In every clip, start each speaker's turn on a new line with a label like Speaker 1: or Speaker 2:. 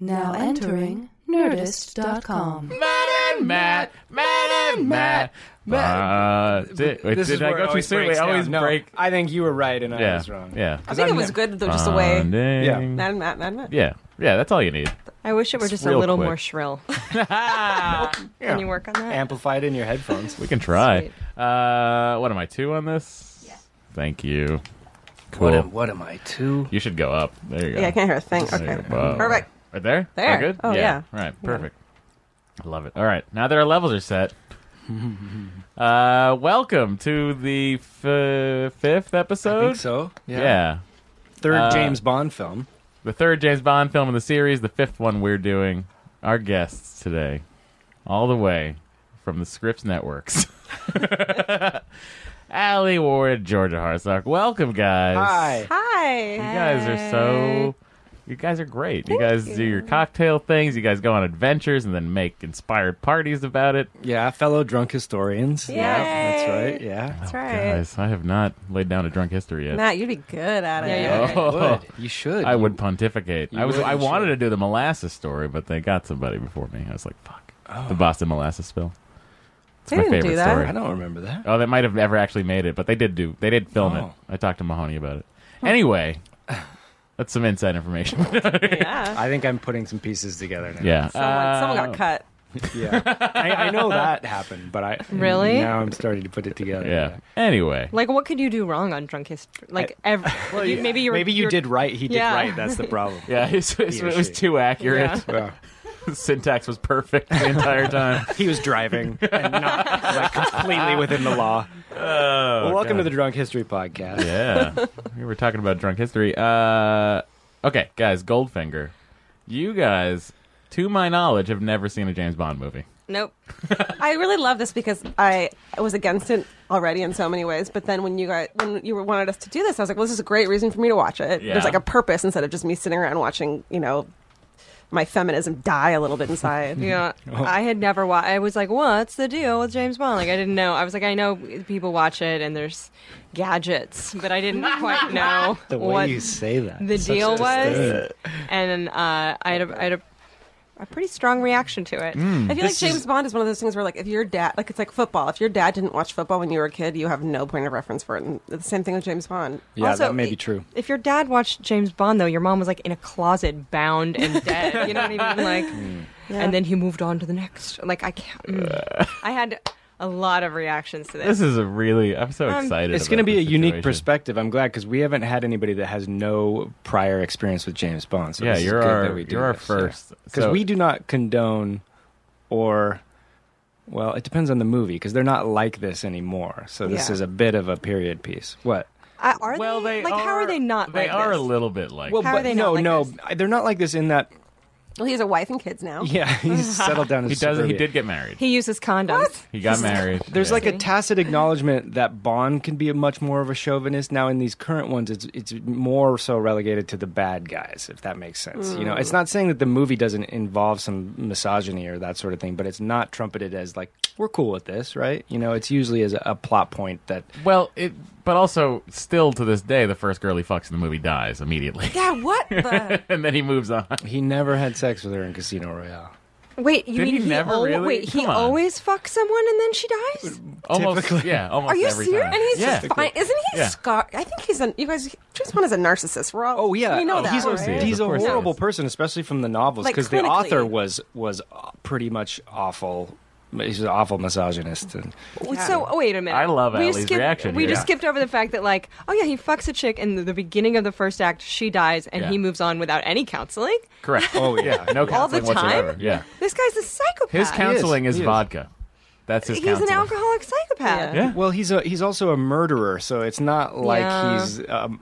Speaker 1: Now entering Nerdist.com.
Speaker 2: Matt and Matt, Matt and Matt.
Speaker 3: Uh, did, wait,
Speaker 2: This
Speaker 3: did
Speaker 2: is
Speaker 3: I
Speaker 2: where it
Speaker 3: go too
Speaker 2: always
Speaker 3: soon? Wait,
Speaker 2: breaks
Speaker 3: I always
Speaker 2: down. No,
Speaker 3: break.
Speaker 2: I think you were right and I
Speaker 3: yeah,
Speaker 2: was wrong.
Speaker 3: yeah.
Speaker 4: I think it was good, though, just the way. Mad
Speaker 3: Bonding.
Speaker 4: and Mad, Mad, Mad.
Speaker 3: Um, Yeah, yeah. That's all you need.
Speaker 4: I wish it were
Speaker 3: It's
Speaker 4: just a
Speaker 3: real
Speaker 4: little
Speaker 3: quick.
Speaker 4: more shrill. Can you work on that?
Speaker 2: Amplified in your headphones.
Speaker 3: We can try. Uh, what am I two on this? Yeah. Thank you. Cool.
Speaker 2: what am I, two?
Speaker 3: You should go up. There you go.
Speaker 4: Yeah, I can't hear a thing. Okay.
Speaker 3: uh, There you go.
Speaker 4: Perfect.
Speaker 3: Right there?
Speaker 4: There.
Speaker 3: All good?
Speaker 4: Oh, yeah.
Speaker 3: All right. Perfect. I love it. All right. Now that our levels are set, uh, welcome to the f- fifth episode.
Speaker 2: I think so.
Speaker 3: Yeah.
Speaker 2: Third
Speaker 3: Uh,
Speaker 2: James Bond film.
Speaker 3: The third James Bond film in the series, the fifth one we're doing. Our guests today, all the way from the Scripps Networks. Allie Ward, Georgia Hartsock. Welcome, guys.
Speaker 2: Hi.
Speaker 3: You
Speaker 4: Hi.
Speaker 3: guys are so. You guys are great. you guys do your cocktail things. You guys go on adventures and then make inspired parties about it.
Speaker 2: Yeah, fellow drunk historians. Yeah, that's right. Yeah.
Speaker 4: That's right.
Speaker 3: Guys, I have not laid down a drunk history yet.
Speaker 4: Matt, you'd be good at it.
Speaker 3: Oh,
Speaker 2: Good. You should.
Speaker 3: I would pontificate.
Speaker 2: You
Speaker 3: I was.
Speaker 2: would,
Speaker 3: I
Speaker 2: you
Speaker 3: wanted
Speaker 2: should.
Speaker 3: to do the molasses story, but they got somebody before me. I was like, fuck.
Speaker 2: Oh.
Speaker 3: The Boston molasses spill. It's
Speaker 4: They
Speaker 3: my
Speaker 4: didn't do
Speaker 3: favorite
Speaker 4: that.
Speaker 3: story.
Speaker 2: I don't remember that.
Speaker 3: Oh, they might have never actually made it, but they did do. They did film it.
Speaker 2: Oh.
Speaker 3: I talked to Mahoney about it. Anyway, that's some inside information.
Speaker 4: Yeah.
Speaker 2: I think I'm putting some pieces together now.
Speaker 3: yeah.
Speaker 4: Someone,
Speaker 3: Uh,
Speaker 4: someone got cut.
Speaker 2: Yeah. I, I know that happened, but I
Speaker 4: Really?
Speaker 2: now I'm starting to put it together.
Speaker 3: yeah. Anyway.
Speaker 4: Like, what could you do wrong on Drunk History? Like, every, you, maybe you were,
Speaker 2: maybe you
Speaker 4: you're-
Speaker 2: did right. He did
Speaker 4: Yeah.
Speaker 2: right. That's the problem.
Speaker 3: Yeah, it's, it's-
Speaker 2: He or
Speaker 3: it was
Speaker 2: she.
Speaker 3: too accurate.
Speaker 2: Yeah.
Speaker 3: Syntax was perfect the entire time.
Speaker 2: He was driving and not like, completely within the law. well, welcome to the Drunk History Podcast.
Speaker 3: Yeah, we were talking about drunk history. Uh, okay, guys, Goldfinger. You guys, to my knowledge, have never seen a James Bond movie.
Speaker 4: Nope. I really love this because I was against it already in so many ways, but then when you guys when you wanted us to do this, I was like, well, this is a great reason for me to watch it.
Speaker 3: Yeah.
Speaker 4: There's like a purpose instead of just me sitting around watching, you know, my feminism die a little bit inside.
Speaker 5: Yeah,
Speaker 3: Oh.
Speaker 5: I had never watched. I was like, "What's the deal with James Bond?" Like, I didn't know. I was like, I know people watch it and there's gadgets, but I didn't quite know
Speaker 2: The way
Speaker 5: what
Speaker 2: you say that.
Speaker 5: the
Speaker 2: Such a
Speaker 5: deal was.
Speaker 2: disdain.
Speaker 5: And uh, I had a, I had a, a pretty strong reaction to it.
Speaker 3: Mm,
Speaker 4: I feel like James Bond is one of those things where like if your dad like it's like football. If your dad didn't watch football when you were a kid, you have no point of reference for it. And the same thing with James Bond.
Speaker 2: Yeah,
Speaker 5: Also,
Speaker 2: that may be
Speaker 5: i-
Speaker 2: true.
Speaker 5: If your dad watched James Bond, though, your mom was like in a closet, bound and dead. you know what I mean? Like,
Speaker 3: Mm.
Speaker 5: and then he moved on to the next. Like, I can't. mm. I had a lot of reactions to
Speaker 3: This is a really. I'm so
Speaker 5: Um,
Speaker 3: excited.
Speaker 2: It's
Speaker 3: going to
Speaker 2: be a unique perspective. I'm glad because we haven't had anybody that has no prior experience with James Bond. So
Speaker 3: Yeah,
Speaker 2: this is
Speaker 3: you're
Speaker 2: good
Speaker 3: our-
Speaker 2: that we do
Speaker 3: you're our
Speaker 2: this,
Speaker 3: first.
Speaker 2: because
Speaker 3: So-
Speaker 2: we do not condone or. Well, it depends on the movie because they're not like this anymore. So this
Speaker 4: Yeah.
Speaker 2: is a bit of a period piece. What?
Speaker 5: I, are
Speaker 3: Well, they
Speaker 5: like? how are they not?
Speaker 3: They
Speaker 5: like
Speaker 3: are
Speaker 5: this?
Speaker 3: a little bit like.
Speaker 2: Well,
Speaker 5: How are
Speaker 2: but
Speaker 5: they not
Speaker 2: no,
Speaker 5: like
Speaker 2: no,
Speaker 5: this?
Speaker 2: I- they're not like this in that.
Speaker 4: Well, he has a wife and kids now.
Speaker 2: Yeah, he's settled down. in
Speaker 3: he does. He
Speaker 2: suburbia.
Speaker 3: did get married. He,
Speaker 5: He uses condoms.
Speaker 3: got married.
Speaker 2: There's
Speaker 3: Yeah.
Speaker 2: like a tacit acknowledgement that Bond can be a much more of a chauvinist. Now in these current ones, it's it's more so relegated to the bad guys, if that makes sense. You know, it's
Speaker 4: Hmm.
Speaker 2: not saying that the movie doesn't involve some misogyny or that sort of thing, but it's not trumpeted as like we're cool with this, right? You know, it's usually as a, a plot point that
Speaker 3: Well, it. But also, still to this day, the first girl he fucks in the movie dies immediately,
Speaker 4: Yeah, what the
Speaker 3: and then he moves on.
Speaker 2: he never had sex with her in Casino Royale.
Speaker 5: Wait, you
Speaker 3: Did
Speaker 5: mean
Speaker 3: he never
Speaker 5: al-
Speaker 3: really-
Speaker 5: Wait, he
Speaker 3: Come on.
Speaker 5: always fucks someone and then she dies?
Speaker 3: Almost,
Speaker 2: Typically.
Speaker 3: yeah, almost
Speaker 4: Are you
Speaker 3: every
Speaker 4: serious?
Speaker 3: time.
Speaker 4: And he's
Speaker 3: yeah.
Speaker 4: just fine. Isn't he
Speaker 3: Yeah.
Speaker 4: scar? I think he's a. You guys, James Bond is a narcissist. We're all.
Speaker 2: Oh yeah,
Speaker 4: we know
Speaker 2: Oh,
Speaker 4: that.
Speaker 2: he's,
Speaker 3: Of course he
Speaker 2: a,
Speaker 3: is.
Speaker 2: he's a
Speaker 3: Of course he
Speaker 2: horrible
Speaker 3: is.
Speaker 2: person, especially from the novels,
Speaker 4: Like,
Speaker 2: because the
Speaker 4: clinically.
Speaker 2: author was was uh, pretty much awful. He's an awful misogynist, and
Speaker 5: So oh, wait a minute.
Speaker 3: I love
Speaker 5: we
Speaker 3: Allie's
Speaker 5: skipped,
Speaker 3: reaction
Speaker 5: We
Speaker 3: here.
Speaker 5: just
Speaker 3: Yeah.
Speaker 5: skipped over the fact that like, oh yeah, he fucks a chick in the, the beginning of the first act. She dies, and
Speaker 3: Yeah.
Speaker 5: he moves on without any counseling.
Speaker 3: Correct. Oh yeah, no counseling
Speaker 5: All the time?
Speaker 3: whatsoever. Yeah,
Speaker 5: This guy's a psychopath.
Speaker 3: his counseling is,
Speaker 2: he is.
Speaker 3: vodka. That's his
Speaker 5: He's
Speaker 3: counseling.
Speaker 5: an alcoholic psychopath.
Speaker 4: Yeah.
Speaker 3: Yeah.
Speaker 2: well, he's a he's also a murderer, so it's not like
Speaker 5: Yeah.
Speaker 2: he's. Um,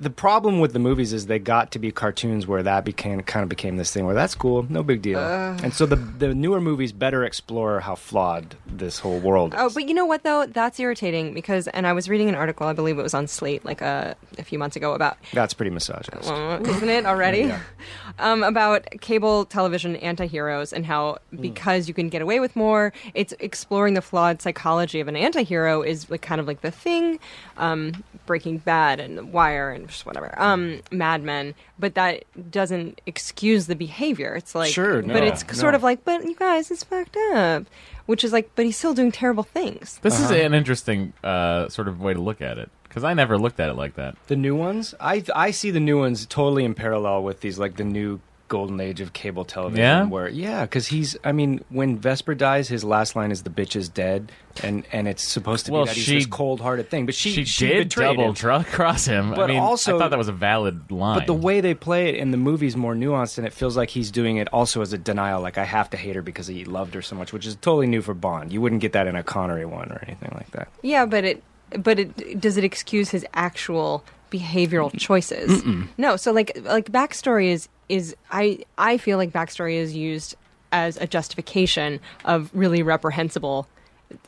Speaker 2: the problem with the movies is they got to be cartoons where that became kind of became this thing where that's cool, no big deal,
Speaker 5: Uh.
Speaker 2: and so the the newer movies better explore how flawed this whole world is.
Speaker 5: Oh, but you know what though? That's irritating because, and I was reading an article, I believe it was on Slate, like a, a few months ago, about
Speaker 2: that's pretty misogynist.
Speaker 5: Uh, isn't it already? um, about cable television antiheroes and how
Speaker 2: Hmm.
Speaker 5: because you can get away with more, it's exploring the flawed psychology of an antihero is like kind of like the thing, um, Breaking Bad and The Wire and just whatever, um, Mad Men. But that doesn't excuse the behavior. It's like
Speaker 2: Sure,
Speaker 5: but
Speaker 2: no,
Speaker 5: it's sort
Speaker 2: no.
Speaker 5: of like, but you guys, it's fucked up. Which is like, but he's still doing terrible things.
Speaker 3: This
Speaker 2: Uh-huh.
Speaker 3: is an interesting uh, sort of way to look at it because I never looked at it like that.
Speaker 2: The new ones, I I see the new ones totally in parallel with these like the new golden age of cable television.
Speaker 3: Yeah?
Speaker 2: where yeah, because he's I mean when Vesper dies, his last line is "the bitch is dead," and and it's supposed to
Speaker 3: Well,
Speaker 2: be that
Speaker 3: she-
Speaker 2: he's this cold hearted thing. But she
Speaker 3: She,
Speaker 2: she
Speaker 3: did
Speaker 2: betrayed
Speaker 3: double
Speaker 2: him.
Speaker 3: tr- cross him. I
Speaker 2: But
Speaker 3: mean, I
Speaker 2: also-
Speaker 3: thought that was a valid line.
Speaker 2: But the way they play it in the movie's more nuanced, and it feels like he's doing it also as a denial. Like I have to hate her because he loved her so much, which is totally new for Bond. You wouldn't get that in a Connery one or anything like that.
Speaker 5: Yeah, but it but it does it excuse his actual behavioral choices? No, so like like backstory is is I I feel like backstory is used as a justification of really reprehensible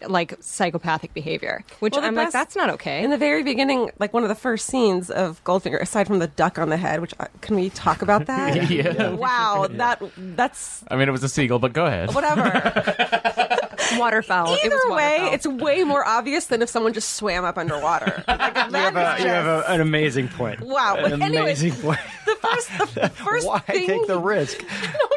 Speaker 5: like psychopathic behavior, which
Speaker 4: Well, the
Speaker 5: I'm like
Speaker 4: best-
Speaker 5: that's not okay.
Speaker 4: In the very beginning, like one of the first scenes of Goldfinger, aside from the duck on the head, which I, can we talk about that?
Speaker 3: Yeah.
Speaker 4: Wow, that that's
Speaker 3: I mean, it was a seagull, but go ahead.
Speaker 4: whatever.
Speaker 2: Oh,
Speaker 5: waterfowl. it
Speaker 4: Either
Speaker 5: was
Speaker 4: way,
Speaker 5: waterfowl.
Speaker 4: it's way more obvious than if someone just swam up underwater. Like, that is
Speaker 2: you have
Speaker 4: just-
Speaker 2: an amazing point.
Speaker 4: Wow.
Speaker 2: an
Speaker 4: Anyways,
Speaker 2: amazing point.
Speaker 4: the first, the first
Speaker 2: Why
Speaker 4: thing
Speaker 2: take the risk?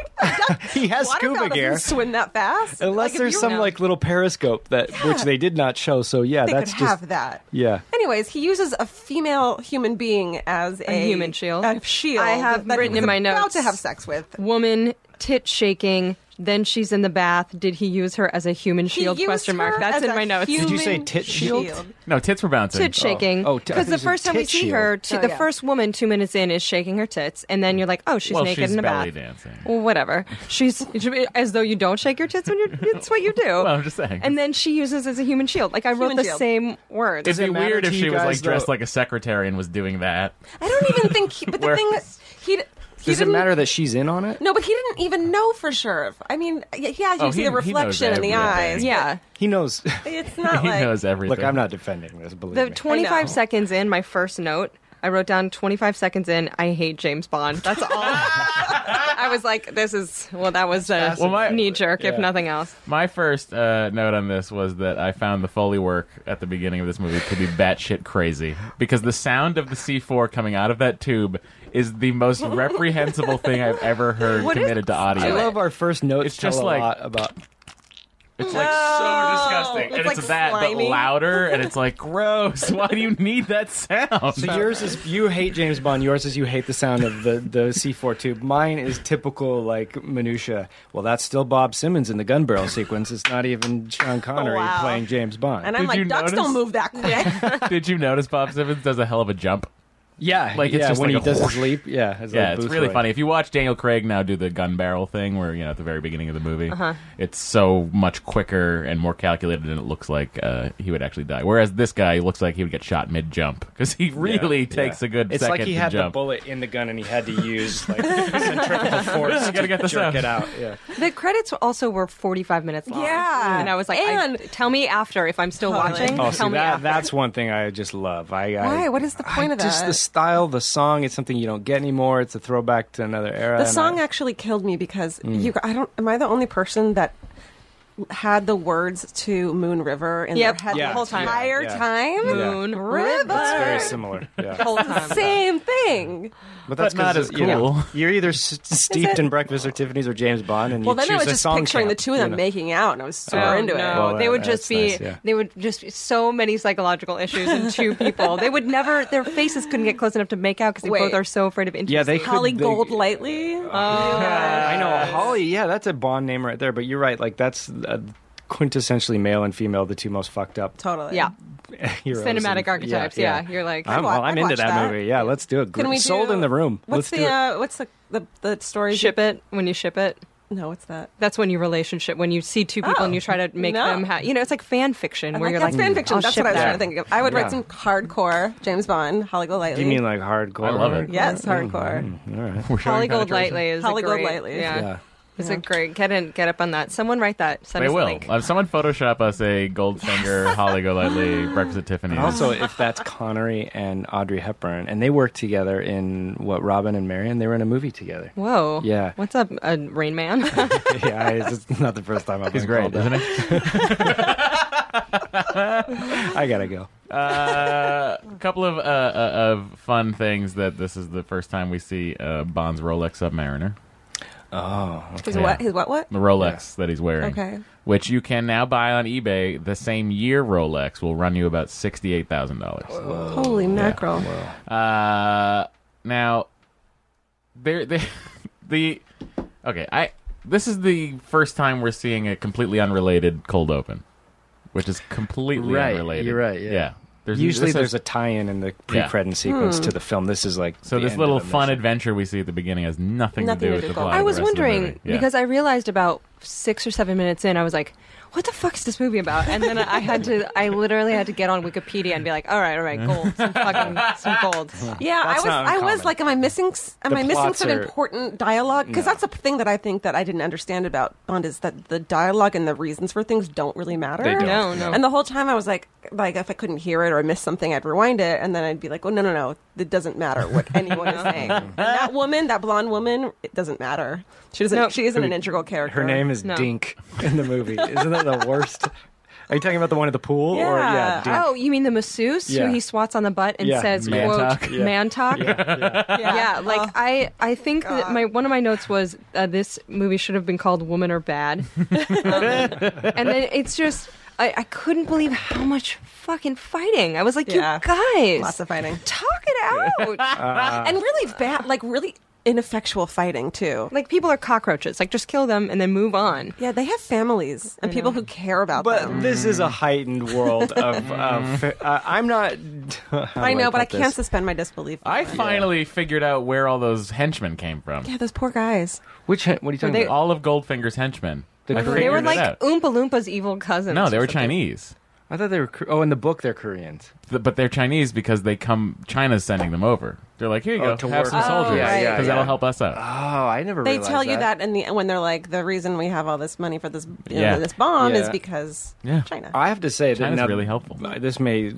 Speaker 2: he has
Speaker 4: waterfowl
Speaker 2: scuba
Speaker 4: doesn't
Speaker 2: gear.
Speaker 4: Swim that fast?
Speaker 2: Unless
Speaker 4: Like, if
Speaker 2: there's
Speaker 4: you-
Speaker 2: some like little periscope that which they did not show, so yeah,
Speaker 4: they
Speaker 2: that's
Speaker 4: could
Speaker 2: just
Speaker 4: have that.
Speaker 2: yeah.
Speaker 4: Anyways, he uses a female human being as a,
Speaker 5: A human shield.
Speaker 4: A shield.
Speaker 5: I have
Speaker 4: that he
Speaker 5: written
Speaker 4: was
Speaker 5: in my
Speaker 4: about
Speaker 5: notes.
Speaker 4: to have sex with.
Speaker 5: woman tit shaking. Then she's in the bath. Did he use her as a human
Speaker 4: He
Speaker 5: shield?
Speaker 4: used
Speaker 5: Question mark.
Speaker 4: her
Speaker 5: That's
Speaker 4: as
Speaker 5: in
Speaker 4: a
Speaker 5: my notes.
Speaker 2: you
Speaker 4: human
Speaker 2: say tit shield?
Speaker 3: no, tits were bouncing.
Speaker 5: tit shaking.
Speaker 2: Oh, t- I thought
Speaker 5: because the
Speaker 2: you said
Speaker 5: first time we
Speaker 2: tit
Speaker 5: see
Speaker 2: shield.
Speaker 5: her, t-
Speaker 4: Oh,
Speaker 5: the
Speaker 4: yeah.
Speaker 5: first woman two minutes in is shaking her tits, and then you're like, oh, she's
Speaker 3: well,
Speaker 5: naked
Speaker 3: she's
Speaker 5: in the
Speaker 3: belly
Speaker 5: bath.
Speaker 3: dancing.
Speaker 5: Well, whatever. She's it should be as though you don't shake your tits when you're. It's what you do.
Speaker 3: Well, I'm just saying.
Speaker 5: And then she uses as a human shield. Like I wrote
Speaker 4: Human
Speaker 5: the
Speaker 4: shield.
Speaker 5: same words.
Speaker 3: It'd
Speaker 2: it
Speaker 3: be
Speaker 2: matter
Speaker 3: weird
Speaker 2: to
Speaker 3: if
Speaker 2: you
Speaker 3: she was
Speaker 2: guys,
Speaker 3: like dressed
Speaker 2: though?
Speaker 3: like a secretary and was doing that.
Speaker 4: I don't even think. He, but the
Speaker 3: Where-
Speaker 4: thing is, he d- he
Speaker 2: Does it
Speaker 4: didn't-
Speaker 2: matter that she's in on it?
Speaker 4: No, but he didn't even know for sure. I mean, y- yeah, you
Speaker 3: Oh,
Speaker 4: see
Speaker 3: he-
Speaker 4: the
Speaker 3: he knows
Speaker 4: reflection in the
Speaker 3: everything.
Speaker 4: eyes.
Speaker 5: yeah.
Speaker 2: He knows.
Speaker 4: but it's not
Speaker 3: he
Speaker 4: like
Speaker 3: knows everything.
Speaker 2: Look, I'm not defending this. Believe
Speaker 5: The
Speaker 2: me.
Speaker 5: 25 seconds in, my first note, I wrote down 25 seconds in, I hate James Bond. That's all. I was like, this is, well, that was a
Speaker 3: Well, my-
Speaker 5: knee jerk, if nothing else.
Speaker 3: My first uh, note on this was that I found the Foley work at the beginning of this movie to be batshit crazy because the sound of the C4 coming out of that tube is the most reprehensible thing I've ever heard
Speaker 5: What is-
Speaker 3: committed to audio.
Speaker 2: I love our first notes.
Speaker 3: It's just
Speaker 2: tell a
Speaker 3: like-
Speaker 2: lot about
Speaker 3: It's like so disgusting, and
Speaker 4: It's
Speaker 3: it's
Speaker 4: like
Speaker 3: that
Speaker 4: slimy.
Speaker 3: but louder, and it's like gross. Why do you need that sound?
Speaker 2: So yours is you hate James Bond. Yours is you hate the sound of the the C four tube. Mine is typical like minutia. Well, that's still Bob Simmons in the gun barrel sequence. It's not even Sean Connery
Speaker 4: Oh, Wow.
Speaker 2: playing James Bond.
Speaker 4: And I'm
Speaker 3: Did you
Speaker 4: like, ducks
Speaker 3: notice?
Speaker 4: don't move that quick.
Speaker 3: Did you notice Bob Simmons does a hell of a jump?
Speaker 2: yeah,
Speaker 3: Like, it's
Speaker 2: yeah,
Speaker 3: just
Speaker 2: when
Speaker 3: like
Speaker 2: he
Speaker 3: a
Speaker 2: does
Speaker 3: whoosh.
Speaker 2: his leap. Yeah, it's
Speaker 3: Yeah,
Speaker 2: like
Speaker 3: it's
Speaker 2: Boothroyd.
Speaker 3: really funny. If you watch Daniel Craig now do the gun barrel thing, where you know at the very beginning of the movie,
Speaker 2: Uh-huh.
Speaker 3: it's so much quicker and more calculated, and it looks like uh, he would actually die. Whereas this guy looks like he would get shot mid jump because he really takes
Speaker 2: Yeah.
Speaker 3: a good
Speaker 2: It's
Speaker 3: second
Speaker 2: like he
Speaker 3: to
Speaker 2: had
Speaker 3: jump.
Speaker 2: the bullet in the gun and he had to use like centrifugal force
Speaker 3: I gotta get
Speaker 2: to
Speaker 3: this
Speaker 2: jerk
Speaker 3: out.
Speaker 2: it out. Yeah.
Speaker 5: The credits also were 45 minutes long.
Speaker 4: Yeah.
Speaker 5: And I was like, I-
Speaker 4: And-
Speaker 5: tell me after if I'm still
Speaker 4: Totally.
Speaker 5: watching.
Speaker 2: Oh,
Speaker 5: tell
Speaker 2: see
Speaker 5: me
Speaker 2: that,
Speaker 5: after.
Speaker 2: that's one thing I just love. I, I
Speaker 4: Why? What is the
Speaker 2: I
Speaker 4: point of
Speaker 2: Just
Speaker 4: that?
Speaker 2: the style, the song. It's something you don't get anymore. It's a throwback to another era.
Speaker 4: the
Speaker 2: and
Speaker 4: song
Speaker 2: I, Hmm.
Speaker 4: actually killed me because you. I don't. Am I the only person that had the words to Moon River in
Speaker 5: Yep,
Speaker 4: their head
Speaker 2: Yeah,
Speaker 4: the whole
Speaker 2: yeah,
Speaker 4: entire
Speaker 2: yeah.
Speaker 4: time.
Speaker 2: Yeah.
Speaker 5: Moon
Speaker 4: River.
Speaker 2: It's very similar. Yeah.
Speaker 5: Whole time.
Speaker 4: Same thing.
Speaker 2: But that's
Speaker 3: But not
Speaker 2: 'cause,
Speaker 3: as
Speaker 2: You
Speaker 3: cool.
Speaker 2: know, you're either s- steeped in Breakfast or Tiffany's or James Bond, and
Speaker 4: Well,
Speaker 2: you choose
Speaker 4: then I was
Speaker 2: a
Speaker 4: just
Speaker 2: song
Speaker 4: picturing
Speaker 2: camp,
Speaker 4: the two of
Speaker 2: you
Speaker 4: them
Speaker 2: know.
Speaker 4: making out, and I was super
Speaker 5: Oh,
Speaker 4: into
Speaker 5: no.
Speaker 4: it.
Speaker 2: Well,
Speaker 5: they
Speaker 2: that-
Speaker 5: would
Speaker 2: that's
Speaker 5: just be
Speaker 2: nice, yeah.
Speaker 5: they would just be so many psychological issues in two people. they would never their faces couldn't get close enough to make out because they
Speaker 4: Wait.
Speaker 5: both are so afraid of intimacy.
Speaker 2: Yeah, they could-
Speaker 4: Holly
Speaker 2: they-
Speaker 4: Gold Lightly. Oh,
Speaker 2: I
Speaker 4: Uh,
Speaker 2: know Holly. Yeah, that's a Bond name right there. But you're right. Like that's uh, quintessentially male and female, the two most fucked up
Speaker 4: totally.
Speaker 5: yeah.
Speaker 2: heroes.
Speaker 5: Cinematic archetypes, yeah. You're like,
Speaker 2: I'm,
Speaker 4: I'd
Speaker 2: well,
Speaker 4: watch-
Speaker 2: I'm
Speaker 4: I'd
Speaker 2: into
Speaker 4: watch
Speaker 2: that,
Speaker 4: that.
Speaker 2: movie. Yeah, let's do it.
Speaker 4: Can we
Speaker 2: Sold
Speaker 4: do-
Speaker 2: in the room. let's
Speaker 4: What's the
Speaker 2: do it.
Speaker 4: uh, what's the the the story?
Speaker 5: ship it when you ship it.
Speaker 4: No, what's that?
Speaker 5: That's when you relationship when you see two people and you try to make
Speaker 4: no.
Speaker 5: them. Ha- you know, it's like fan fiction
Speaker 4: I
Speaker 5: where
Speaker 4: like
Speaker 5: you're
Speaker 4: that's
Speaker 5: like
Speaker 4: fan fiction.
Speaker 5: I'll
Speaker 4: That's
Speaker 5: ship
Speaker 4: what I was
Speaker 5: that.
Speaker 4: trying to think of. I would
Speaker 2: Yeah.
Speaker 4: write some hardcore James Bond, Holly Golightly.
Speaker 2: you mean like Mm. hardcore?
Speaker 3: I love it.
Speaker 4: yes, hardcore.
Speaker 2: All right.
Speaker 5: Holly Gold Lightly is
Speaker 4: Holly
Speaker 5: a
Speaker 4: Gold
Speaker 5: great,
Speaker 4: Lightly.
Speaker 5: Yeah,
Speaker 2: Yeah.
Speaker 5: it's a great get in get up on that. Someone write that. Send
Speaker 3: They
Speaker 5: us a
Speaker 3: will.
Speaker 5: link.
Speaker 3: Uh, someone Photoshop us a Goldfinger, Holly Golightly, Breakfast at Tiffany's.
Speaker 2: Also, if that's Connery and Audrey Hepburn, and they worked together in what Robin and Marion, they were in a movie together.
Speaker 5: Whoa.
Speaker 2: Yeah.
Speaker 5: What's up, uh, Rain Man?
Speaker 2: yeah, it's just not the first time I've
Speaker 3: He's
Speaker 2: been
Speaker 3: great,
Speaker 2: called
Speaker 3: isn't
Speaker 2: that.
Speaker 3: he?
Speaker 2: I gotta go.
Speaker 3: Uh, a couple of uh, uh, of fun things that this is the first time we see uh, Bond's Rolex Submariner,
Speaker 2: Oh,
Speaker 4: His
Speaker 3: Yeah.
Speaker 4: what? His what? What?
Speaker 3: the Rolex that he's wearing,
Speaker 4: Okay.
Speaker 3: which you can now buy on eBay. The same year Rolex will run you about sixty eight thousand dollars.
Speaker 2: Oh,
Speaker 4: Holy mackerel!
Speaker 3: Uh, now, there, there, the okay, I this is the first time we're seeing a completely unrelated cold open, which is completely
Speaker 2: Right,
Speaker 3: unrelated.
Speaker 2: you're right, yeah.
Speaker 3: yeah. There's,
Speaker 2: Usually,
Speaker 3: this
Speaker 2: there's
Speaker 3: is-
Speaker 2: a tie-in in the pre-credit
Speaker 4: Hmm.
Speaker 2: sequence to the film. This is like
Speaker 3: So
Speaker 2: the
Speaker 3: this
Speaker 2: end
Speaker 3: little
Speaker 2: of the
Speaker 3: fun
Speaker 2: mission.
Speaker 3: adventure we see at the beginning has nothing,
Speaker 4: Nothing
Speaker 3: to do
Speaker 4: to
Speaker 3: with
Speaker 4: do
Speaker 3: the
Speaker 4: with
Speaker 3: plot.
Speaker 4: Goldfinger.
Speaker 5: I
Speaker 3: of
Speaker 5: was
Speaker 3: the rest of the
Speaker 5: wondering
Speaker 3: movie. Yeah.
Speaker 5: because I realized about six or seven minutes in, I was like, "What the fuck is this movie about?" And then I had to, I literally had to get on Wikipedia and be like, "All right, all right, gold, some fucking, some gold."
Speaker 4: Yeah,
Speaker 2: That's
Speaker 4: I was.
Speaker 2: not
Speaker 4: I
Speaker 2: uncommon.
Speaker 4: was like, am I missing? s- Am
Speaker 2: The
Speaker 4: I missing
Speaker 2: plots
Speaker 4: some
Speaker 2: are-
Speaker 4: important dialogue? Because
Speaker 2: No.
Speaker 4: that's a thing that I think that I didn't understand about Bond is that the dialogue and the reasons for things don't really matter.
Speaker 2: They don't.
Speaker 5: No, no.
Speaker 4: And the whole time I was like, like if I couldn't hear it or I missed something, I'd rewind it, and then I'd be like, well, no, no, no, it doesn't matter what anyone is saying. And that woman, that blonde woman, it doesn't matter. She doesn't.
Speaker 5: No.
Speaker 4: She isn't an integral character.
Speaker 2: Her name is
Speaker 5: No.
Speaker 2: Dink in the movie. Isn't that the worst? Are you talking about the one at the pool? Or yeah,
Speaker 4: Yeah.
Speaker 2: Dink.
Speaker 5: Oh, you mean the masseuse
Speaker 2: Yeah.
Speaker 5: who he swats on the butt and
Speaker 2: Yeah.
Speaker 5: says,
Speaker 3: Man
Speaker 5: "quote
Speaker 3: talk.
Speaker 2: Yeah.
Speaker 5: man talk." Yeah, like
Speaker 4: Oh.
Speaker 5: I, I think that my one of my notes was uh, this movie should have been called "Woman or Bad," Um, and then it's just I, I couldn't believe how much fucking fighting. I was like,
Speaker 4: Yeah.
Speaker 5: you guys,
Speaker 4: Lots of fighting.
Speaker 5: talk it out.
Speaker 4: and really bad, like really ineffectual fighting too.
Speaker 5: like people are cockroaches. Like just kill them and then move on.
Speaker 4: Yeah, they have families and people who care about them.
Speaker 2: But this is a heightened world of.
Speaker 3: Mm.
Speaker 2: of uh, I'm not.
Speaker 4: I know, but I can't
Speaker 2: This?
Speaker 4: suspend my disbelief.
Speaker 3: I finally figured out where all those henchmen came from.
Speaker 4: yeah, those poor guys.
Speaker 2: Which hen- what are you talking
Speaker 3: They-
Speaker 2: about?
Speaker 3: all of Goldfinger's henchmen.
Speaker 2: The
Speaker 3: I
Speaker 2: Korean-
Speaker 3: figured
Speaker 5: They were
Speaker 3: it
Speaker 5: like
Speaker 3: out.
Speaker 5: Oompa Loompa's evil cousins.
Speaker 3: no, they
Speaker 5: or
Speaker 3: were
Speaker 5: something.
Speaker 3: Chinese,
Speaker 2: I thought they were. Kor- Oh, in the book they're Koreans.
Speaker 3: Th- but they're Chinese because they come. China's sending them over. They're like, here you
Speaker 2: Oh,
Speaker 3: go,
Speaker 2: to
Speaker 3: have
Speaker 2: work
Speaker 3: some
Speaker 2: with.
Speaker 3: soldiers
Speaker 2: Oh, right. Yeah, yeah,
Speaker 3: that'll
Speaker 2: yeah.
Speaker 3: help us out.
Speaker 2: Oh, I never.
Speaker 4: They
Speaker 2: realized
Speaker 4: tell you that in the when they're like the reason we have all this money for this you know,
Speaker 3: Yeah.
Speaker 4: this bomb is
Speaker 2: Yeah.
Speaker 4: because
Speaker 3: Yeah.
Speaker 4: China.
Speaker 2: I have to say that
Speaker 3: China's
Speaker 2: now,
Speaker 3: really helpful.
Speaker 2: This may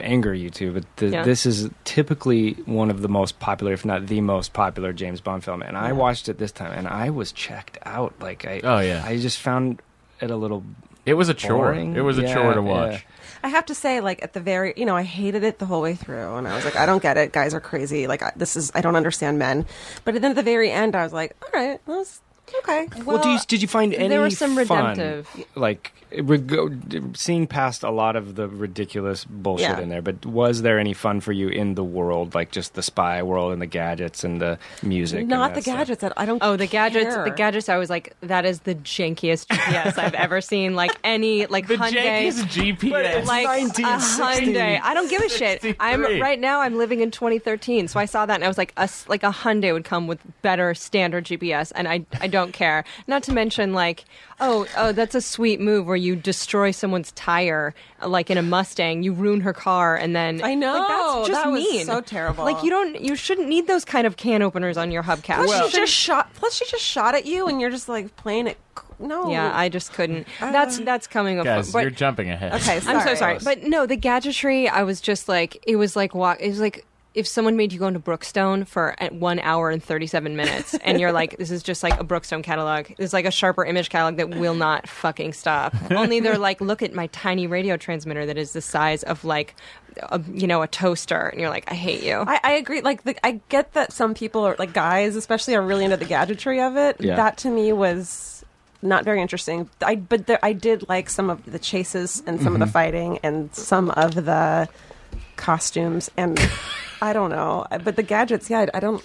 Speaker 2: anger you too, but th-
Speaker 5: Yeah.
Speaker 2: this is typically one of the most popular, if not the most popular, James Bond film. And I watched it this time, and I was checked out. Like I,
Speaker 3: Oh, yeah.
Speaker 2: I just found it a little.
Speaker 3: It was a chore.
Speaker 2: Boring?
Speaker 3: It was a
Speaker 2: Yeah,
Speaker 3: chore to
Speaker 2: yeah.
Speaker 3: watch.
Speaker 4: I have to say, like at the very, you know, I hated it the whole way through, and I was like, I don't get it. Guys are crazy. Like I, this is, I don't understand men. But then at the very end, I was like, all right, that was okay.
Speaker 2: Well, do you, did you find any
Speaker 5: there were some
Speaker 2: fun?
Speaker 5: redemptive.
Speaker 2: Like it would go- seeing past a lot of the ridiculous bullshit
Speaker 4: Yeah.
Speaker 2: in there, but was there any fun for you in the world, like just the spy world and the gadgets and the music? and
Speaker 4: Not the
Speaker 2: that stuff?
Speaker 4: gadgets that I don't.
Speaker 5: Oh, the gadgets!
Speaker 4: care.
Speaker 5: The gadgets! I was like, that is the jankiest GPS I've ever seen. Like any, like
Speaker 3: The
Speaker 5: Hyundai.
Speaker 3: Yankees GPS.
Speaker 5: like a
Speaker 2: 1960.
Speaker 5: Hyundai. I don't give a shit. I'm
Speaker 3: 63.
Speaker 5: right now. I'm living in 2013, so I saw that and I was like, a s like a Hyundai would come with better standard GPS, and I I don't care. Not to mention like, oh oh, that's a sweet move where you destroy someone's tire, like in a Mustang, you ruin her car, and then
Speaker 4: I know.
Speaker 5: like, that's just
Speaker 4: That was
Speaker 5: mean.
Speaker 4: so terrible.
Speaker 5: Like you don't, you shouldn't need those kind of can openers on your hubcaps.
Speaker 4: Plus,
Speaker 5: You
Speaker 4: she just shot. Plus, she just shot at you, and you're just like playing it. c- No.
Speaker 5: Yeah, I just couldn't. That's that's coming up.
Speaker 3: Guys,
Speaker 5: but-
Speaker 3: you're jumping ahead.
Speaker 4: Okay,
Speaker 5: I'm so sorry, but no, the gadgetry. I was just like, it was like walk. It was like if someone made you go into Brookstone for at one hour and 37 minutes and you're like, this is just like a Brookstone catalog, it's like a sharper image catalog that will not fucking stop. Only they're like, look at my tiny radio transmitter that is the size of like, a, you know, a toaster. And you're like, I hate you.
Speaker 4: I, I agree. Like, the, I get that some people are like guys, especially, are really into the gadgetry of it.
Speaker 2: Yeah.
Speaker 4: That to me was not very interesting. I but there, I did like some of the chases and some
Speaker 2: Mm-hmm.
Speaker 4: of the fighting and some of the costumes and I don't know. But the gadgets, yeah, I, I don't.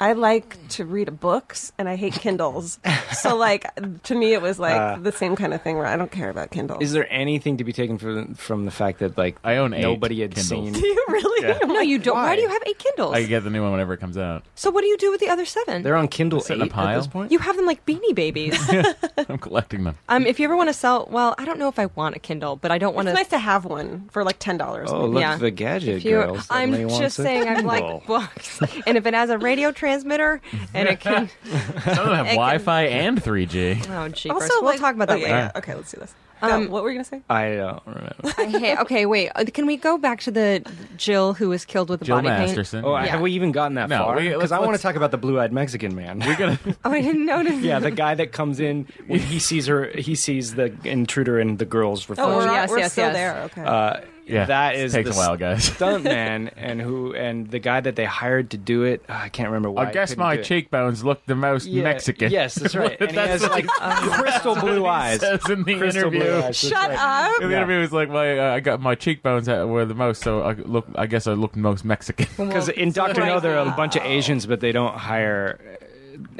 Speaker 4: I like to read books and I hate Kindles. so like to me, it was like the same kind of thing where I don't care about Kindles.
Speaker 2: Uh. Is there anything to be taken from from the fact that like
Speaker 3: I own eight
Speaker 2: nobody had
Speaker 3: Kindles.
Speaker 2: seen?
Speaker 4: you really?
Speaker 5: no, you don't. Why?
Speaker 2: Why?
Speaker 5: do you have eight Kindles?
Speaker 3: I get the new one whenever it comes out.
Speaker 5: so what do you do with the other seven?
Speaker 2: They're on Kindle
Speaker 3: Sit
Speaker 2: eight
Speaker 3: in a
Speaker 2: at
Speaker 3: pile.
Speaker 2: this point.
Speaker 5: you have them like beanie babies.
Speaker 3: I'm collecting them.
Speaker 5: um, if you ever want to sell, well, I don't know if I want a Kindle, but I don't want
Speaker 4: It's
Speaker 5: to.
Speaker 4: nice to have one for like ten dollars.
Speaker 2: oh, look
Speaker 5: yeah.
Speaker 2: at the gadget
Speaker 5: If you-
Speaker 2: girls. Suddenly
Speaker 5: I'm
Speaker 2: wants
Speaker 5: just
Speaker 2: a
Speaker 5: saying, I'm
Speaker 2: Kindle.
Speaker 5: like books, and if it has a radio transmitter and it can,
Speaker 3: Some of them have Wi-Fi and 3G.
Speaker 5: oh, jeepers. we'll
Speaker 4: like-
Speaker 5: talk about that
Speaker 4: okay,
Speaker 5: later.
Speaker 4: yeah, okay, let's do this. No,
Speaker 5: Um,
Speaker 4: what were you gonna say?
Speaker 2: I don't remember.
Speaker 5: I hate, okay, wait. uh, Can we go back to the Jill who was killed with the
Speaker 3: Jill
Speaker 5: body
Speaker 3: Masterson.
Speaker 2: Oh,
Speaker 5: Yeah.
Speaker 2: have we even gotten that
Speaker 3: No,
Speaker 2: far?
Speaker 3: we- let's-
Speaker 2: Because I want to
Speaker 3: let's-
Speaker 2: talk about the blue-eyed Mexican man.
Speaker 3: We're gonna.
Speaker 5: paint? Oh, I didn't notice.
Speaker 2: yeah, the guy that comes in when he sees her, he sees the intruder in the girl's reflection.
Speaker 5: we're-
Speaker 4: oh, we're,
Speaker 5: yes,
Speaker 4: we're
Speaker 5: yes,
Speaker 4: still
Speaker 5: yes.
Speaker 4: there. Okay.
Speaker 2: Uh,
Speaker 3: Yeah,
Speaker 2: that
Speaker 3: it
Speaker 2: is
Speaker 3: takes
Speaker 2: the
Speaker 3: a while, guys.
Speaker 2: stunt man and who and the guy that they hired to do it. uh, I can't remember why.
Speaker 3: I guess
Speaker 2: couldn't
Speaker 3: my
Speaker 2: do it.
Speaker 3: cheekbones look the most
Speaker 2: Yeah,
Speaker 3: Mexican.
Speaker 2: Yes, that's right. and he
Speaker 3: That's
Speaker 2: has like crystal blue eyes.
Speaker 3: says in the
Speaker 2: Crystal blue
Speaker 3: interview.
Speaker 2: eyes, that's
Speaker 4: Shut
Speaker 2: right.
Speaker 4: up.
Speaker 3: In the
Speaker 2: Yeah.
Speaker 3: interview, it was like my uh, I got my cheekbones uh, were the most, so I look. I guess I looked most Mexican.
Speaker 2: Because in Doctor No, there are a bunch of Asians, but they don't hire uh,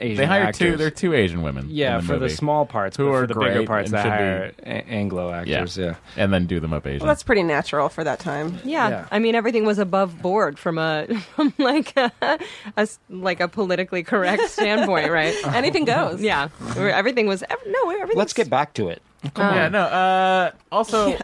Speaker 2: Asian.
Speaker 3: they hired two.
Speaker 2: actors.
Speaker 3: There are two Asian women.
Speaker 2: yeah,
Speaker 3: in the
Speaker 2: for
Speaker 3: movie.
Speaker 2: the small parts,
Speaker 3: Who
Speaker 2: but
Speaker 3: are
Speaker 2: for the bigger
Speaker 3: great
Speaker 2: parts,
Speaker 3: and
Speaker 2: they
Speaker 3: should be-
Speaker 2: hire a- Anglo actors. Yeah.
Speaker 3: and then do them up Asian.
Speaker 4: well, that's pretty natural for that time.
Speaker 5: Yeah.
Speaker 2: Yeah.
Speaker 5: I mean everything was above board from a from like a, a s- like a politically correct standpoint, right?
Speaker 4: Anything goes.
Speaker 5: yeah, Where everything was ev- no. Everything.
Speaker 2: Let's get back to it.
Speaker 3: yeah, no. Uh, also,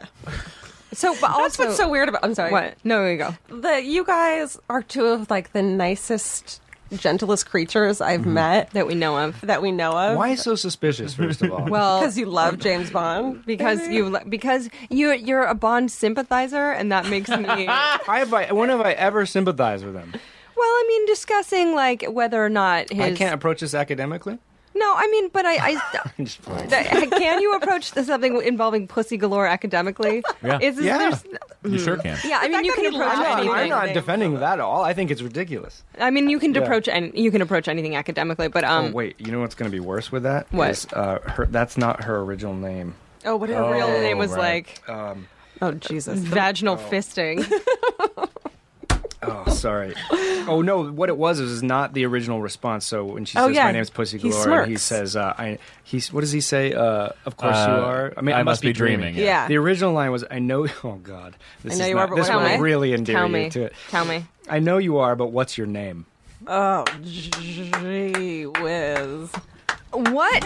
Speaker 5: So, but also,
Speaker 4: That's what's so weird about. I'm sorry.
Speaker 5: what? No, there you go.
Speaker 4: The you guys are two of like the nicest, gentlest creatures I've met
Speaker 5: That we know of.
Speaker 4: that we know of.
Speaker 2: Why so suspicious? First of all,
Speaker 5: Well,
Speaker 4: Because you love James Bond.
Speaker 5: because you
Speaker 2: Mm-hmm.
Speaker 5: li- because you you're a Bond sympathizer, and that makes me.
Speaker 2: I have I, when have I ever sympathized with them?
Speaker 5: Well, I mean, discussing like whether or not his.
Speaker 2: I can't approach this academically.
Speaker 5: No, I mean, but I. I
Speaker 2: Just playing.
Speaker 5: th- can you approach something involving pussy galore academically?
Speaker 3: Yeah.
Speaker 5: Is, is
Speaker 2: Yeah.
Speaker 5: there's-
Speaker 3: you sure can.
Speaker 5: yeah. I mean,
Speaker 4: fact
Speaker 5: you
Speaker 4: that
Speaker 5: can
Speaker 4: he
Speaker 5: approach
Speaker 4: laughed at
Speaker 2: I'm
Speaker 5: anything.
Speaker 2: not, I'm not
Speaker 4: anything.
Speaker 2: defending that at all. I think it's ridiculous.
Speaker 5: I mean, you can
Speaker 2: Yeah.
Speaker 5: approach any, you can approach anything academically, but um,
Speaker 2: oh wait, you know what's going to be worse with that?
Speaker 5: What?
Speaker 2: Is, uh, her, that's not her original name.
Speaker 4: Oh, what a
Speaker 5: her real
Speaker 4: real.
Speaker 5: name was
Speaker 3: right.
Speaker 5: like
Speaker 2: Um,
Speaker 4: Oh Jesus.
Speaker 5: vaginal fisting.
Speaker 2: oh, sorry. oh no, what it was is not the original response. So when she
Speaker 4: Oh,
Speaker 2: says
Speaker 4: yeah,
Speaker 2: my name's Pussy
Speaker 4: he
Speaker 2: Galore, and he
Speaker 4: smirks.
Speaker 2: says, uh, "I," he's what does he say? Uh, of course
Speaker 3: Uh,
Speaker 2: you are. I mean, I, must, be dreaming.
Speaker 3: yeah.
Speaker 4: yeah.
Speaker 2: The original line was, "I know." Oh God, this
Speaker 4: I know
Speaker 2: is
Speaker 4: you
Speaker 2: not,
Speaker 4: are, but
Speaker 2: this
Speaker 4: what am
Speaker 2: will
Speaker 4: I?
Speaker 2: really endear
Speaker 5: Tell
Speaker 2: you
Speaker 5: me,
Speaker 2: to it.
Speaker 5: tell me.
Speaker 2: I know you are, but what's your name?
Speaker 4: oh, gee whiz.
Speaker 5: What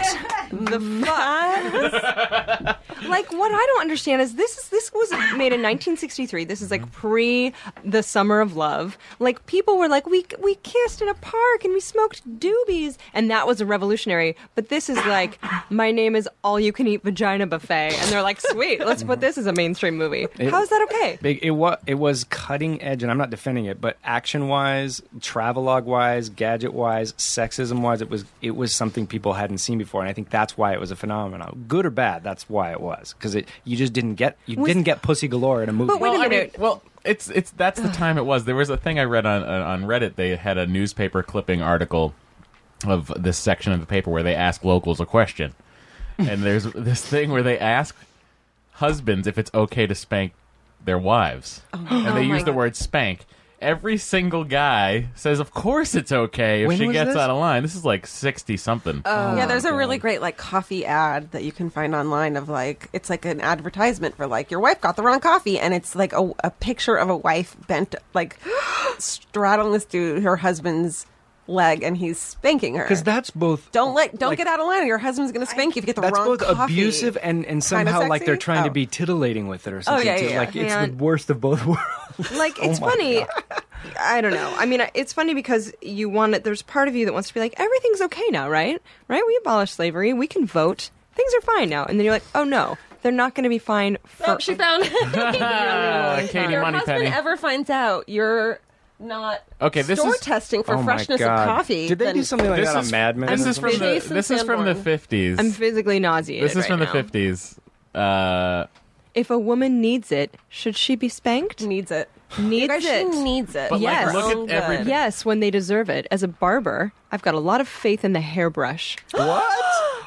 Speaker 5: the fuck? like what I don't understand is this is this was made in 1963. This is like pre the summer of love. Like people were like we we kissed in a park and we smoked doobies and that was a revolutionary. But this is like my name is all you can eat vagina buffet and they're like sweet. Let's put this as a mainstream movie.
Speaker 2: It-
Speaker 5: How is that okay?
Speaker 2: It, it was it was cutting edge, and I'm not defending it, but action wise, travelogue wise, gadget wise, sexism wise, it was it was something people hadn't seen before, and I think that's why it was a phenomenon. Good or bad, that's why it was because it you just didn't get you
Speaker 5: Was-
Speaker 2: didn't get pussy galore in a movie.
Speaker 5: But wait a
Speaker 3: well, I mean,
Speaker 5: minute.
Speaker 3: well, it's it's that's the time it was. There was a thing I read on uh, on Reddit. They had a newspaper clipping article of this section of the paper where they ask locals a question, and there's this thing where they ask husbands if it's okay to spank their wives, and they
Speaker 5: Oh my
Speaker 3: use the
Speaker 5: God.
Speaker 3: word spank. Every single guy says, "Of course it's okay if
Speaker 2: When
Speaker 3: she
Speaker 2: was
Speaker 3: gets
Speaker 2: this?
Speaker 3: out of line." This is like sixty something.
Speaker 5: Oh.
Speaker 3: Uh,
Speaker 2: Oh,
Speaker 4: yeah, there's a really great like coffee ad that you can find online of like it's like an advertisement for like your wife got the wrong coffee, and it's like a, a picture of a wife bent like straddling this dude, her husband's leg, and he's spanking her.
Speaker 2: because that's both
Speaker 4: don't let don't
Speaker 2: like,
Speaker 4: get out of line, or your husband's gonna spank you if you get the
Speaker 2: That's
Speaker 4: wrong
Speaker 2: both
Speaker 4: coffee.
Speaker 2: abusive and and somehow like they're
Speaker 4: sexy?
Speaker 2: trying to
Speaker 4: Oh.
Speaker 2: be titillating with it or something.
Speaker 4: yeah,
Speaker 2: too.
Speaker 4: yeah, yeah.
Speaker 2: Like it's
Speaker 5: Man.
Speaker 2: the worst of both worlds.
Speaker 5: like
Speaker 3: Oh
Speaker 5: it's
Speaker 2: my
Speaker 5: funny i don't know i mean it's funny because you want it there's part of you that wants to be like everything's okay now right right we abolished slavery we can vote things are fine now and then you're like oh no they're not going to be fine for
Speaker 6: Oh, she found.
Speaker 3: Katie
Speaker 6: your
Speaker 3: Moneypenny.
Speaker 6: husband ever finds out you're
Speaker 4: not
Speaker 3: Okay, this
Speaker 4: store
Speaker 3: is-
Speaker 4: testing for
Speaker 2: oh my
Speaker 4: freshness of
Speaker 2: God.
Speaker 4: coffee.
Speaker 2: Did they
Speaker 4: then
Speaker 2: do something like
Speaker 3: This
Speaker 2: that
Speaker 3: is-
Speaker 2: on Mad Men?
Speaker 3: This
Speaker 2: or
Speaker 3: is
Speaker 2: something?
Speaker 3: from the
Speaker 4: Jason
Speaker 3: this is from the
Speaker 4: Sanborn.
Speaker 3: fifties.
Speaker 5: I'm physically nauseated.
Speaker 3: This is
Speaker 5: right
Speaker 3: from the
Speaker 5: now.
Speaker 3: fifties. Uh,
Speaker 5: If a woman needs it, should she be spanked?
Speaker 4: needs it.
Speaker 5: Needs
Speaker 4: Guys,
Speaker 5: it.
Speaker 4: She needs it.
Speaker 3: But,
Speaker 5: like,
Speaker 4: yes.
Speaker 5: look
Speaker 3: at
Speaker 4: Oh,
Speaker 3: every-
Speaker 4: good.
Speaker 5: Yes, when they deserve it. As a barber, I've got a lot of faith in the hairbrush.
Speaker 2: what?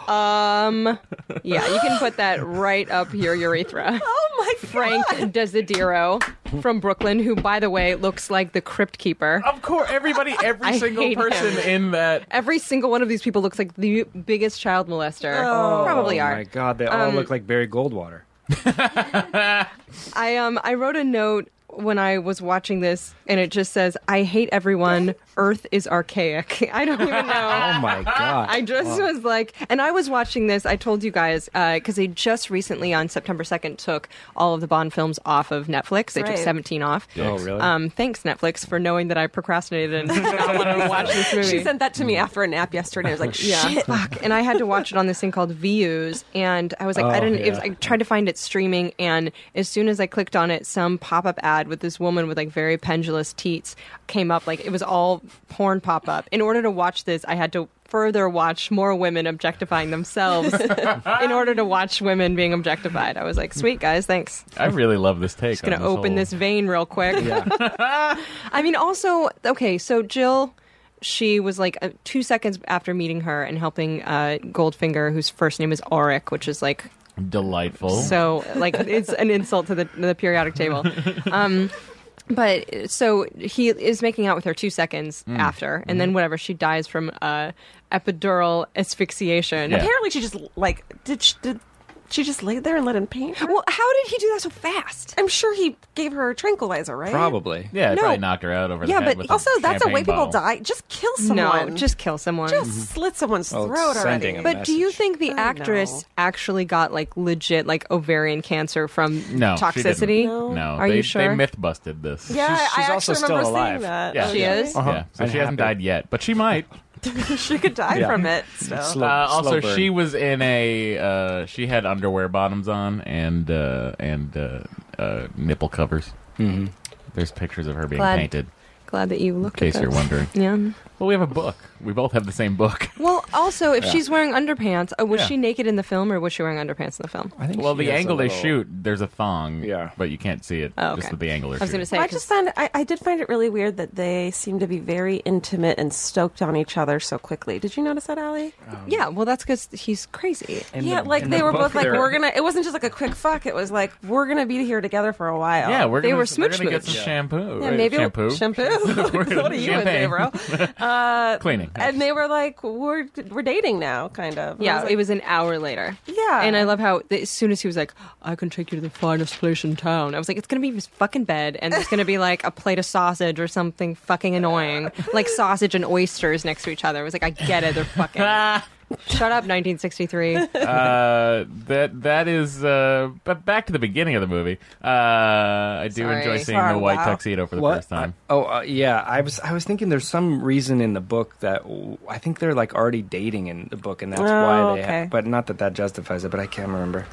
Speaker 5: Um, yeah, you can put that right up your urethra.
Speaker 4: Oh my God.
Speaker 5: Frank Desidero from Brooklyn, who, by the way, looks like the crypt keeper.
Speaker 3: of course, everybody, every
Speaker 5: I
Speaker 3: single
Speaker 5: hate him.
Speaker 3: person in that.
Speaker 5: Every single one of these people looks like the biggest child molester. Probably
Speaker 2: oh
Speaker 5: are.
Speaker 2: my god, they all look like Barry Goldwater.
Speaker 5: I um I wrote a note when I was watching this, and it just says, "I hate everyone. Earth is archaic." I don't even know.
Speaker 2: Oh my god.
Speaker 5: I just
Speaker 2: Wow.
Speaker 5: was like, and I was watching this. I told you guys because they just recently on September second took all of the Bond films off of Netflix. They
Speaker 4: Right.
Speaker 5: took seventeen off.
Speaker 2: Oh really?
Speaker 5: Um, thanks Netflix for knowing that I procrastinated and did not wanted to watch this movie.
Speaker 4: She sent that to me after a nap yesterday. I was like,
Speaker 5: Yeah.
Speaker 4: shit.
Speaker 5: Fuck. And I had to watch it on this thing called Views, and I was like, I
Speaker 2: Oh,
Speaker 5: didn't. It was,
Speaker 2: yeah.
Speaker 5: I tried to find it streaming, and as soon as I clicked on it, some pop-up ad with this woman with like very pendulous teats came up. Like it was all porn pop-up. In order to watch this, I had to further watch more women objectifying themselves in order to watch women being objectified. I was like, sweet guys, thanks.
Speaker 3: I really love this take.
Speaker 5: Just gonna
Speaker 3: on this
Speaker 5: open
Speaker 3: whole-
Speaker 5: this vein real quick. I mean, also, okay, so Jill, she was like uh, two seconds after meeting her and helping uh, Goldfinger, whose first name is Auric, which is like
Speaker 3: delightful.
Speaker 5: so like it's an insult to the, the periodic table. Um, but so he is making out with her two seconds
Speaker 3: Mm.
Speaker 5: after,
Speaker 3: Mm-hmm.
Speaker 5: and then whatever she dies from uh, epidural asphyxiation.
Speaker 3: Yeah.
Speaker 4: Apparently, she just like did. She, did she just lay there and let him paint? her?
Speaker 5: Well, how did he do that so fast?
Speaker 4: I'm sure he gave her a tranquilizer, right?
Speaker 2: Probably.
Speaker 3: yeah, it
Speaker 4: No.
Speaker 3: probably knocked her out over the
Speaker 4: Yeah,
Speaker 3: head
Speaker 4: but
Speaker 3: with
Speaker 4: also that's a
Speaker 3: champagne
Speaker 4: way people
Speaker 3: bottle.
Speaker 4: die. Just kill someone.
Speaker 5: No, just kill someone.
Speaker 4: just slit someone's
Speaker 2: Oh, it's
Speaker 4: throat already.
Speaker 2: sending a
Speaker 3: Mm-hmm.
Speaker 5: But do you
Speaker 2: message.
Speaker 5: think the
Speaker 4: I
Speaker 5: actress
Speaker 4: know.
Speaker 5: actually got like legit like ovarian cancer from
Speaker 3: No, she didn't.
Speaker 5: toxicity?
Speaker 4: No.
Speaker 3: No,
Speaker 5: Are
Speaker 3: they,
Speaker 5: you
Speaker 3: They
Speaker 5: sure?
Speaker 3: myth busted this.
Speaker 4: yeah,
Speaker 2: She's-
Speaker 4: I
Speaker 2: she's
Speaker 4: actually
Speaker 2: also
Speaker 4: remember
Speaker 2: still
Speaker 4: seeing
Speaker 2: alive.
Speaker 4: that.
Speaker 3: Yeah.
Speaker 5: She
Speaker 3: Yeah.
Speaker 5: is.
Speaker 3: Yeah, so
Speaker 2: Uh-huh. And
Speaker 3: she hasn't
Speaker 2: happy.
Speaker 3: died yet, but she might.
Speaker 4: she could die
Speaker 2: Yeah.
Speaker 4: from it. So.
Speaker 2: Slow-
Speaker 3: Uh,
Speaker 2: slow
Speaker 3: also,
Speaker 2: burn.
Speaker 3: she was in a. Uh, she had underwear bottoms on and uh, and uh, uh, nipple covers. Mm-hmm. There's pictures of her being
Speaker 5: Glad-
Speaker 3: painted.
Speaker 5: Glad that you looked
Speaker 3: In case
Speaker 5: at
Speaker 3: you're
Speaker 5: those.
Speaker 3: wondering.
Speaker 5: Yeah.
Speaker 3: Well, we have a book. We both have the same book.
Speaker 5: Well, also, if she's wearing underpants, uh, was
Speaker 3: Yeah.
Speaker 5: she naked in the film or was she wearing underpants in the film?
Speaker 2: I think
Speaker 3: Well,
Speaker 2: she
Speaker 3: the
Speaker 2: has a
Speaker 3: angle they
Speaker 2: little-
Speaker 3: shoot, there's a thong.
Speaker 2: Yeah.
Speaker 3: but you can't see it.
Speaker 5: Oh,
Speaker 3: Just
Speaker 5: okay.
Speaker 3: with the angle they're
Speaker 5: I was
Speaker 3: shooting.
Speaker 5: going to say,
Speaker 4: I
Speaker 5: 'cause-
Speaker 4: just found I, I did find it really weird that they seem to be very intimate and stoked on each other so quickly. Did you notice that, Allie?
Speaker 3: Um,
Speaker 5: yeah, well, that's because he's crazy.
Speaker 2: In
Speaker 4: yeah,
Speaker 2: the-
Speaker 4: like
Speaker 2: in
Speaker 4: they
Speaker 2: the
Speaker 4: were
Speaker 2: book
Speaker 4: both like,
Speaker 2: there-
Speaker 4: we're gonna. It wasn't just like a quick fuck. It was like we're gonna be here together for a while.
Speaker 3: Yeah, we're
Speaker 5: They
Speaker 3: gonna,
Speaker 5: were
Speaker 3: we're gonna get
Speaker 5: smooch-mooch.
Speaker 3: some shampoo.
Speaker 4: Yeah,
Speaker 3: right?
Speaker 4: maybe
Speaker 3: shampoo.
Speaker 4: Shampoo. what are you
Speaker 3: Champagne.
Speaker 4: in there, bro? Uh,
Speaker 3: Cleaning.
Speaker 4: And they were like, we're we're dating now, kind of. And I
Speaker 5: Yeah,
Speaker 4: like,
Speaker 5: it was an hour later.
Speaker 4: Yeah.
Speaker 5: And I love how th- as soon as he was like, I can take you to the finest place in town, I was like, it's going to be his fucking bed, and there's going to be like a plate of sausage or something fucking annoying. Like sausage and oysters next to each other. I was like, I get it. They're fucking. Shut up, 1963.
Speaker 3: uh, that that is. Uh, but back to the beginning of the movie. Uh, I do
Speaker 5: Sorry.
Speaker 3: enjoy seeing
Speaker 4: Sorry,
Speaker 3: the white
Speaker 4: wow.
Speaker 3: tuxedo for the first time.
Speaker 2: I- oh uh, yeah, I was I was thinking there's some reason in the book that w- I think they're like already dating in the book, and that's
Speaker 4: Oh,
Speaker 2: why they. ha-
Speaker 4: okay.
Speaker 2: but not that that justifies it, but I can't remember.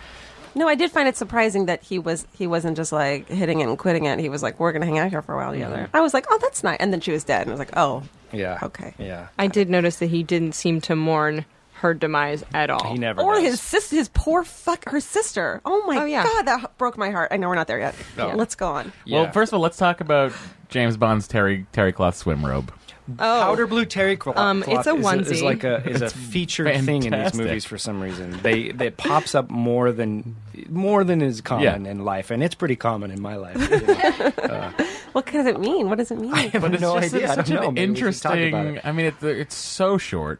Speaker 4: no, I did find it surprising that he was he wasn't just like hitting it and quitting it. He was like, we're gonna hang out here for a while together.
Speaker 3: Mm-hmm.
Speaker 4: I was like, oh, that's nice. And then she was dead, and I was like, oh,
Speaker 2: Yeah.
Speaker 4: Okay.
Speaker 2: Yeah.
Speaker 5: I did notice that he didn't seem to mourn her demise at all.
Speaker 2: He never.
Speaker 4: or
Speaker 2: does.
Speaker 4: his sister, his poor fuck, her sister. Oh my
Speaker 5: Oh, yeah.
Speaker 4: god, that h- broke my heart. I know we're not there yet.
Speaker 2: No.
Speaker 4: Let's go on.
Speaker 2: Yeah.
Speaker 3: Well, first of all, let's talk about James Bond's terry terry cloth swim robe.
Speaker 5: Oh,
Speaker 2: powder blue terry cloth.
Speaker 5: Um,
Speaker 2: cloth
Speaker 5: it's a
Speaker 2: Is, is
Speaker 5: onesie.
Speaker 2: like a is a featured thing in these
Speaker 3: fantastic.
Speaker 2: movies for some reason. They they pops up more than more than is common
Speaker 3: Yeah.
Speaker 2: in life, and it's pretty common in my life. you know.
Speaker 4: What does it mean? What does it mean?
Speaker 3: But it's
Speaker 2: no
Speaker 3: just
Speaker 2: idea. I
Speaker 3: such
Speaker 2: don't
Speaker 3: an
Speaker 2: know. Maybe we should talk about
Speaker 3: interesting.
Speaker 2: it.
Speaker 3: I mean, it, it's so short.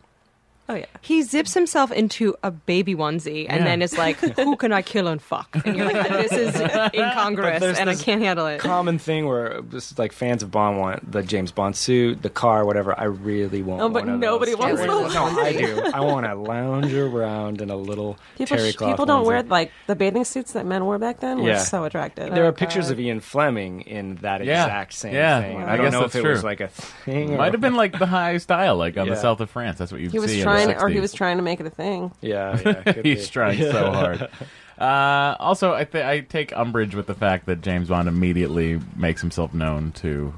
Speaker 4: oh yeah.
Speaker 5: He zips himself into a baby onesie and
Speaker 3: Yeah.
Speaker 5: then is like, "Who can I kill and fuck?" And you're like, "This is
Speaker 2: But
Speaker 5: incongruous,
Speaker 2: there's
Speaker 5: and I
Speaker 2: this
Speaker 5: can't handle it."
Speaker 2: common thing where just like fans of Bond want the James Bond suit, the car, whatever. I really want.
Speaker 4: Oh, but
Speaker 2: one of
Speaker 4: nobody
Speaker 2: those.
Speaker 4: wants
Speaker 2: I
Speaker 4: those.
Speaker 2: No, I do. I want to lounge around in a little
Speaker 4: People,
Speaker 2: terry
Speaker 4: sh-
Speaker 2: cloth.
Speaker 4: people don't
Speaker 2: onesie.
Speaker 4: wear like the bathing suits that men wore back then. Were
Speaker 2: Yeah.
Speaker 4: so attractive.
Speaker 5: Oh,
Speaker 2: There are pictures of Ian Fleming in that
Speaker 3: Yeah.
Speaker 2: exact same
Speaker 3: Yeah.
Speaker 2: thing.
Speaker 3: Wow.
Speaker 2: I
Speaker 3: I guess
Speaker 2: don't know if
Speaker 3: that's
Speaker 2: it was
Speaker 3: true.
Speaker 2: like a thing.
Speaker 3: Might
Speaker 2: or,
Speaker 3: have been like the high style, like on the
Speaker 2: Yeah.
Speaker 3: south of France. That's what you
Speaker 4: He was
Speaker 3: see. in
Speaker 4: trying,
Speaker 3: the
Speaker 4: or he
Speaker 3: 60s.
Speaker 4: was trying to make it a thing.
Speaker 2: Yeah, yeah. could be.
Speaker 3: He's trying so hard. Uh, also, I, th- I take umbrage with the fact that James Bond immediately makes himself known to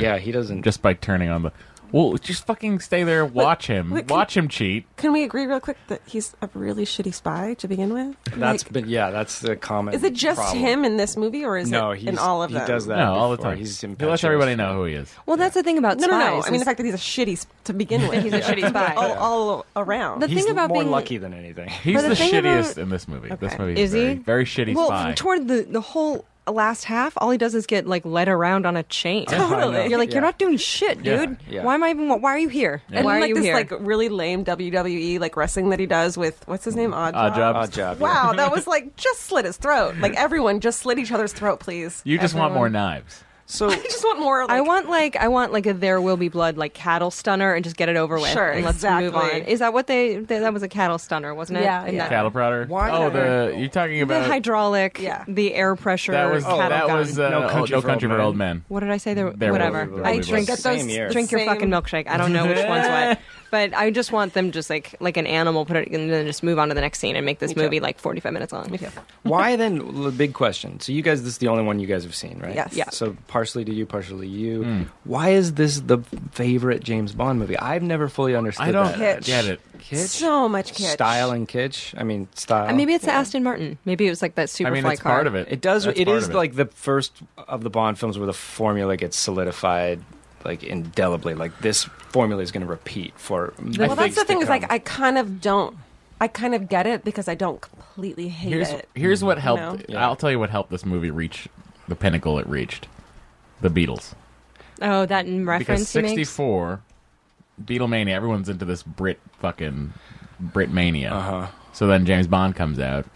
Speaker 2: Yeah, he doesn't.
Speaker 3: Just by turning on the. Well, just fucking stay there, watch him,
Speaker 4: wait, can-
Speaker 3: watch him cheat.
Speaker 4: Can we agree real quick that he's a really shitty spy to begin with?
Speaker 2: That's
Speaker 4: Like,
Speaker 2: been yeah. That's the common.
Speaker 4: is it just
Speaker 2: problem.
Speaker 4: him in this movie, or is
Speaker 2: No,
Speaker 4: it
Speaker 2: he's,
Speaker 4: in all of
Speaker 2: he
Speaker 4: them?
Speaker 2: does that.
Speaker 3: no, all the
Speaker 2: before.
Speaker 3: time.
Speaker 2: He's
Speaker 3: he
Speaker 2: impetuous.
Speaker 3: lets everybody know who he is.
Speaker 5: Well, that's the thing about
Speaker 4: No, no,
Speaker 5: spies.
Speaker 4: no. I mean,
Speaker 5: is-
Speaker 4: the fact that he's a shitty sp- to begin with.
Speaker 5: He's a shitty spy.
Speaker 4: all, all around.
Speaker 5: The
Speaker 2: He's
Speaker 5: thing about
Speaker 2: more
Speaker 5: being-
Speaker 2: lucky than anything.
Speaker 3: He's
Speaker 5: the
Speaker 3: the,
Speaker 5: thing about-
Speaker 3: shittiest in this movie. This
Speaker 4: Okay.
Speaker 3: movie
Speaker 5: Is
Speaker 3: very,
Speaker 5: he?
Speaker 3: very shitty
Speaker 5: well,
Speaker 3: spy.
Speaker 5: toward the the whole last half, all he does is get like led around on a chain.
Speaker 2: Totally.
Speaker 5: You're like,
Speaker 2: Yeah.
Speaker 5: you're not doing shit,
Speaker 3: Yeah.
Speaker 5: dude.
Speaker 2: Yeah.
Speaker 5: Why am I even? Why are you here?
Speaker 4: and
Speaker 5: Why are
Speaker 4: then, like
Speaker 5: you
Speaker 4: this
Speaker 5: here?
Speaker 4: like really lame WWE like wrestling that he does with what's his name Odd
Speaker 3: Odd Uh, job.
Speaker 2: Odd Oh, job. yeah.
Speaker 4: Wow, that was like just slit his throat. Like everyone, just slit each other's throat, please.
Speaker 3: you just want more knives.
Speaker 2: So
Speaker 4: I just want more. Like,
Speaker 5: I want like I want like a there will be blood like cattle stunner and just get it over with.
Speaker 4: Sure,
Speaker 5: and let's move on.
Speaker 4: exactly.
Speaker 5: Is that what they, they- that was a cattle stunner, wasn't it?
Speaker 4: Yeah,
Speaker 5: And
Speaker 4: yeah.
Speaker 5: that-
Speaker 3: Cattle prouder.
Speaker 2: Uh, Why
Speaker 3: Oh,
Speaker 2: not?
Speaker 3: the you're talking
Speaker 5: the
Speaker 3: about
Speaker 5: hydraulic,
Speaker 4: Yeah.
Speaker 5: the air pressure.
Speaker 3: that was
Speaker 5: cattle
Speaker 3: that
Speaker 5: gun.
Speaker 3: was uh,
Speaker 2: No
Speaker 3: no
Speaker 2: Country
Speaker 3: country,
Speaker 2: for Old
Speaker 3: for
Speaker 2: Men.
Speaker 3: old men.
Speaker 5: What did I say? There,
Speaker 3: There
Speaker 5: whatever.
Speaker 3: will be- there
Speaker 5: I
Speaker 3: will be
Speaker 5: drink
Speaker 3: blood.
Speaker 2: Same year.
Speaker 5: drink your
Speaker 4: Same.
Speaker 5: fucking milkshake. I don't know which one's what, but I just want them just like like an animal, put it and then just move on to the next scene and make this
Speaker 4: too.
Speaker 5: movie like forty five minutes long. Me too.
Speaker 2: why then? The big question. So you guys, this is the only one you guys have seen, right?
Speaker 4: Yes. Yeah.
Speaker 2: So partially to you, partially to you.
Speaker 3: Hmm.
Speaker 2: Why is this the favorite James Bond movie? I've never fully understood.
Speaker 3: I don't
Speaker 2: that.
Speaker 4: Kitsch.
Speaker 3: get it.
Speaker 2: Kitsch?
Speaker 4: so much kitsch.
Speaker 2: Style and kitsch. I mean, style.
Speaker 5: And maybe it's the Aston Martin. Mm. Maybe it was like that Superfly
Speaker 3: Oh. I mean, it's
Speaker 5: car.
Speaker 3: part of it.
Speaker 2: It does.
Speaker 3: That's
Speaker 2: it
Speaker 3: part
Speaker 2: is
Speaker 3: of
Speaker 2: like the first of the Bond films where the formula gets solidified, like indelibly. Like this formula is going to repeat for.
Speaker 4: Well,
Speaker 2: movies
Speaker 4: that's the
Speaker 2: to
Speaker 4: thing is like
Speaker 2: come.
Speaker 4: I kind of don't. I kind of get it because I don't completely hate
Speaker 3: Here's
Speaker 4: it.
Speaker 3: here's what helped.
Speaker 2: know?
Speaker 3: I'll tell you what helped this movie reach the pinnacle it reached. The Beatles.
Speaker 5: Oh, that in
Speaker 3: because
Speaker 5: reference he makes?
Speaker 3: 64 Beatlemania everyone's into this Brit fucking Britmania.
Speaker 2: Uh-huh.
Speaker 3: So then James Bond comes out.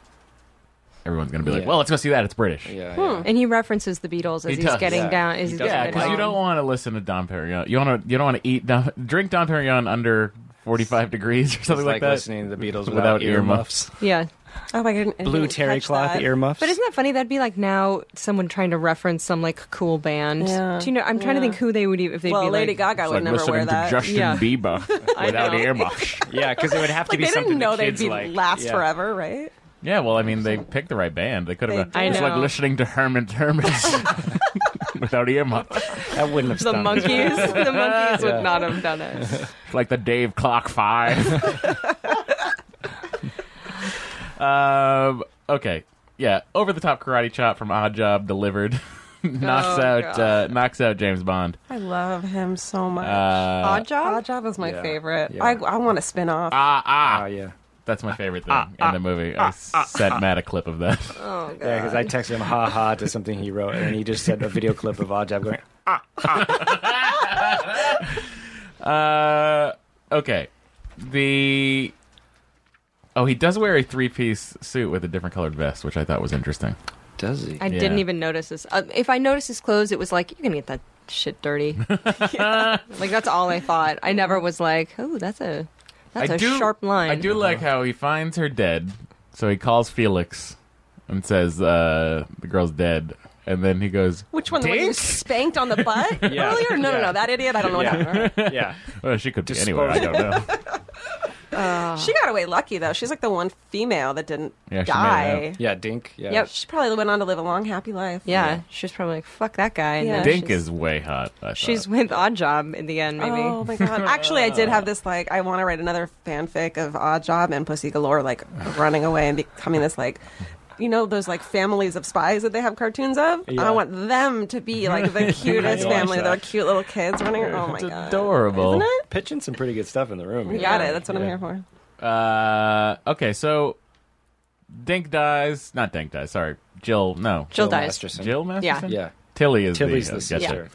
Speaker 3: Everyone's going to be like,
Speaker 2: Yeah.
Speaker 3: "Well, let's go see that. It's British."
Speaker 2: Yeah. yeah.
Speaker 5: And he references the Beatles as
Speaker 3: He
Speaker 5: he's
Speaker 3: does.
Speaker 5: getting
Speaker 2: Yeah.
Speaker 5: down.
Speaker 2: He
Speaker 5: As he's
Speaker 2: does.
Speaker 3: Yeah,
Speaker 5: getting
Speaker 3: because you
Speaker 5: down.
Speaker 3: don't want to listen to Don Perignon. You want to you don't want to eat Dom, drink Don Perignon under forty five degrees or
Speaker 2: It's
Speaker 3: something
Speaker 2: like,
Speaker 3: like, that.
Speaker 2: listening to the Beatles without,
Speaker 3: Without
Speaker 2: earmuffs.
Speaker 5: Yeah,
Speaker 4: Oh my god! I didn't
Speaker 2: Blue terry
Speaker 4: catch
Speaker 2: cloth
Speaker 4: that.
Speaker 2: earmuffs.
Speaker 5: but isn't that funny? That'd be like now someone trying to reference some like cool band.
Speaker 4: Yeah.
Speaker 5: Do you know? I'm trying to
Speaker 4: Yeah.
Speaker 5: think who they would even if they'd
Speaker 4: Well,
Speaker 5: be
Speaker 4: Lady
Speaker 5: like,
Speaker 4: Gaga
Speaker 3: It's like
Speaker 4: would never wear
Speaker 3: listening to
Speaker 4: that.
Speaker 3: Justin
Speaker 5: Yeah.
Speaker 3: Bieber
Speaker 5: I
Speaker 3: without
Speaker 5: know.
Speaker 3: earmuffs.
Speaker 2: yeah, because it would have to
Speaker 4: like
Speaker 2: be
Speaker 4: they
Speaker 2: something
Speaker 4: didn't know
Speaker 2: the
Speaker 4: they'd
Speaker 2: kids
Speaker 4: be
Speaker 2: like.
Speaker 4: last
Speaker 2: yeah.
Speaker 4: forever, right?
Speaker 3: yeah, well, I mean, they picked the right band. They could
Speaker 4: They
Speaker 3: have.
Speaker 4: did. I
Speaker 3: It's like
Speaker 5: know.
Speaker 3: listening to Herman Hermits without earmuffs.
Speaker 2: That wouldn't have
Speaker 5: the
Speaker 2: stung.
Speaker 5: monkeys. the monkeys
Speaker 2: Yeah.
Speaker 5: would not have done it.
Speaker 3: like the Dave Clock Five. um, okay, yeah, over the top karate chop from Odd Job delivered, knocks
Speaker 5: Oh,
Speaker 3: out, uh,
Speaker 5: God.
Speaker 3: knocks out James Bond.
Speaker 4: I love him so much.
Speaker 3: Uh,
Speaker 5: Odd job.
Speaker 4: Odd Job is my
Speaker 2: Yeah.
Speaker 4: favorite.
Speaker 2: Yeah.
Speaker 4: I, I want a spin off.
Speaker 3: ah ah,
Speaker 2: Ah, yeah.
Speaker 3: that's my favorite thing
Speaker 2: Ah,
Speaker 3: in the movie. I sent Matt a clip of that.
Speaker 5: Oh god.
Speaker 2: Yeah, because
Speaker 4: uh,
Speaker 2: I texted him ha ha to something he wrote, and he just sent a video clip of Odd Job going,
Speaker 3: Uh, okay, the. Oh, he does wear a three-piece suit with a different colored vest, which I thought was interesting.
Speaker 2: Does he?
Speaker 5: I
Speaker 3: Yeah.
Speaker 5: didn't even notice this. Uh, if I noticed his clothes, it was like you're gonna get that shit dirty. Like that's all I thought. I never was like, oh, that's a that's
Speaker 3: I
Speaker 5: a sharp line.
Speaker 3: I do like how he finds her dead, so he calls Felix and says, uh, "The girl's dead," and then he goes,
Speaker 4: Which one? The one you
Speaker 3: Dink?
Speaker 4: spanked on the butt
Speaker 2: Yeah.
Speaker 4: earlier? No, no,
Speaker 2: Yeah.
Speaker 4: no. That idiot. I don't know what
Speaker 2: Yeah.
Speaker 4: happened.
Speaker 2: yeah.
Speaker 3: "Well, oh, she could be anywhere. I don't know."
Speaker 4: She got away lucky though. She's like the one female that didn't
Speaker 3: Yeah, she made
Speaker 4: die.
Speaker 3: it
Speaker 2: Yeah, Dink. Yeah.
Speaker 5: Yep.
Speaker 4: She probably went on to live a long, happy life.
Speaker 5: Yeah, she was probably like, fuck that guy. And
Speaker 4: Yeah.
Speaker 5: then
Speaker 3: Dink
Speaker 5: she's,
Speaker 3: is way hot. I thought.
Speaker 5: She's with Odd Job in the end, maybe.
Speaker 4: Oh my god! Actually, I did have this like I want to write another fanfic of Odd Job and Pussy Galore like running away and becoming this like. You know those like families of spies that they have cartoons of.
Speaker 2: Yeah.
Speaker 4: I want them to be like the cutest
Speaker 2: watch
Speaker 4: family. They're
Speaker 2: that.
Speaker 4: cute little kids running. Oh my
Speaker 3: it's
Speaker 4: god!
Speaker 3: adorable.
Speaker 4: Isn't it?
Speaker 2: Pitching some pretty good stuff in the room.
Speaker 4: You
Speaker 2: here.
Speaker 4: got it. That's what I'm
Speaker 2: Yeah.
Speaker 4: here for.
Speaker 3: Uh, okay, so Dink dies. Not Dink dies. Sorry, Jill. No,
Speaker 5: Jill dies.
Speaker 2: Masterson.
Speaker 3: Jill Masterson.
Speaker 2: Yeah.
Speaker 3: Tilly is
Speaker 2: Tilly's
Speaker 3: the,
Speaker 2: the
Speaker 3: uh,
Speaker 2: sister.
Speaker 3: guesser.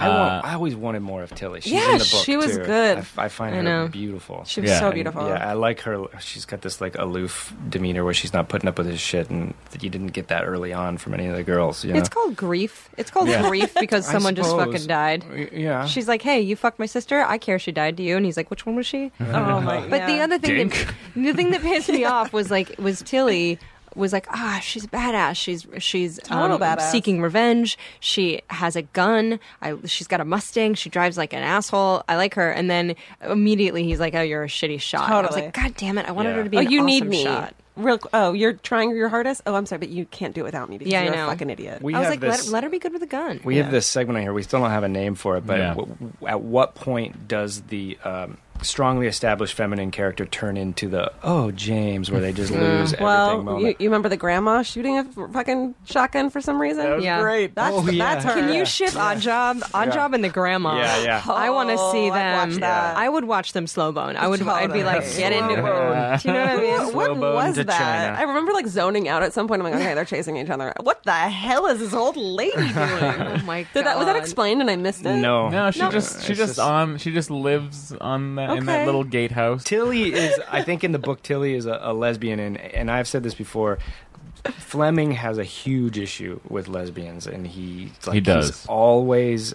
Speaker 2: I, want, I always wanted more of Tilly. She's
Speaker 4: Yeah,
Speaker 2: in the book
Speaker 4: she was
Speaker 2: too.
Speaker 4: good.
Speaker 2: I, f- I find
Speaker 5: I
Speaker 2: her
Speaker 5: know.
Speaker 2: beautiful.
Speaker 4: She was
Speaker 3: Yeah.
Speaker 4: so
Speaker 2: And,
Speaker 4: beautiful.
Speaker 2: Yeah, I like her. She's got this like aloof demeanor where she's not putting up with his shit, and that you didn't get that early on from any of the girls. You know?
Speaker 5: It's called grief. It's called
Speaker 2: Yeah.
Speaker 5: grief because
Speaker 2: I
Speaker 5: someone just
Speaker 2: suppose.
Speaker 5: fucking died.
Speaker 2: Y- Yeah.
Speaker 5: She's like, "Hey, you fucked my sister. I care she died to you." And he's like, "Which one was she?"
Speaker 3: Hmm.
Speaker 4: Oh my!
Speaker 5: But the other thing, that, the thing that pissed me off was like was Tilly was like, ah, she's a badass. She's she's
Speaker 4: Total badass.
Speaker 5: seeking revenge. She has a gun. I, she's got a Mustang. She drives like an asshole. I like her. And then immediately he's like, oh, you're a shitty shot. And I was
Speaker 4: Totally.
Speaker 5: like, God damn it! I wanted
Speaker 2: Yeah.
Speaker 5: her to be.
Speaker 4: Oh,
Speaker 5: an
Speaker 4: you need
Speaker 5: awesome
Speaker 4: me.
Speaker 5: Shot.
Speaker 4: real. qu- Oh, you're trying your hardest. Oh, I'm sorry, but you can't do it without me because
Speaker 5: Yeah, I
Speaker 4: you're
Speaker 5: know.
Speaker 4: a fucking idiot.
Speaker 2: We
Speaker 5: I was
Speaker 2: have
Speaker 5: like,
Speaker 2: this.
Speaker 5: let, let her be good with a gun.
Speaker 2: we have this segment on here. We still don't have a name for it, but
Speaker 3: Yeah.
Speaker 2: w- w- at what point does the um, strongly established feminine character turn into the oh James, where they just
Speaker 5: Mm-hmm.
Speaker 2: lose everything
Speaker 4: well, you,
Speaker 2: moment?
Speaker 4: you remember the grandma shooting a f- fucking shotgun for some reason?
Speaker 5: was Yeah. great.
Speaker 4: That's,
Speaker 2: Oh, yeah.
Speaker 4: that's her.
Speaker 5: Can you ship Odd Job, Odd Job, and the Grandma?
Speaker 2: Yeah, yeah.
Speaker 5: I want to see
Speaker 4: Oh, I'd watch
Speaker 5: them.
Speaker 4: that.
Speaker 5: I would watch them slow bone. I would. I'd be like,
Speaker 4: Totally.
Speaker 5: get into it.
Speaker 4: Slow-bone.
Speaker 5: Do you know what I mean?
Speaker 4: What, what
Speaker 2: Slow-bone
Speaker 4: was
Speaker 2: to
Speaker 4: that?
Speaker 2: China.
Speaker 4: I remember like zoning out at some point. I'm like, okay, they're chasing each other. What the hell is this old lady doing?
Speaker 5: Oh my god.
Speaker 4: Did that was that explained and I missed it?
Speaker 2: no,
Speaker 3: No, she just
Speaker 2: It's
Speaker 3: she Oh. just on she just lives on that in that
Speaker 4: Okay.
Speaker 3: little gatehouse.
Speaker 2: Tilly is, I think, in the book, Tilly is a, a lesbian, and and I've said this before. Fleming has a huge issue with lesbians, and he like,
Speaker 3: He does.
Speaker 2: he's always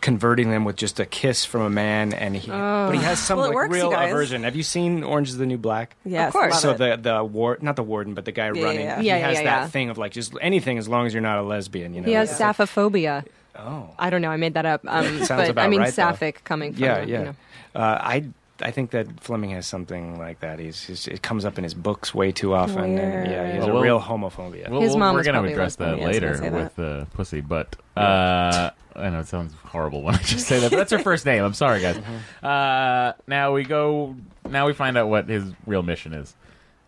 Speaker 2: converting them with just a kiss from a man, and he but he has some
Speaker 4: Well, it
Speaker 2: like,
Speaker 4: works,
Speaker 2: real
Speaker 4: you guys.
Speaker 2: aversion. Have you seen Orange is the New Black?
Speaker 4: Yes,
Speaker 5: Of course.
Speaker 4: love
Speaker 2: So
Speaker 4: it.
Speaker 2: the the ward, not the warden, but the guy
Speaker 4: Yeah,
Speaker 2: running,
Speaker 4: yeah,
Speaker 2: he
Speaker 5: yeah. Yeah,
Speaker 2: has
Speaker 5: yeah,
Speaker 2: that
Speaker 5: yeah.
Speaker 2: thing of like just anything as long as you're not a lesbian, you know.
Speaker 5: He has
Speaker 2: It's like,
Speaker 5: saphophobia.
Speaker 2: oh,
Speaker 5: I don't know. I made that up. Um,
Speaker 2: Sounds
Speaker 5: but I
Speaker 2: about
Speaker 5: mean,
Speaker 2: right, though.
Speaker 5: sapphic coming from.
Speaker 2: yeah,
Speaker 5: you
Speaker 2: yeah.
Speaker 5: know.
Speaker 2: Uh, I I think that Fleming has something like that. He's, he's it comes up in his books way too often. And, yeah, he has
Speaker 3: Well,
Speaker 2: a
Speaker 3: Oh, we'll-
Speaker 2: real homophobia.
Speaker 3: Well,
Speaker 5: His
Speaker 3: we'll-
Speaker 5: mom
Speaker 3: we're
Speaker 5: was
Speaker 3: gonna
Speaker 5: probably
Speaker 3: address that
Speaker 5: lesbian.
Speaker 4: Yeah, I
Speaker 3: later
Speaker 4: was gonna say
Speaker 3: with uh, pussy, but uh, I know it sounds horrible when I just say that. But that's her first name. I'm sorry, guys. Uh, now we go. Now we find out what his real mission is.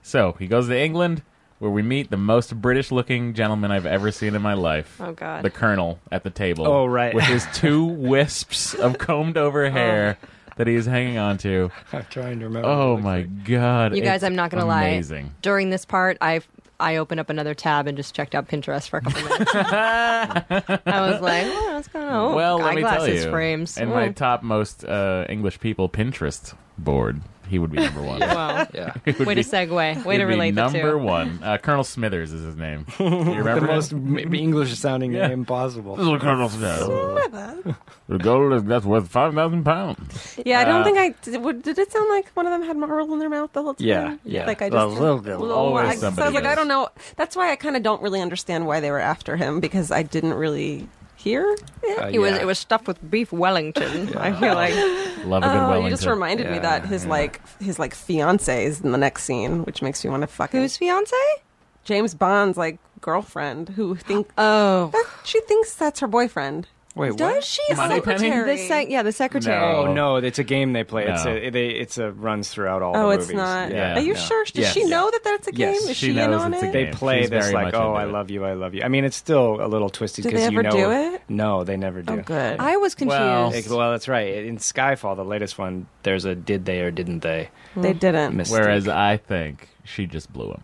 Speaker 3: So he goes to England, where we meet the most British-looking gentleman I've ever seen in my life.
Speaker 5: Oh, God.
Speaker 3: The Colonel at the table.
Speaker 2: Oh, right.
Speaker 3: with his two wisps of combed-over hair
Speaker 5: Oh.
Speaker 3: that he's hanging on to.
Speaker 2: I'm trying to remember.
Speaker 3: Oh my God!
Speaker 5: You guys,
Speaker 3: it's
Speaker 5: I'm not gonna lie.
Speaker 3: Amazing.
Speaker 5: During this part, I I opened up another tab and just checked out Pinterest for a couple minutes. I was like, oh, what's going on? Oh,
Speaker 3: well, let me
Speaker 5: eyeglasses
Speaker 3: tell you,
Speaker 5: frames.
Speaker 3: in
Speaker 5: Oh.
Speaker 3: my top most uh, English people Pinterest board, he would be number one.
Speaker 5: wow.
Speaker 2: Yeah.
Speaker 3: He would
Speaker 5: Way
Speaker 3: be-
Speaker 5: to segue. Way
Speaker 3: he'd
Speaker 5: to
Speaker 3: be
Speaker 5: relate the
Speaker 3: Number
Speaker 5: two.
Speaker 3: one, uh, Colonel Smithers is his name. You
Speaker 2: the
Speaker 3: remember him?
Speaker 2: most English sounding
Speaker 3: Yeah.
Speaker 2: name possible.
Speaker 3: Little Colonel Smithers. The gold is that's worth five thousand pounds.
Speaker 4: Yeah, I don't
Speaker 3: Uh,
Speaker 4: think I did. would- did it sound like one of them had marble in their mouth the whole time?
Speaker 2: Yeah, yeah.
Speaker 4: Like I
Speaker 2: Well,
Speaker 4: just
Speaker 2: little girl.
Speaker 3: Always
Speaker 4: I, so I was
Speaker 3: somebody
Speaker 4: like, I
Speaker 3: is.
Speaker 4: don't know. That's why I kind of don't really understand why they were after him because I didn't really hear it.
Speaker 2: Uh,
Speaker 5: It was
Speaker 2: yeah.
Speaker 5: it was stuffed with beef Wellington. I feel like
Speaker 3: Love a good
Speaker 4: Oh,
Speaker 3: Wellington.
Speaker 4: you just reminded me
Speaker 2: Yeah,
Speaker 4: that his
Speaker 2: yeah.
Speaker 4: like his like fiance is in the next scene, which makes me want to fucking
Speaker 5: whose fiance?
Speaker 4: James Bond's like girlfriend who think
Speaker 5: Oh,
Speaker 4: that- she thinks that's her boyfriend.
Speaker 2: Wait, what?
Speaker 5: does she?
Speaker 3: Money Penny?
Speaker 5: The sec- yeah, the secretary.
Speaker 3: No.
Speaker 2: Oh no, it's a game they play. It's
Speaker 3: No.
Speaker 2: a they, it's a runs throughout all
Speaker 4: Oh,
Speaker 2: the
Speaker 4: it's
Speaker 2: movies.
Speaker 4: not.
Speaker 3: Yeah.
Speaker 4: Are you
Speaker 2: no.
Speaker 4: sure? Does
Speaker 3: Yes.
Speaker 4: she know that that's a game?
Speaker 2: Yes,
Speaker 4: is
Speaker 3: she
Speaker 4: she, in
Speaker 3: knows
Speaker 4: on
Speaker 3: it's
Speaker 4: it?
Speaker 3: a game.
Speaker 2: They play
Speaker 3: She's
Speaker 2: this
Speaker 3: very
Speaker 2: like,
Speaker 3: much
Speaker 2: oh,
Speaker 3: into
Speaker 2: I
Speaker 3: it.
Speaker 2: love you, I love you. I mean, it's still a little twisted
Speaker 4: Do they
Speaker 2: because you
Speaker 4: ever
Speaker 2: know.
Speaker 4: do it?
Speaker 2: No, they never do.
Speaker 4: Oh, good.
Speaker 5: I was confused.
Speaker 3: Well-
Speaker 2: Like, well, that's right. In Skyfall, the latest one, there's a did they or didn't they?
Speaker 4: They didn't.
Speaker 2: Mistake.
Speaker 3: Whereas I think she just blew him.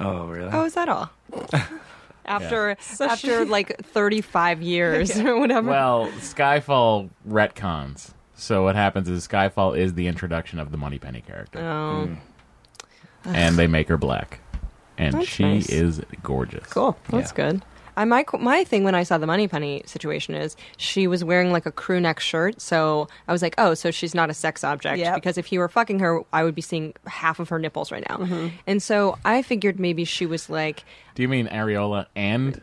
Speaker 2: oh really?
Speaker 5: oh, is that all? after after
Speaker 4: she-
Speaker 5: like thirty five years or whatever.
Speaker 3: Well, Skyfall retcons. So what happens is Skyfall is the introduction of the Money Penny character.
Speaker 5: Oh.
Speaker 3: and they make her black, and
Speaker 5: That's
Speaker 3: she
Speaker 5: nice.
Speaker 3: is gorgeous.
Speaker 4: Cool.
Speaker 5: That's good. I my qu- my thing when I saw the Money Penny situation is she was wearing like a crew neck shirt, so I was like, oh, so she's not a sex object
Speaker 4: Yep.
Speaker 5: because if he were fucking her, I would be seeing half of her nipples right now, and so I figured maybe she was like
Speaker 3: Do you mean areola and?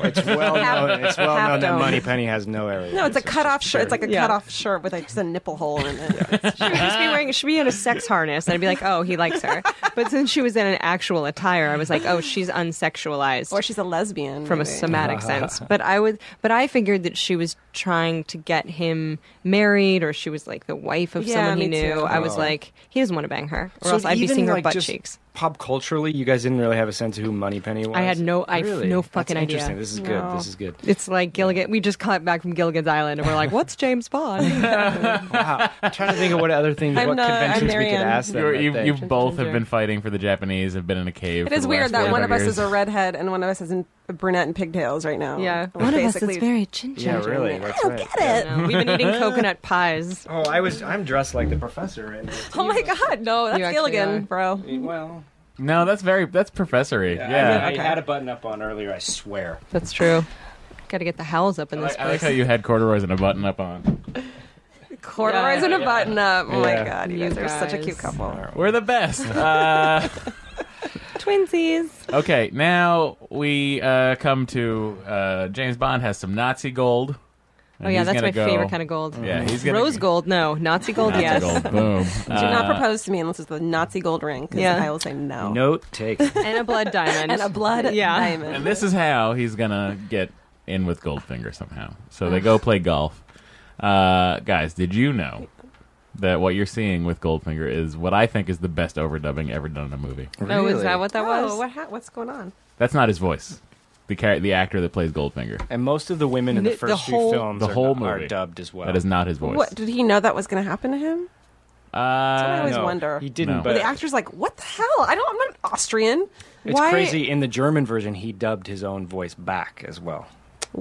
Speaker 2: It's well
Speaker 5: Half-
Speaker 2: known. It's well
Speaker 5: half
Speaker 2: known that
Speaker 5: dome.
Speaker 2: Money Penny has no area.
Speaker 4: No, it's a cut off shirt. It's like a
Speaker 5: Yeah.
Speaker 4: cut off shirt with like just a nipple hole in it.
Speaker 5: she would just be wearing she would be in a sex harness, and I'd be like, oh, he likes her, but since she was in an actual attire, I was like, oh, she's unsexualized.
Speaker 4: Or she's a lesbian.
Speaker 5: from a
Speaker 4: maybe.
Speaker 5: somatic sense. But I would, but I figured that she was trying to get him married, or she was like the wife of
Speaker 4: Yeah,
Speaker 5: someone he
Speaker 4: me
Speaker 5: knew.
Speaker 4: too.
Speaker 5: I was like, he doesn't want to bang her, or else I'd be
Speaker 2: even,
Speaker 5: seeing her
Speaker 2: like,
Speaker 5: butt
Speaker 2: just
Speaker 5: cheeks.
Speaker 2: Pop culturally, you guys didn't really have a sense of who Money Penny was.
Speaker 5: I had no- I-
Speaker 2: really?
Speaker 5: no
Speaker 2: That's
Speaker 5: fucking idea.
Speaker 2: interesting. This is good.
Speaker 4: No.
Speaker 2: This is good.
Speaker 5: It's like Gilligan. We just cut back from Gilligan's Island, and we're like, "What's James Bond?"
Speaker 2: Wow. I'm trying to think of what other things,
Speaker 4: I'm
Speaker 2: what
Speaker 4: not- I'm
Speaker 2: conventions we could
Speaker 4: Marianne.
Speaker 2: ask them.
Speaker 3: You're,
Speaker 2: that
Speaker 3: you,
Speaker 2: they-
Speaker 3: you both have been fighting for the Japanese. Have been in a cave.
Speaker 4: It
Speaker 3: for
Speaker 4: is
Speaker 3: the
Speaker 4: weird
Speaker 3: last
Speaker 4: that one
Speaker 3: 45
Speaker 4: of us
Speaker 3: years.
Speaker 4: is a redhead and one of us is in a brunette and pigtails right now.
Speaker 5: Yeah.
Speaker 4: We're
Speaker 5: One
Speaker 4: basically-
Speaker 5: ginger.
Speaker 2: yeah, really. That's right.
Speaker 5: No, we've been eating coconut pies.
Speaker 2: Oh, I was. I'm dressed like the professor. And,
Speaker 4: Oh my god, no, that's
Speaker 5: actually
Speaker 4: Gilligan,
Speaker 5: are.
Speaker 4: bro.
Speaker 2: well,
Speaker 3: No, that's very that's professory.
Speaker 2: yeah,
Speaker 3: Yeah,
Speaker 2: I, I had a button up on earlier. I swear.
Speaker 5: That's true. Got to get the howls up in
Speaker 3: I
Speaker 5: this
Speaker 3: like, I like
Speaker 5: place.
Speaker 3: how you had corduroys and a button up on.
Speaker 4: Corduroys and a button up. Oh
Speaker 2: Yeah.
Speaker 4: my god, you
Speaker 5: You
Speaker 4: guys are such a
Speaker 5: guys.
Speaker 4: cute couple.
Speaker 3: We're the best. Uh,
Speaker 4: Twinsies.
Speaker 3: okay, now we uh, come to uh, James Bond has some Nazi gold.
Speaker 5: Oh yeah, that's my favorite kind of gold.
Speaker 3: Yeah, he's gonna-
Speaker 5: rose gold. No, Nazi gold. yes.
Speaker 3: Boom. Uh,
Speaker 4: Do not propose to me unless it's the Nazi gold ring. 'cause
Speaker 5: Yeah.
Speaker 4: I will say no.
Speaker 2: Note taken.
Speaker 5: and a blood diamond.
Speaker 4: And a blood
Speaker 5: Yeah.
Speaker 4: diamond.
Speaker 3: And this is how he's gonna get in with Goldfinger somehow. So they go play golf. Uh, guys, did you know that what you're seeing with Goldfinger is what I think is the best overdubbing ever done in a movie?
Speaker 5: Oh, is that what that was?
Speaker 4: Oh, what ha- what's going on?
Speaker 3: That's not his voice. The car- the actor that plays Goldfinger.
Speaker 2: And most of the women in the
Speaker 5: The- the
Speaker 2: first
Speaker 5: whole-
Speaker 2: two films
Speaker 3: The
Speaker 2: are,
Speaker 3: whole
Speaker 2: not- are
Speaker 3: movie.
Speaker 2: dubbed as well.
Speaker 3: That is not his voice.
Speaker 4: What did he know that was going to happen to him? I
Speaker 3: Uh,
Speaker 4: always wonder.
Speaker 2: He didn't,
Speaker 3: No.
Speaker 2: but
Speaker 4: the actor's like, "What the hell? I don't. I'm not Austrian.
Speaker 2: it's
Speaker 4: Why?
Speaker 2: crazy. In the German version, he dubbed his own voice back as well.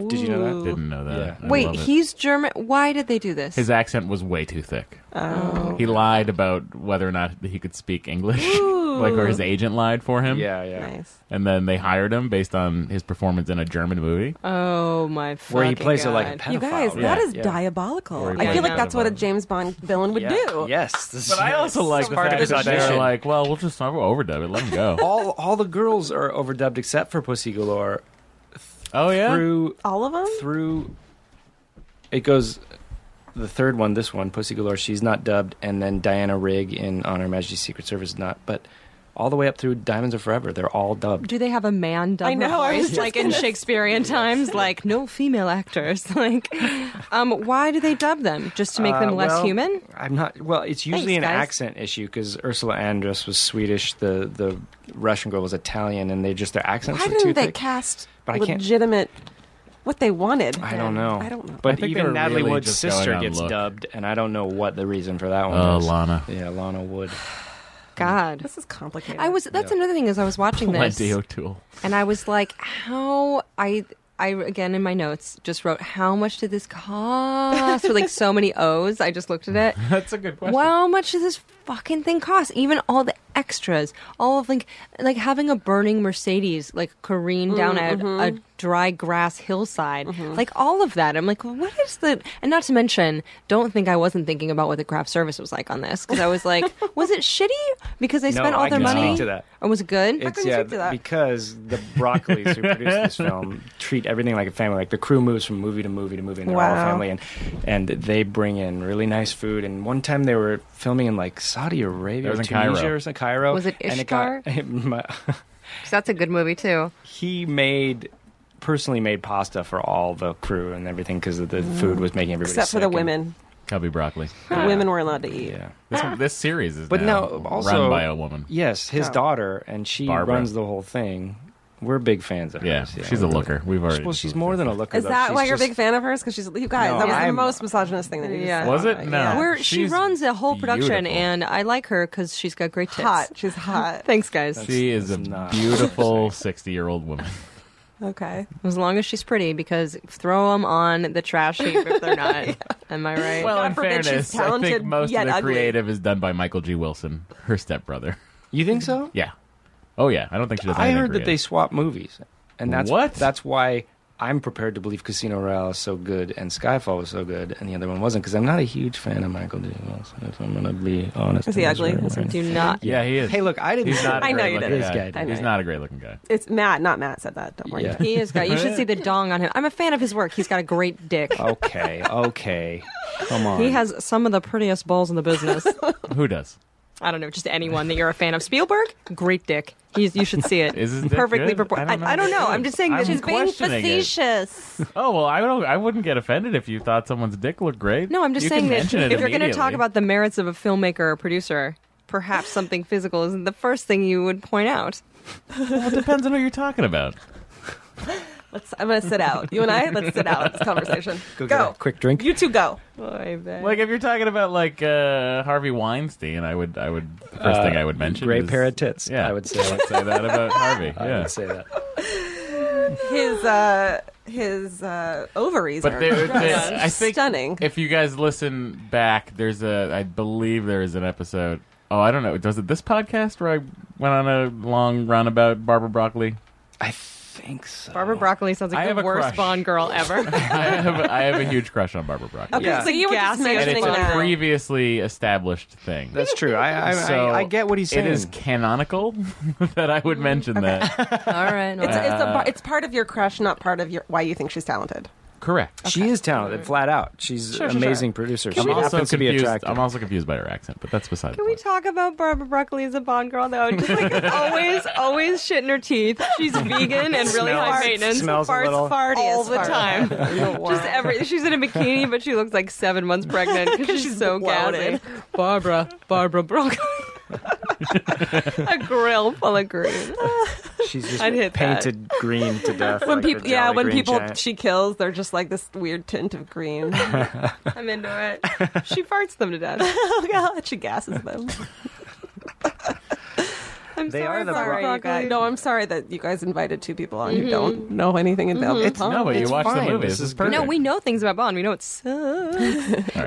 Speaker 2: Did you know that?
Speaker 3: didn't know that.
Speaker 2: Yeah.
Speaker 3: I
Speaker 5: Wait,
Speaker 3: love it.
Speaker 5: he's German. Why did they do this?
Speaker 3: His accent was way too thick. Oh. He lied about whether or not he could speak English, like or his agent lied for him.
Speaker 2: Yeah, yeah.
Speaker 4: Nice.
Speaker 3: And then they hired him based on his performance in a German movie.
Speaker 5: oh my!
Speaker 2: Where he
Speaker 5: fucking
Speaker 2: plays
Speaker 5: God.
Speaker 2: it like a pedophile.
Speaker 4: You guys,
Speaker 2: yeah.
Speaker 4: that is
Speaker 2: yeah.
Speaker 4: diabolical.
Speaker 3: Or he
Speaker 4: I
Speaker 5: plays
Speaker 4: feel like that's what a
Speaker 3: pedophile.
Speaker 4: James Bond villain would
Speaker 2: Yeah.
Speaker 4: do.
Speaker 2: Yes. This
Speaker 3: But I also like the
Speaker 2: part of
Speaker 3: fact
Speaker 2: his
Speaker 3: that they were
Speaker 2: audition.
Speaker 3: like, well, we'll just we'll overdub it. Let him go.
Speaker 2: all all the girls are overdubbed except for Pussy Galore
Speaker 3: oh, yeah?
Speaker 2: through
Speaker 4: All of them.
Speaker 2: through it goes the third one this one pussy galore she's not dubbed and then diana rigg in on her majesty's secret service is not but all the way up through diamonds are forever they're all dubbed
Speaker 5: Do they have a man dub
Speaker 4: I know,
Speaker 5: her
Speaker 4: I was
Speaker 5: voice,
Speaker 4: just
Speaker 5: like in Shakespearean times, like no female actors. Like, um, why do they dub them? Just to make
Speaker 2: Uh,
Speaker 5: them less
Speaker 2: well,
Speaker 5: human?
Speaker 2: i'm not well it's usually
Speaker 5: Thanks,
Speaker 2: an
Speaker 5: guys.
Speaker 2: accent issue because ursula andress was swedish the the russian girl was italian and they just their accents
Speaker 4: Why
Speaker 2: were too
Speaker 4: didn't they
Speaker 2: thick.
Speaker 4: cast
Speaker 2: But I can't-
Speaker 4: legitimate what they wanted?
Speaker 2: I don't know.
Speaker 4: I don't know.
Speaker 3: I
Speaker 2: But
Speaker 3: think they were
Speaker 2: even Natalie
Speaker 3: really
Speaker 2: Wood's
Speaker 3: just going
Speaker 2: sister
Speaker 3: on
Speaker 2: gets
Speaker 3: look.
Speaker 2: dubbed, and I don't know what the reason for that one
Speaker 3: Oh,
Speaker 2: is.
Speaker 3: Lana.
Speaker 2: Yeah, Lana Wood.
Speaker 5: God.
Speaker 4: This is complicated.
Speaker 5: I was. That's another thing. Is I was watching
Speaker 3: What
Speaker 5: this,
Speaker 3: the O'Toole?
Speaker 5: and I was like, how I. I again in my notes just wrote how much did this cost with like so many O's. I just looked at it.
Speaker 3: That's a good question.
Speaker 5: Well, how much does this fucking thing cost? Even all the extras, all of like like having a burning Mercedes like careen down at a dry grass hillside, like all of that. I'm like, what is the? And not to mention, don't think I wasn't thinking about what the craft service was like on this because I was like, was it shitty because they
Speaker 2: No,
Speaker 5: spent all
Speaker 2: I
Speaker 5: their
Speaker 2: can
Speaker 5: money,
Speaker 2: speak to that.
Speaker 5: or was it good?
Speaker 2: It's
Speaker 4: you
Speaker 2: yeah,
Speaker 4: speak to that?
Speaker 2: because the Broccoli's who produced this film treat everything like a family. Like the crew moves from movie to movie to movie, and they're all a
Speaker 4: Wow.
Speaker 2: family, and and they bring in really nice food. And one time they were filming in like Saudi Arabia,
Speaker 3: That was
Speaker 2: or
Speaker 3: in
Speaker 2: Tunisia,
Speaker 3: Cairo.
Speaker 2: or something, Cairo.
Speaker 5: Was it
Speaker 2: and got- my-
Speaker 5: that's a good movie too.
Speaker 2: he made personally made pasta for all the crew and everything because the food was making everybody
Speaker 4: Mm. except for
Speaker 2: sick
Speaker 4: the
Speaker 2: and-
Speaker 4: women.
Speaker 3: Cubby Broccoli.
Speaker 4: The women were allowed to eat.
Speaker 2: yeah.
Speaker 3: This, this series is
Speaker 2: But
Speaker 3: now
Speaker 2: now, also
Speaker 3: run by a woman.
Speaker 2: Yes, his
Speaker 4: Oh.
Speaker 2: daughter, and she
Speaker 3: Barbara.
Speaker 2: runs the whole thing. We're big fans of
Speaker 3: Yeah,
Speaker 2: hers.
Speaker 3: she's a looker. We've already.
Speaker 2: Well, she's more than a looker.
Speaker 4: Is
Speaker 2: though.
Speaker 4: that
Speaker 2: She's
Speaker 4: why you're a
Speaker 2: just-
Speaker 4: big fan of hers? Because she's you guys.
Speaker 2: No,
Speaker 4: that was the
Speaker 2: I'm-
Speaker 4: most misogynist thing that you
Speaker 5: Yeah.
Speaker 4: yeah.
Speaker 3: Was it? No.
Speaker 4: Yeah.
Speaker 3: We're-
Speaker 5: Where she
Speaker 3: She's
Speaker 5: runs a whole production,
Speaker 3: beautiful.
Speaker 5: and I like her because she's got great tits.
Speaker 4: hot. She's hot.
Speaker 5: Thanks, guys.
Speaker 3: She is a
Speaker 2: That's not-
Speaker 3: beautiful sixty-year-old woman.
Speaker 4: Okay.
Speaker 5: As long as she's pretty, because throw them on the trash heap if they're not. Am I right?
Speaker 3: Well,
Speaker 4: God
Speaker 3: in
Speaker 4: forbid she's
Speaker 3: fairness, I think
Speaker 4: talented,
Speaker 3: most of
Speaker 4: yet
Speaker 3: the
Speaker 4: ugly.
Speaker 3: creative is done by Michael G. Wilson, her stepbrother.
Speaker 2: You think so?
Speaker 3: Yeah. Oh yeah, I don't think she does.
Speaker 2: I
Speaker 3: anything
Speaker 2: heard that
Speaker 3: creative.
Speaker 2: they swap movies, and that's
Speaker 3: What?
Speaker 2: That's why I'm prepared to believe Casino Royale is so good and Skyfall was so good, and the other one wasn't because I'm not a huge fan of Michael J. Wilson. If I'm gonna be honest,
Speaker 4: Is he
Speaker 2: in this
Speaker 4: ugly?
Speaker 2: room
Speaker 4: Is he
Speaker 2: right
Speaker 5: do
Speaker 2: now.
Speaker 5: not.
Speaker 3: Yeah, he is.
Speaker 2: Hey, look, I didn't.
Speaker 3: He's not.
Speaker 4: I
Speaker 3: a
Speaker 4: know
Speaker 3: great
Speaker 4: you
Speaker 3: looking
Speaker 4: didn't.
Speaker 2: This guy
Speaker 3: Guy.
Speaker 2: did.
Speaker 3: He's not a great looking guy.
Speaker 4: It's Matt, not Matt said that. Don't worry.
Speaker 2: Yeah.
Speaker 5: He is got. You should see the dong on him. I'm a fan of his work. He's got a great dick.
Speaker 3: Oh,
Speaker 2: okay, okay, come on.
Speaker 5: He has some of the prettiest balls in the business.
Speaker 3: Who does?
Speaker 5: I don't know, just anyone that you're a fan of. Spielberg, great dick. He's, you should see it.
Speaker 3: Is his dick
Speaker 5: perfectly
Speaker 3: good?
Speaker 5: propor-
Speaker 3: I don't know
Speaker 5: I, I don't
Speaker 3: if it's
Speaker 5: know.
Speaker 3: good.
Speaker 5: I'm just saying
Speaker 3: I'm
Speaker 5: that he's being
Speaker 3: questioning it.
Speaker 5: facetious.
Speaker 3: Oh well, I don't. I wouldn't get offended if you thought someone's dick looked great.
Speaker 5: No, I'm just
Speaker 3: You can
Speaker 5: saying that
Speaker 3: mention it
Speaker 5: if you're going to
Speaker 3: immediately.
Speaker 5: talk about the merits of a filmmaker or producer, perhaps something physical isn't the first thing you would point out.
Speaker 3: well, it depends on what you're talking about.
Speaker 4: Let's. I'm gonna sit out. You and I. Let's sit out. It's a conversation.
Speaker 2: go
Speaker 4: Go.
Speaker 2: get a quick drink.
Speaker 4: You two go.
Speaker 3: Like if you're talking about like uh, Harvey Weinstein, I would. I would. The first
Speaker 2: Uh,
Speaker 3: thing I would mention.
Speaker 2: Gray
Speaker 3: is-
Speaker 2: pair of tits.
Speaker 3: Yeah,
Speaker 2: I would say. Like,
Speaker 3: I'd say that about Harvey.
Speaker 2: I
Speaker 3: yeah.
Speaker 2: would say that.
Speaker 4: His uh, his uh, ovaries
Speaker 3: But
Speaker 4: are
Speaker 3: there,
Speaker 4: just
Speaker 3: there- I think
Speaker 4: stunning.
Speaker 3: if you guys listen back, there's a, I believe there is an episode. Oh, I don't know. Was it this podcast where I went on a long run about Barbara Broccoli?
Speaker 2: I think so.
Speaker 5: Barbara Broccoli sounds
Speaker 3: I
Speaker 5: like
Speaker 3: have
Speaker 5: the
Speaker 3: a
Speaker 5: worst
Speaker 3: crush.
Speaker 5: Bond girl ever.
Speaker 3: I have, I have a huge crush on Barbara Broccoli.
Speaker 4: okay,
Speaker 2: Yeah.
Speaker 4: so you were just
Speaker 5: Gassy.
Speaker 3: And
Speaker 4: mentioning
Speaker 3: it's
Speaker 4: that.
Speaker 3: a previously established thing.
Speaker 2: That's true. I I,
Speaker 3: So,
Speaker 2: I I get what he's saying.
Speaker 3: It is canonical that I would mention that.
Speaker 5: All right.
Speaker 3: Uh.
Speaker 4: It's, it's, a, par- it's part of your crush, not part of your why you think she's talented.
Speaker 3: Correct.
Speaker 2: She is talented, flat out. She's
Speaker 5: Sure, sure,
Speaker 2: amazing producer.
Speaker 5: Can
Speaker 2: She
Speaker 5: we just-
Speaker 2: happens
Speaker 3: also
Speaker 2: to be
Speaker 3: confused-
Speaker 2: attractive.
Speaker 3: I'm also confused by her accent, but that's beside the
Speaker 5: Can we
Speaker 3: point.
Speaker 5: talk about Barbara Broccoli as a Bond girl though? Just like always, always shitting her teeth. She's vegan and really high
Speaker 2: Smells-
Speaker 5: maintenance.
Speaker 2: smells a
Speaker 5: farts
Speaker 2: little.
Speaker 5: farty all
Speaker 4: as
Speaker 5: the
Speaker 4: fart.
Speaker 5: time. Just every. She's in a bikini, but she looks like seven months pregnant because she's, eh? so
Speaker 4: bloated.
Speaker 5: gassy. Barbara, Barbara Broccoli. a grill full of green.
Speaker 2: She's
Speaker 5: I'd
Speaker 2: just
Speaker 5: hit that.
Speaker 2: painted green to death.
Speaker 4: When
Speaker 2: like the
Speaker 4: people, yeah,
Speaker 2: Jolly
Speaker 4: when
Speaker 2: Green
Speaker 4: people
Speaker 2: Giant.
Speaker 4: she kills, they're just like this weird tint of green.
Speaker 5: I'm into it. She farts them to death.
Speaker 4: oh god, she gasses them.
Speaker 5: I'm
Speaker 2: They
Speaker 5: sorry,
Speaker 2: are the Sorry,
Speaker 5: Barbara
Speaker 4: Sorry, you
Speaker 5: Broccoli.
Speaker 4: guys. No, I'm sorry that you guys invited two people on who don't know anything about it's
Speaker 3: No, but you
Speaker 2: It's
Speaker 3: watch the
Speaker 2: fine.
Speaker 3: movie.
Speaker 2: This
Speaker 3: This is
Speaker 2: is good.
Speaker 3: perfect.
Speaker 5: No, we know things about Bond. We know it sucks.
Speaker 3: All right,
Speaker 5: we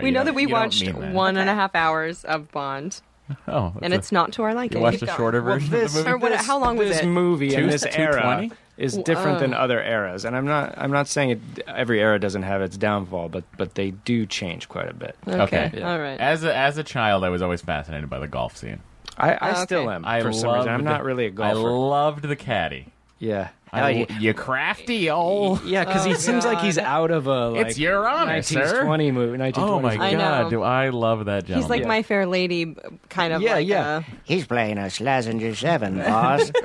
Speaker 3: you
Speaker 5: know
Speaker 3: don't-
Speaker 5: that we
Speaker 3: you don't
Speaker 5: watched
Speaker 3: mean that.
Speaker 5: one and a half hours of Bond,
Speaker 3: Oh,
Speaker 5: and
Speaker 3: that's
Speaker 5: it's not to our
Speaker 3: a, you
Speaker 5: liking.
Speaker 3: watched a shorter
Speaker 2: Well,
Speaker 3: version
Speaker 2: this,
Speaker 3: of the
Speaker 5: Or
Speaker 3: movie.
Speaker 5: what-
Speaker 2: this-
Speaker 5: how long was
Speaker 2: this
Speaker 5: it?
Speaker 2: movie and
Speaker 3: Two-
Speaker 2: this
Speaker 3: 220?
Speaker 2: era is different than
Speaker 5: Oh.
Speaker 2: other eras, and I'm not I'm not saying it, every era doesn't have its downfall, but but they do change quite a bit.
Speaker 3: Okay.
Speaker 2: Yeah.
Speaker 5: all right.
Speaker 3: As a, as a child, I was always fascinated by the golf scene.
Speaker 2: I, I
Speaker 5: Oh, okay.
Speaker 2: still am
Speaker 3: I
Speaker 2: Um, for some reason. I'm
Speaker 3: loved-
Speaker 2: not really a golfer.
Speaker 3: I loved the caddy.
Speaker 2: yeah,
Speaker 3: I,
Speaker 2: yeah,
Speaker 3: you crafty old.
Speaker 2: yeah, because
Speaker 5: Oh,
Speaker 2: he seems like he's out of a like
Speaker 3: it's your honor, sir.
Speaker 2: 1920 movie. 1920s
Speaker 3: Oh my
Speaker 5: I
Speaker 3: god,
Speaker 5: know.
Speaker 3: do I love that
Speaker 5: He's
Speaker 3: gentleman?
Speaker 5: like my fair lady, b- kind of.
Speaker 2: Yeah,
Speaker 5: like uh,
Speaker 2: yeah.
Speaker 6: He's playing a Schlesinger 7, boss.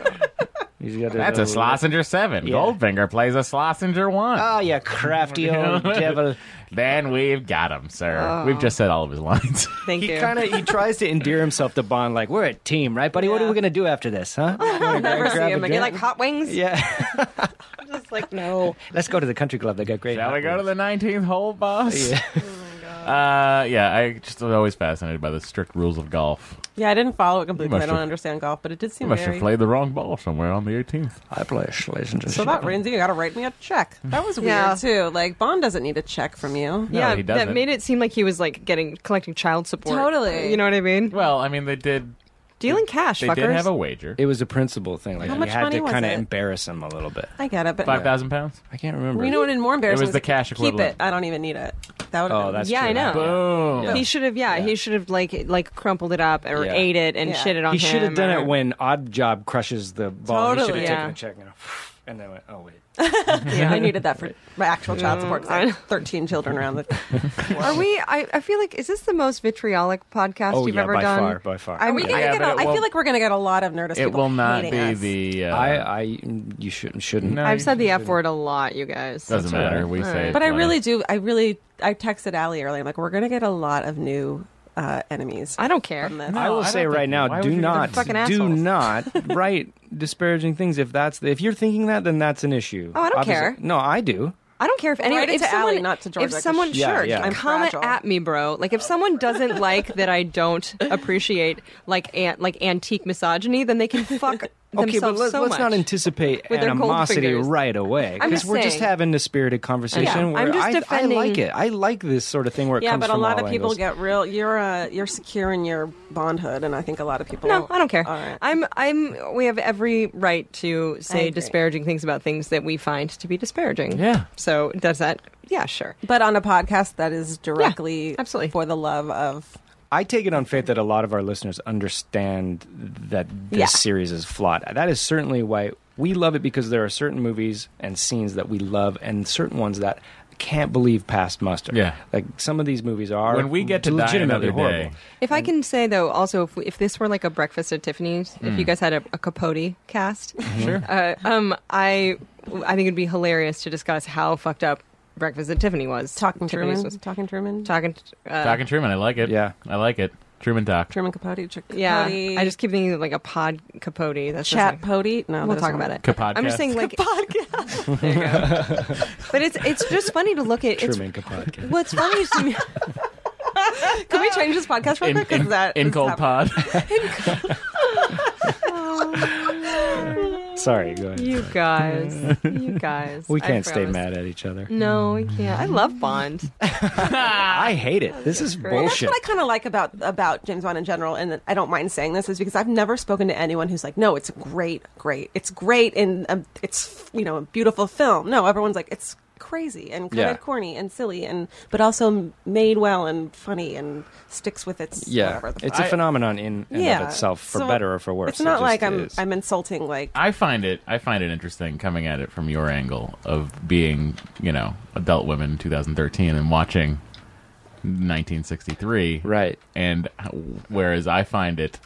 Speaker 2: He's got
Speaker 3: That's a Slossinger seven.
Speaker 2: Yeah.
Speaker 3: Goldfinger plays a Slossinger one.
Speaker 5: Uh,
Speaker 6: oh, you crafty old devil.
Speaker 3: Then we've got him, sir.
Speaker 5: uh,
Speaker 3: We've just said all of his lines.
Speaker 5: A, thank
Speaker 2: He
Speaker 5: you.
Speaker 2: kind of he tries to endear himself to Bond, like we're a team, right, buddy? What are
Speaker 4: Yeah.
Speaker 2: we gonna do after this, huh? Wanna grab-
Speaker 5: Never see
Speaker 2: grab a
Speaker 5: him again.
Speaker 2: drink?
Speaker 5: Like hot wings.
Speaker 2: yeah.
Speaker 5: Just like no.
Speaker 2: Let's go to the country club. They got great.
Speaker 3: Shall
Speaker 2: hot
Speaker 3: we go to
Speaker 2: wings.
Speaker 3: the 19th hole, boss? Yeah. Uh, yeah, I just was always fascinated by the strict rules of golf.
Speaker 4: Yeah, I didn't follow it completely.
Speaker 3: You must
Speaker 4: 'cause I don't
Speaker 3: have-
Speaker 4: understand golf, but it did
Speaker 3: You
Speaker 4: seem
Speaker 3: must have
Speaker 4: very.
Speaker 3: played the wrong ball somewhere on the 18th.
Speaker 2: I play Schlesinger.
Speaker 4: So that Rinsey, you got to write me a check. That was weird
Speaker 5: Yeah.
Speaker 4: too. Like Bond doesn't need a check from you.
Speaker 3: No,
Speaker 5: yeah,
Speaker 3: he doesn't.
Speaker 5: that made it seem like he was like getting collecting child support.
Speaker 4: Totally.
Speaker 5: You know what I mean?
Speaker 3: Well, I mean, they did.
Speaker 5: Dealing cash,
Speaker 3: They
Speaker 5: fuckers.
Speaker 3: did have a wager.
Speaker 2: It was a principal thing. Like
Speaker 4: How
Speaker 2: you
Speaker 4: much
Speaker 2: had
Speaker 4: money
Speaker 2: to
Speaker 4: was
Speaker 2: kind of
Speaker 4: it?
Speaker 2: embarrass him a little bit.
Speaker 4: I get it, but
Speaker 3: Five thousand pounds.
Speaker 2: I can't remember.
Speaker 4: you know what? In more embarrassing,
Speaker 3: was the cash
Speaker 4: keep
Speaker 3: equivalent.
Speaker 4: it. I don't even need it. That would.
Speaker 2: Oh, that's
Speaker 5: Yeah,
Speaker 2: true.
Speaker 5: I know.
Speaker 3: Boom.
Speaker 2: Yeah.
Speaker 5: He should have, yeah, he should have like like crumpled it up or
Speaker 2: Yeah.
Speaker 5: ate it and
Speaker 4: Yeah.
Speaker 5: shit it on
Speaker 2: He
Speaker 5: him.
Speaker 2: should have done
Speaker 5: or-
Speaker 2: it when Odd Job crushes the ball.
Speaker 4: Totally.
Speaker 2: He should
Speaker 5: Yeah.
Speaker 2: have taken a check and, and then went, oh wait.
Speaker 4: Yeah, I needed that for my actual child support. 'cause I had Thirteen children around the.
Speaker 5: Are we? I, I feel like is this the most vitriolic podcast
Speaker 2: Oh
Speaker 5: you've
Speaker 2: yeah,
Speaker 5: ever
Speaker 2: by
Speaker 5: done?
Speaker 2: far, by far.
Speaker 4: Are we
Speaker 2: Yeah.
Speaker 4: gonna
Speaker 3: Yeah,
Speaker 4: get?
Speaker 3: but
Speaker 4: A,
Speaker 3: it
Speaker 4: I feel
Speaker 3: won't-
Speaker 4: like we're gonna get a lot of Nerdist.
Speaker 3: It
Speaker 4: people
Speaker 3: will not be
Speaker 4: hating us.
Speaker 3: the. Uh,
Speaker 2: I, I, you shouldn't, shouldn't.
Speaker 3: No.
Speaker 5: I've said the F word a lot, you guys.
Speaker 3: doesn't
Speaker 2: all
Speaker 3: matter.
Speaker 2: right.
Speaker 3: We say. it
Speaker 4: But I
Speaker 3: later.
Speaker 4: really do. I really. I texted Allie earlier. I'm like, we're gonna get a lot of new uh, enemies.
Speaker 5: I don't care.
Speaker 4: from this.
Speaker 2: I
Speaker 3: No,
Speaker 2: will
Speaker 3: I
Speaker 2: say
Speaker 3: don't
Speaker 2: right
Speaker 3: think- why
Speaker 2: now,
Speaker 3: would
Speaker 2: do
Speaker 3: you do that?
Speaker 2: not,
Speaker 5: Fucking
Speaker 2: do
Speaker 5: assholes.
Speaker 2: not write disparaging things. If that's the, if you're thinking that, then that's an issue.
Speaker 5: Oh, I don't care.
Speaker 2: No, I do.
Speaker 5: I don't care if anyone.
Speaker 4: Write it
Speaker 5: if
Speaker 4: to
Speaker 5: someone,
Speaker 4: Ally, not to Georgia,
Speaker 5: If
Speaker 4: 'cause
Speaker 5: someone,
Speaker 2: she- Yeah,
Speaker 5: sure,
Speaker 2: yeah.
Speaker 5: I'm
Speaker 2: I'm
Speaker 5: comment
Speaker 4: fragile.
Speaker 5: at me, bro. Like if someone doesn't like that I don't appreciate like an, like antique misogyny, then they can fuck
Speaker 2: Okay, but
Speaker 5: themselves
Speaker 2: let,
Speaker 5: so
Speaker 2: let's
Speaker 5: much.
Speaker 2: not anticipate
Speaker 5: With their cold
Speaker 2: animosity
Speaker 5: fingers.
Speaker 2: right away
Speaker 5: I'm
Speaker 2: because
Speaker 5: just
Speaker 2: we're just
Speaker 5: saying.
Speaker 2: having a spirited
Speaker 5: Yeah,
Speaker 2: conversation.
Speaker 5: I'm
Speaker 2: where
Speaker 5: just
Speaker 2: I,
Speaker 5: defending-
Speaker 2: I like it. I like this sort of thing where it
Speaker 4: Yeah,
Speaker 2: comes
Speaker 4: but a
Speaker 2: from
Speaker 4: lot
Speaker 2: all
Speaker 4: of people
Speaker 2: angles.
Speaker 4: get real. You're uh, you're secure in your bondhood, and I think a lot of people.
Speaker 5: No, I don't care.
Speaker 4: All right.
Speaker 5: I'm I'm we have every right to say
Speaker 4: agree.
Speaker 5: disparaging things about things that we find to be disparaging.
Speaker 3: Yeah.
Speaker 5: So does that yeah, sure.
Speaker 4: But on a podcast that is directly
Speaker 5: absolutely.
Speaker 4: for the love of
Speaker 2: I take it on faith that a lot of our listeners understand that this
Speaker 4: Yeah.
Speaker 2: series is flawed. That is certainly why we love it because there are certain movies and scenes that we love and certain ones that can't believe past muster.
Speaker 3: Yeah.
Speaker 2: Like some of these movies are
Speaker 3: When we get to Die
Speaker 2: legitimately
Speaker 3: Another
Speaker 2: horrible.
Speaker 3: Day.
Speaker 5: If I can say though, also if, we, if this were like a breakfast at Tiffany's, if you
Speaker 4: Mm.
Speaker 5: guys had a, a Capote cast,
Speaker 3: Sure.
Speaker 5: uh, um, I I think it'd be hilarious to discuss how fucked up breakfast at Tiffany was.
Speaker 4: talking
Speaker 5: Tiffany's
Speaker 4: Truman,
Speaker 5: was
Speaker 4: talking Truman,
Speaker 5: talking. Uh,
Speaker 3: Talking Truman, I like it.
Speaker 2: Yeah.
Speaker 3: I like it. Truman Doc.
Speaker 4: Truman Capote, Ch- Capote,
Speaker 5: Yeah, I just keep thinking of like a pod Capote. That's just
Speaker 4: chat
Speaker 5: like-
Speaker 4: Pote. No,
Speaker 5: we'll
Speaker 4: those
Speaker 5: talk
Speaker 4: aren't-
Speaker 5: about it.
Speaker 3: Kapodcast.
Speaker 5: I'm just saying, like, There you go. but it's it's just funny to look at. It's,
Speaker 2: Truman Capote.
Speaker 5: well, it's funny to me.
Speaker 4: Can we change this podcast real
Speaker 3: in,
Speaker 4: quick? 'Cause
Speaker 3: in-
Speaker 4: that
Speaker 3: in
Speaker 4: is
Speaker 3: cold
Speaker 4: happening.
Speaker 3: pod.
Speaker 2: Sorry, go ahead.
Speaker 5: You guys, you guys.
Speaker 2: we
Speaker 5: I
Speaker 2: can't stay
Speaker 5: promise.
Speaker 2: mad at each other.
Speaker 5: No, we can't. I love Bond.
Speaker 2: I hate it. This is
Speaker 5: Well,
Speaker 4: That's
Speaker 2: bullshit.
Speaker 4: what I kind of like about about James Bond in general, and I don't mind saying this, is because I've never spoken to anyone who's like, "No, it's great, great, it's great," and um, it's you know a beautiful film. No, everyone's like, "It's crazy and kind
Speaker 2: Yeah.
Speaker 4: of corny and silly and but also made well and funny and sticks with its
Speaker 2: Yeah,
Speaker 4: whatever the
Speaker 2: it's a
Speaker 3: I-
Speaker 2: phenomenon in and
Speaker 4: yeah
Speaker 2: of itself, for
Speaker 4: So
Speaker 2: better or for worse.
Speaker 4: It's not
Speaker 2: It
Speaker 4: like
Speaker 2: just
Speaker 4: I'm
Speaker 2: is.
Speaker 4: I'm insulting like
Speaker 3: I find it I find it interesting coming at it from your angle of being, you know, adult women in 2013 and watching 1963.
Speaker 2: right.
Speaker 3: And how- whereas I find it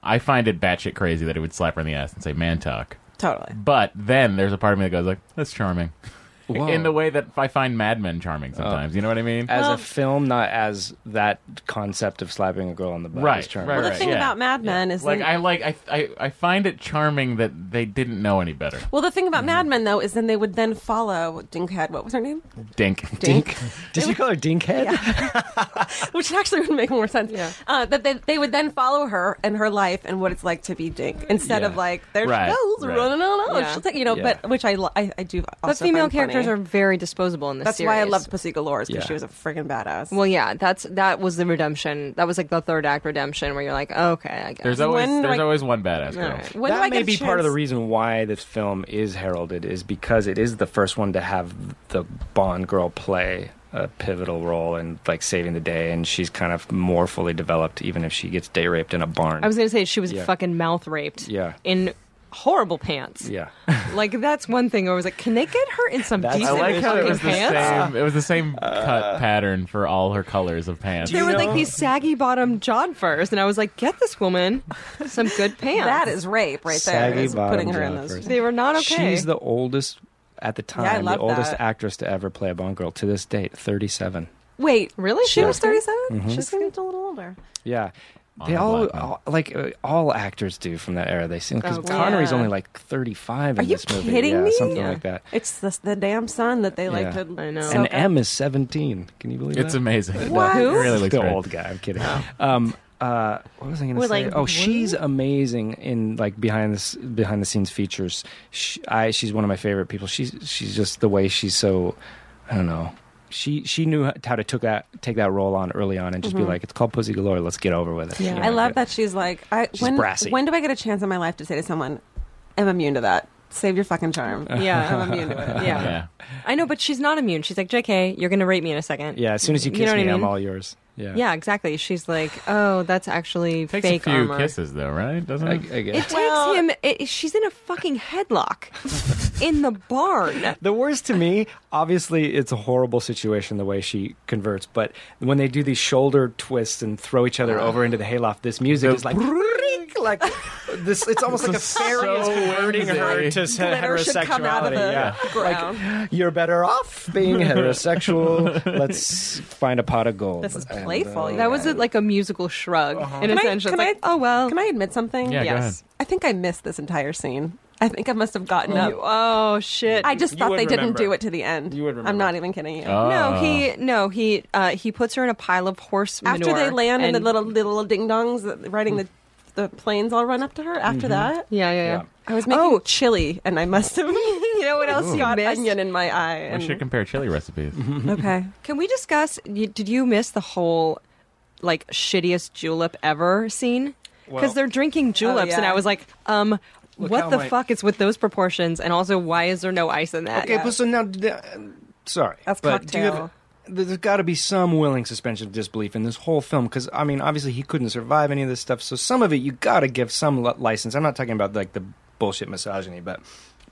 Speaker 3: I find it batshit crazy that it would slap her in the ass and say man talk.
Speaker 4: totally.
Speaker 3: But then there's a part of me that goes like, that's charming.
Speaker 2: Whoa.
Speaker 3: In the way that I find Mad Men charming sometimes. You know what I mean?
Speaker 2: as
Speaker 4: Well-
Speaker 2: a film, not as that concept of slapping a girl on the butt.
Speaker 3: Right,
Speaker 2: is charming.
Speaker 3: right,
Speaker 4: Well, the
Speaker 3: right.
Speaker 4: thing
Speaker 3: yeah.
Speaker 4: about Mad Men is
Speaker 3: like
Speaker 4: then-
Speaker 3: I like I, I I find it charming that they didn't know any better.
Speaker 4: well, the thing about
Speaker 2: Mm-hmm.
Speaker 4: Mad Men though is then they would then follow Dinkhead. What was her name?
Speaker 3: Dink.
Speaker 2: Dink. Did you call her Dinkhead?
Speaker 4: Which actually would make more sense.
Speaker 5: Yeah.
Speaker 4: Uh, that they, they would then follow her and her life and what it's like to be Dink instead of
Speaker 3: Yeah.
Speaker 4: like there
Speaker 3: Right,
Speaker 4: she goes
Speaker 3: right.
Speaker 4: running on.
Speaker 5: Yeah.
Speaker 4: Yeah. She'll take you know,
Speaker 2: Yeah.
Speaker 4: but which I lo- I, I do. Also
Speaker 5: But female
Speaker 4: find
Speaker 5: characters
Speaker 4: funny.
Speaker 5: are very disposable in this
Speaker 4: That's
Speaker 5: series.
Speaker 4: why I loved Pussy Galore because
Speaker 2: Yeah.
Speaker 4: she was a friggin' badass.
Speaker 5: Well, yeah, that's that was the redemption. That was like the third act redemption where you're like, okay, I guess.
Speaker 3: There's always
Speaker 4: When do
Speaker 3: there's
Speaker 4: I-
Speaker 3: always one badass
Speaker 5: All
Speaker 3: girl.
Speaker 5: right.
Speaker 4: when do
Speaker 2: that
Speaker 4: I
Speaker 2: may
Speaker 4: get a
Speaker 2: be part of the
Speaker 4: chance-
Speaker 2: reason why this film is heralded is because it is the first one to have the Bond girl play a pivotal role in like saving the day, and she's kind of more fully developed, even if she gets day raped in a barn.
Speaker 5: I was gonna say she was
Speaker 2: Yeah.
Speaker 5: fucking mouth raped.
Speaker 2: Yeah.
Speaker 5: In horrible pants.
Speaker 2: yeah,
Speaker 5: Like that's one thing. I was like, can they get her in some
Speaker 2: That's- I
Speaker 5: decent
Speaker 3: I like how it
Speaker 5: fucking
Speaker 3: was the
Speaker 5: pants?
Speaker 3: same. It was the same cut pattern for all her colors of pants.
Speaker 5: There
Speaker 2: You
Speaker 5: were
Speaker 2: know-
Speaker 5: like these saggy bottom jodhpurs, and I was like, get this woman some good pants.
Speaker 4: That is rape right there.
Speaker 2: Saggy
Speaker 4: is
Speaker 2: bottom
Speaker 4: putting her in
Speaker 2: job
Speaker 4: those.
Speaker 2: first.
Speaker 5: They were not okay.
Speaker 2: she's the oldest at the
Speaker 4: Yeah, I
Speaker 2: time, the
Speaker 4: love
Speaker 2: oldest
Speaker 4: that.
Speaker 2: actress to ever play a Bond girl to this date, thirty-seven.
Speaker 4: Wait,
Speaker 5: Really?
Speaker 4: She
Speaker 5: Yeah.
Speaker 4: was thirty-seven. She's getting a little older.
Speaker 2: Yeah.
Speaker 3: On
Speaker 2: They
Speaker 3: the
Speaker 2: all,
Speaker 3: black man.
Speaker 2: all like uh, all actors do from that era. They seem because
Speaker 5: Oh, God.
Speaker 2: Connery's
Speaker 4: Yeah.
Speaker 2: only like thirty five in
Speaker 4: Are you
Speaker 2: this movie.
Speaker 4: kidding
Speaker 2: yeah,
Speaker 4: me?
Speaker 2: something
Speaker 5: Yeah.
Speaker 2: like that.
Speaker 4: It's the, the damn son that they like
Speaker 2: Yeah.
Speaker 4: to.
Speaker 5: I know.
Speaker 4: soak
Speaker 2: and
Speaker 4: up.
Speaker 2: M is seventeen. Can you believe
Speaker 3: It's
Speaker 2: that?
Speaker 3: amazing.
Speaker 4: What? Oh.
Speaker 3: It
Speaker 4: Who?
Speaker 3: really looks
Speaker 2: the
Speaker 3: great.
Speaker 2: old guy. I'm kidding. Um, uh, what was I going to
Speaker 5: We're
Speaker 2: say?
Speaker 5: like,
Speaker 2: oh,
Speaker 5: what?
Speaker 2: she's amazing in like behind this behind the scenes features. She, I she's one of my favorite people. She's she's just the way she's so I don't know. She she knew how to took that take that role on early on and just be like, it's called Pussy Galore. Let's get over with it.
Speaker 5: Yeah.
Speaker 2: You know,
Speaker 4: Mm-hmm. I love
Speaker 2: get-
Speaker 4: that she's like. I,
Speaker 2: She's
Speaker 4: when,
Speaker 2: brassy.
Speaker 4: When do I get a chance in my life to say to someone, "I'm immune to that. Save your fucking charm.
Speaker 5: Yeah.
Speaker 4: I'm immune to it."
Speaker 5: yeah.
Speaker 3: Yeah.
Speaker 5: I know, but she's not immune. She's like, JK, you're going to rape me in a second.
Speaker 2: Yeah, as soon as you
Speaker 5: You
Speaker 2: kiss
Speaker 5: know what I
Speaker 2: me, I am
Speaker 5: mean?
Speaker 2: all yours. Yeah.
Speaker 5: Yeah, exactly. She's like, oh, that's actually
Speaker 3: Takes
Speaker 5: fake
Speaker 3: a few
Speaker 5: armor.
Speaker 3: kisses though, right? Doesn't
Speaker 2: I,
Speaker 3: it?
Speaker 2: I
Speaker 5: It
Speaker 2: guess.
Speaker 5: takes
Speaker 4: Well-
Speaker 5: him. It, she's in a fucking headlock in the barn.
Speaker 2: The worst to me, obviously, it's a horrible situation the way she converts, but when they do these shoulder twists and throw each other over into the hayloft, this music
Speaker 3: The-
Speaker 2: is like. Like this, it's almost like a
Speaker 3: This is
Speaker 2: fairy is
Speaker 3: so
Speaker 2: converting her
Speaker 3: whimsy.
Speaker 2: to se-
Speaker 4: Glitter should come out of
Speaker 2: heterosexuality.
Speaker 4: the
Speaker 2: Yeah.
Speaker 4: ground.
Speaker 2: You're better off being heterosexual. Let's find a pot of gold.
Speaker 4: This is
Speaker 2: And, uh,
Speaker 4: playful. That
Speaker 5: That was a, like a musical shrug,
Speaker 2: Uh-huh.
Speaker 5: in
Speaker 4: Can
Speaker 5: a
Speaker 4: I-
Speaker 5: sense. It's
Speaker 4: can I-
Speaker 5: like, oh well.
Speaker 4: Can I admit something?
Speaker 3: Yeah, go ahead.
Speaker 5: yes.
Speaker 4: I think I missed this entire scene. I think I must have gotten up.
Speaker 5: Oh shit.
Speaker 4: I just
Speaker 2: You
Speaker 4: thought
Speaker 2: would
Speaker 4: they didn't
Speaker 2: remember.
Speaker 4: do it to the end.
Speaker 2: You would remember.
Speaker 4: I'm not even kidding you.
Speaker 3: Oh.
Speaker 5: No, he no he uh, he puts her in a pile of horse
Speaker 4: after
Speaker 5: manure
Speaker 4: they land
Speaker 5: and
Speaker 4: and, the little little ding dongs riding the the planes all run up to her after that
Speaker 5: yeah yeah yeah.
Speaker 2: Yeah.
Speaker 4: i was making
Speaker 5: Oh.
Speaker 4: chili and i must have you know what else
Speaker 5: Ooh.
Speaker 4: got
Speaker 5: you missed?
Speaker 4: onion in my eye
Speaker 3: We should
Speaker 4: and,
Speaker 3: compare chili recipes.
Speaker 5: Mm-hmm.
Speaker 4: okay
Speaker 5: Can we discuss? y- Did you miss the whole like shittiest julep ever scene? Because
Speaker 2: Well-
Speaker 5: they're drinking juleps, and
Speaker 4: yeah.
Speaker 5: I was like, um,
Speaker 2: Look
Speaker 5: what
Speaker 2: how
Speaker 5: the
Speaker 2: my-
Speaker 5: fuck is with those proportions? And also, why is there no ice in that?
Speaker 2: Okay, but so now, uh, sorry,
Speaker 4: That's
Speaker 2: but do you have-
Speaker 4: cocktail.
Speaker 2: there's got to be some willing suspension of disbelief in this whole film because I mean, obviously he couldn't survive any of this stuff, so some of it you got to give some li- license. I'm not talking about like the bullshit misogyny, but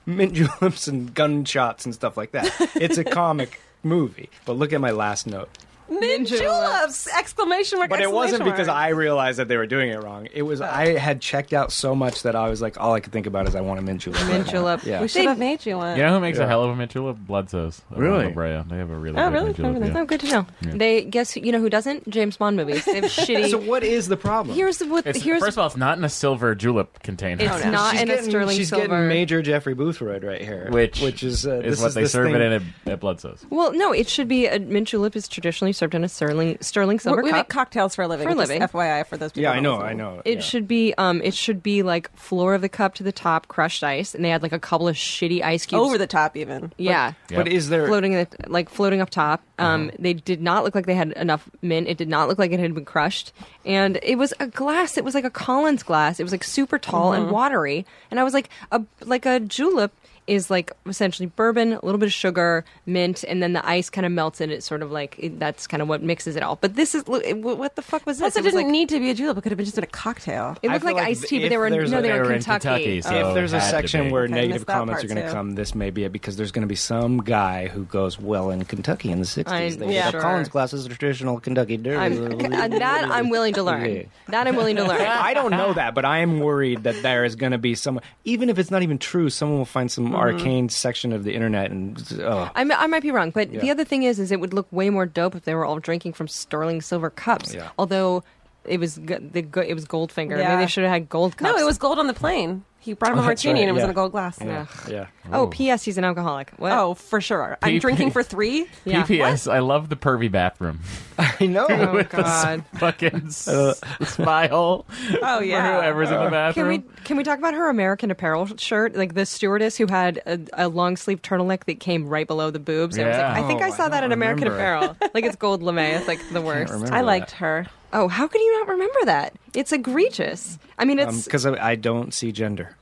Speaker 2: mint juleps and gunshots and stuff like that. It's a comic movie, but look at my last note.
Speaker 4: mint
Speaker 5: Ninja
Speaker 4: juleps exclamation mark
Speaker 2: But it wasn't
Speaker 4: exclamation
Speaker 2: because
Speaker 4: mark.
Speaker 2: I realized that they were doing it wrong. It was I had checked out so much that I was like, all I could think about is I want a mint julep. right
Speaker 5: Mint
Speaker 2: now.
Speaker 5: julep.
Speaker 2: Yeah.
Speaker 4: we should have made you one
Speaker 3: You know who makes
Speaker 2: Yeah.
Speaker 3: a hell of a mint julep? Bledsoe's. of
Speaker 2: Really?
Speaker 3: La Brea. They have a really
Speaker 4: Oh,
Speaker 3: good
Speaker 4: really?
Speaker 3: mint julep,
Speaker 4: Remember that?
Speaker 3: yeah.
Speaker 5: Oh, good to know. They guess who- you know who doesn't James Bond movies. They have shitty.
Speaker 2: So what is the problem?
Speaker 5: here's what
Speaker 3: It's-
Speaker 5: here's
Speaker 3: first of all, it's not in a silver julep container.
Speaker 5: It's Oh, no. not
Speaker 2: she's
Speaker 5: in a
Speaker 2: getting-
Speaker 5: sterling
Speaker 2: she's
Speaker 5: silver.
Speaker 2: getting major Jeffrey Boothroyd right here,
Speaker 3: Which,
Speaker 2: which is uh,
Speaker 3: is
Speaker 2: this
Speaker 3: what they
Speaker 2: this
Speaker 3: serve
Speaker 2: thing-
Speaker 3: it in at, at Bledsoe's.
Speaker 5: well no it should be a mint julep is traditionally served in a sterling sterling
Speaker 4: We-
Speaker 5: silver
Speaker 4: we
Speaker 5: cup.
Speaker 4: make cocktails for a living
Speaker 5: For a
Speaker 4: just
Speaker 5: living.
Speaker 4: fyi for those people
Speaker 2: Yeah, I
Speaker 4: who
Speaker 2: know,
Speaker 4: don't
Speaker 2: I
Speaker 4: listen.
Speaker 2: know.
Speaker 5: It
Speaker 2: yeah.
Speaker 5: should be um it should be like floor of the cup to the top crushed ice and they had like a couple of shitty ice cubes
Speaker 4: over the top even
Speaker 5: yeah
Speaker 2: But
Speaker 3: Yep.
Speaker 2: is there?
Speaker 5: floating in the, like floating up top um they did not look like they had enough mint it did not look like it had been crushed and it was a glass it
Speaker 4: Uh-huh.
Speaker 5: was like a Collins glass it was like super tall and watery and I was like a like a julep is like essentially bourbon, a little bit of sugar, mint, and then the ice kind of melts and it's sort of like it, that's kind of what mixes it all. But this is look, it- what the fuck was
Speaker 4: Plus,
Speaker 5: this?
Speaker 4: it
Speaker 5: was
Speaker 4: didn't
Speaker 5: like,
Speaker 4: need to be a julep. It could have been just in a cocktail.
Speaker 5: It
Speaker 2: I
Speaker 5: looked
Speaker 2: feel
Speaker 5: like,
Speaker 2: like
Speaker 5: iced tea,
Speaker 2: if
Speaker 5: but they were
Speaker 2: there's
Speaker 5: no,
Speaker 2: a-
Speaker 5: they
Speaker 3: they
Speaker 5: were
Speaker 3: were
Speaker 5: in
Speaker 3: in
Speaker 5: Kentucky. Oh.
Speaker 3: Kentucky, so-
Speaker 2: if there's a
Speaker 3: had to
Speaker 2: section
Speaker 3: be.
Speaker 2: where
Speaker 4: Okay, I
Speaker 2: negative
Speaker 4: missed that
Speaker 2: comments are
Speaker 4: part,
Speaker 2: going to
Speaker 4: too.
Speaker 2: come, this may be it because there's going to be some guy who goes, "Well, in Kentucky in the '60s,
Speaker 5: I-
Speaker 2: they
Speaker 5: yeah.
Speaker 2: yeah,
Speaker 5: Sure.
Speaker 2: Collins glasses are traditional Kentucky derby."
Speaker 5: I'm, uh, that I'm willing to learn.
Speaker 2: Yeah.
Speaker 5: That I'm willing to learn.
Speaker 2: I don't know that, but I am worried that there is going to be someone, even if it's not even true, someone will find some arcane section of the internet and. Oh.
Speaker 5: Mm-hmm. I, mi- I might be wrong, but the
Speaker 2: Yeah.
Speaker 5: other thing is, is it would look way more dope if they were all drinking from sterling silver cups.
Speaker 2: Yeah.
Speaker 5: Although it was g- the go- it was Goldfinger.
Speaker 4: Yeah.
Speaker 5: Maybe they should have had gold
Speaker 4: No,
Speaker 5: cups.
Speaker 4: it was gold on the plane. He brought him
Speaker 2: Oh,
Speaker 4: a
Speaker 2: that's
Speaker 4: martini
Speaker 2: right,
Speaker 4: and it was
Speaker 2: yeah.
Speaker 4: in a gold glass.
Speaker 2: yeah, yeah.
Speaker 5: Oh, P.S. He's an alcoholic. What?
Speaker 4: Oh, for sure. I'm
Speaker 3: PP.
Speaker 4: drinking for three.
Speaker 5: yeah.
Speaker 3: PPS, I love the pervy bathroom.
Speaker 2: I know.
Speaker 5: Oh God.
Speaker 3: Fucking s- smile.
Speaker 4: Oh
Speaker 3: For
Speaker 4: yeah.
Speaker 3: whoever's in the
Speaker 5: Can
Speaker 3: bathroom.
Speaker 5: we can we talk about her American Apparel shirt? Like the stewardess who had a, a long sleeve turtleneck that came right below the boobs. I was like,
Speaker 3: Yeah.
Speaker 5: I think I
Speaker 2: Oh,
Speaker 5: saw
Speaker 2: I
Speaker 5: that in
Speaker 2: don't
Speaker 5: American
Speaker 2: remember.
Speaker 5: Apparel. like it's gold lame. It's like the worst.
Speaker 2: remember
Speaker 4: I
Speaker 2: that.
Speaker 4: liked her.
Speaker 5: Oh, how can you not remember that? It's egregious. I mean, it's
Speaker 2: Because Um, I, I don't see gender.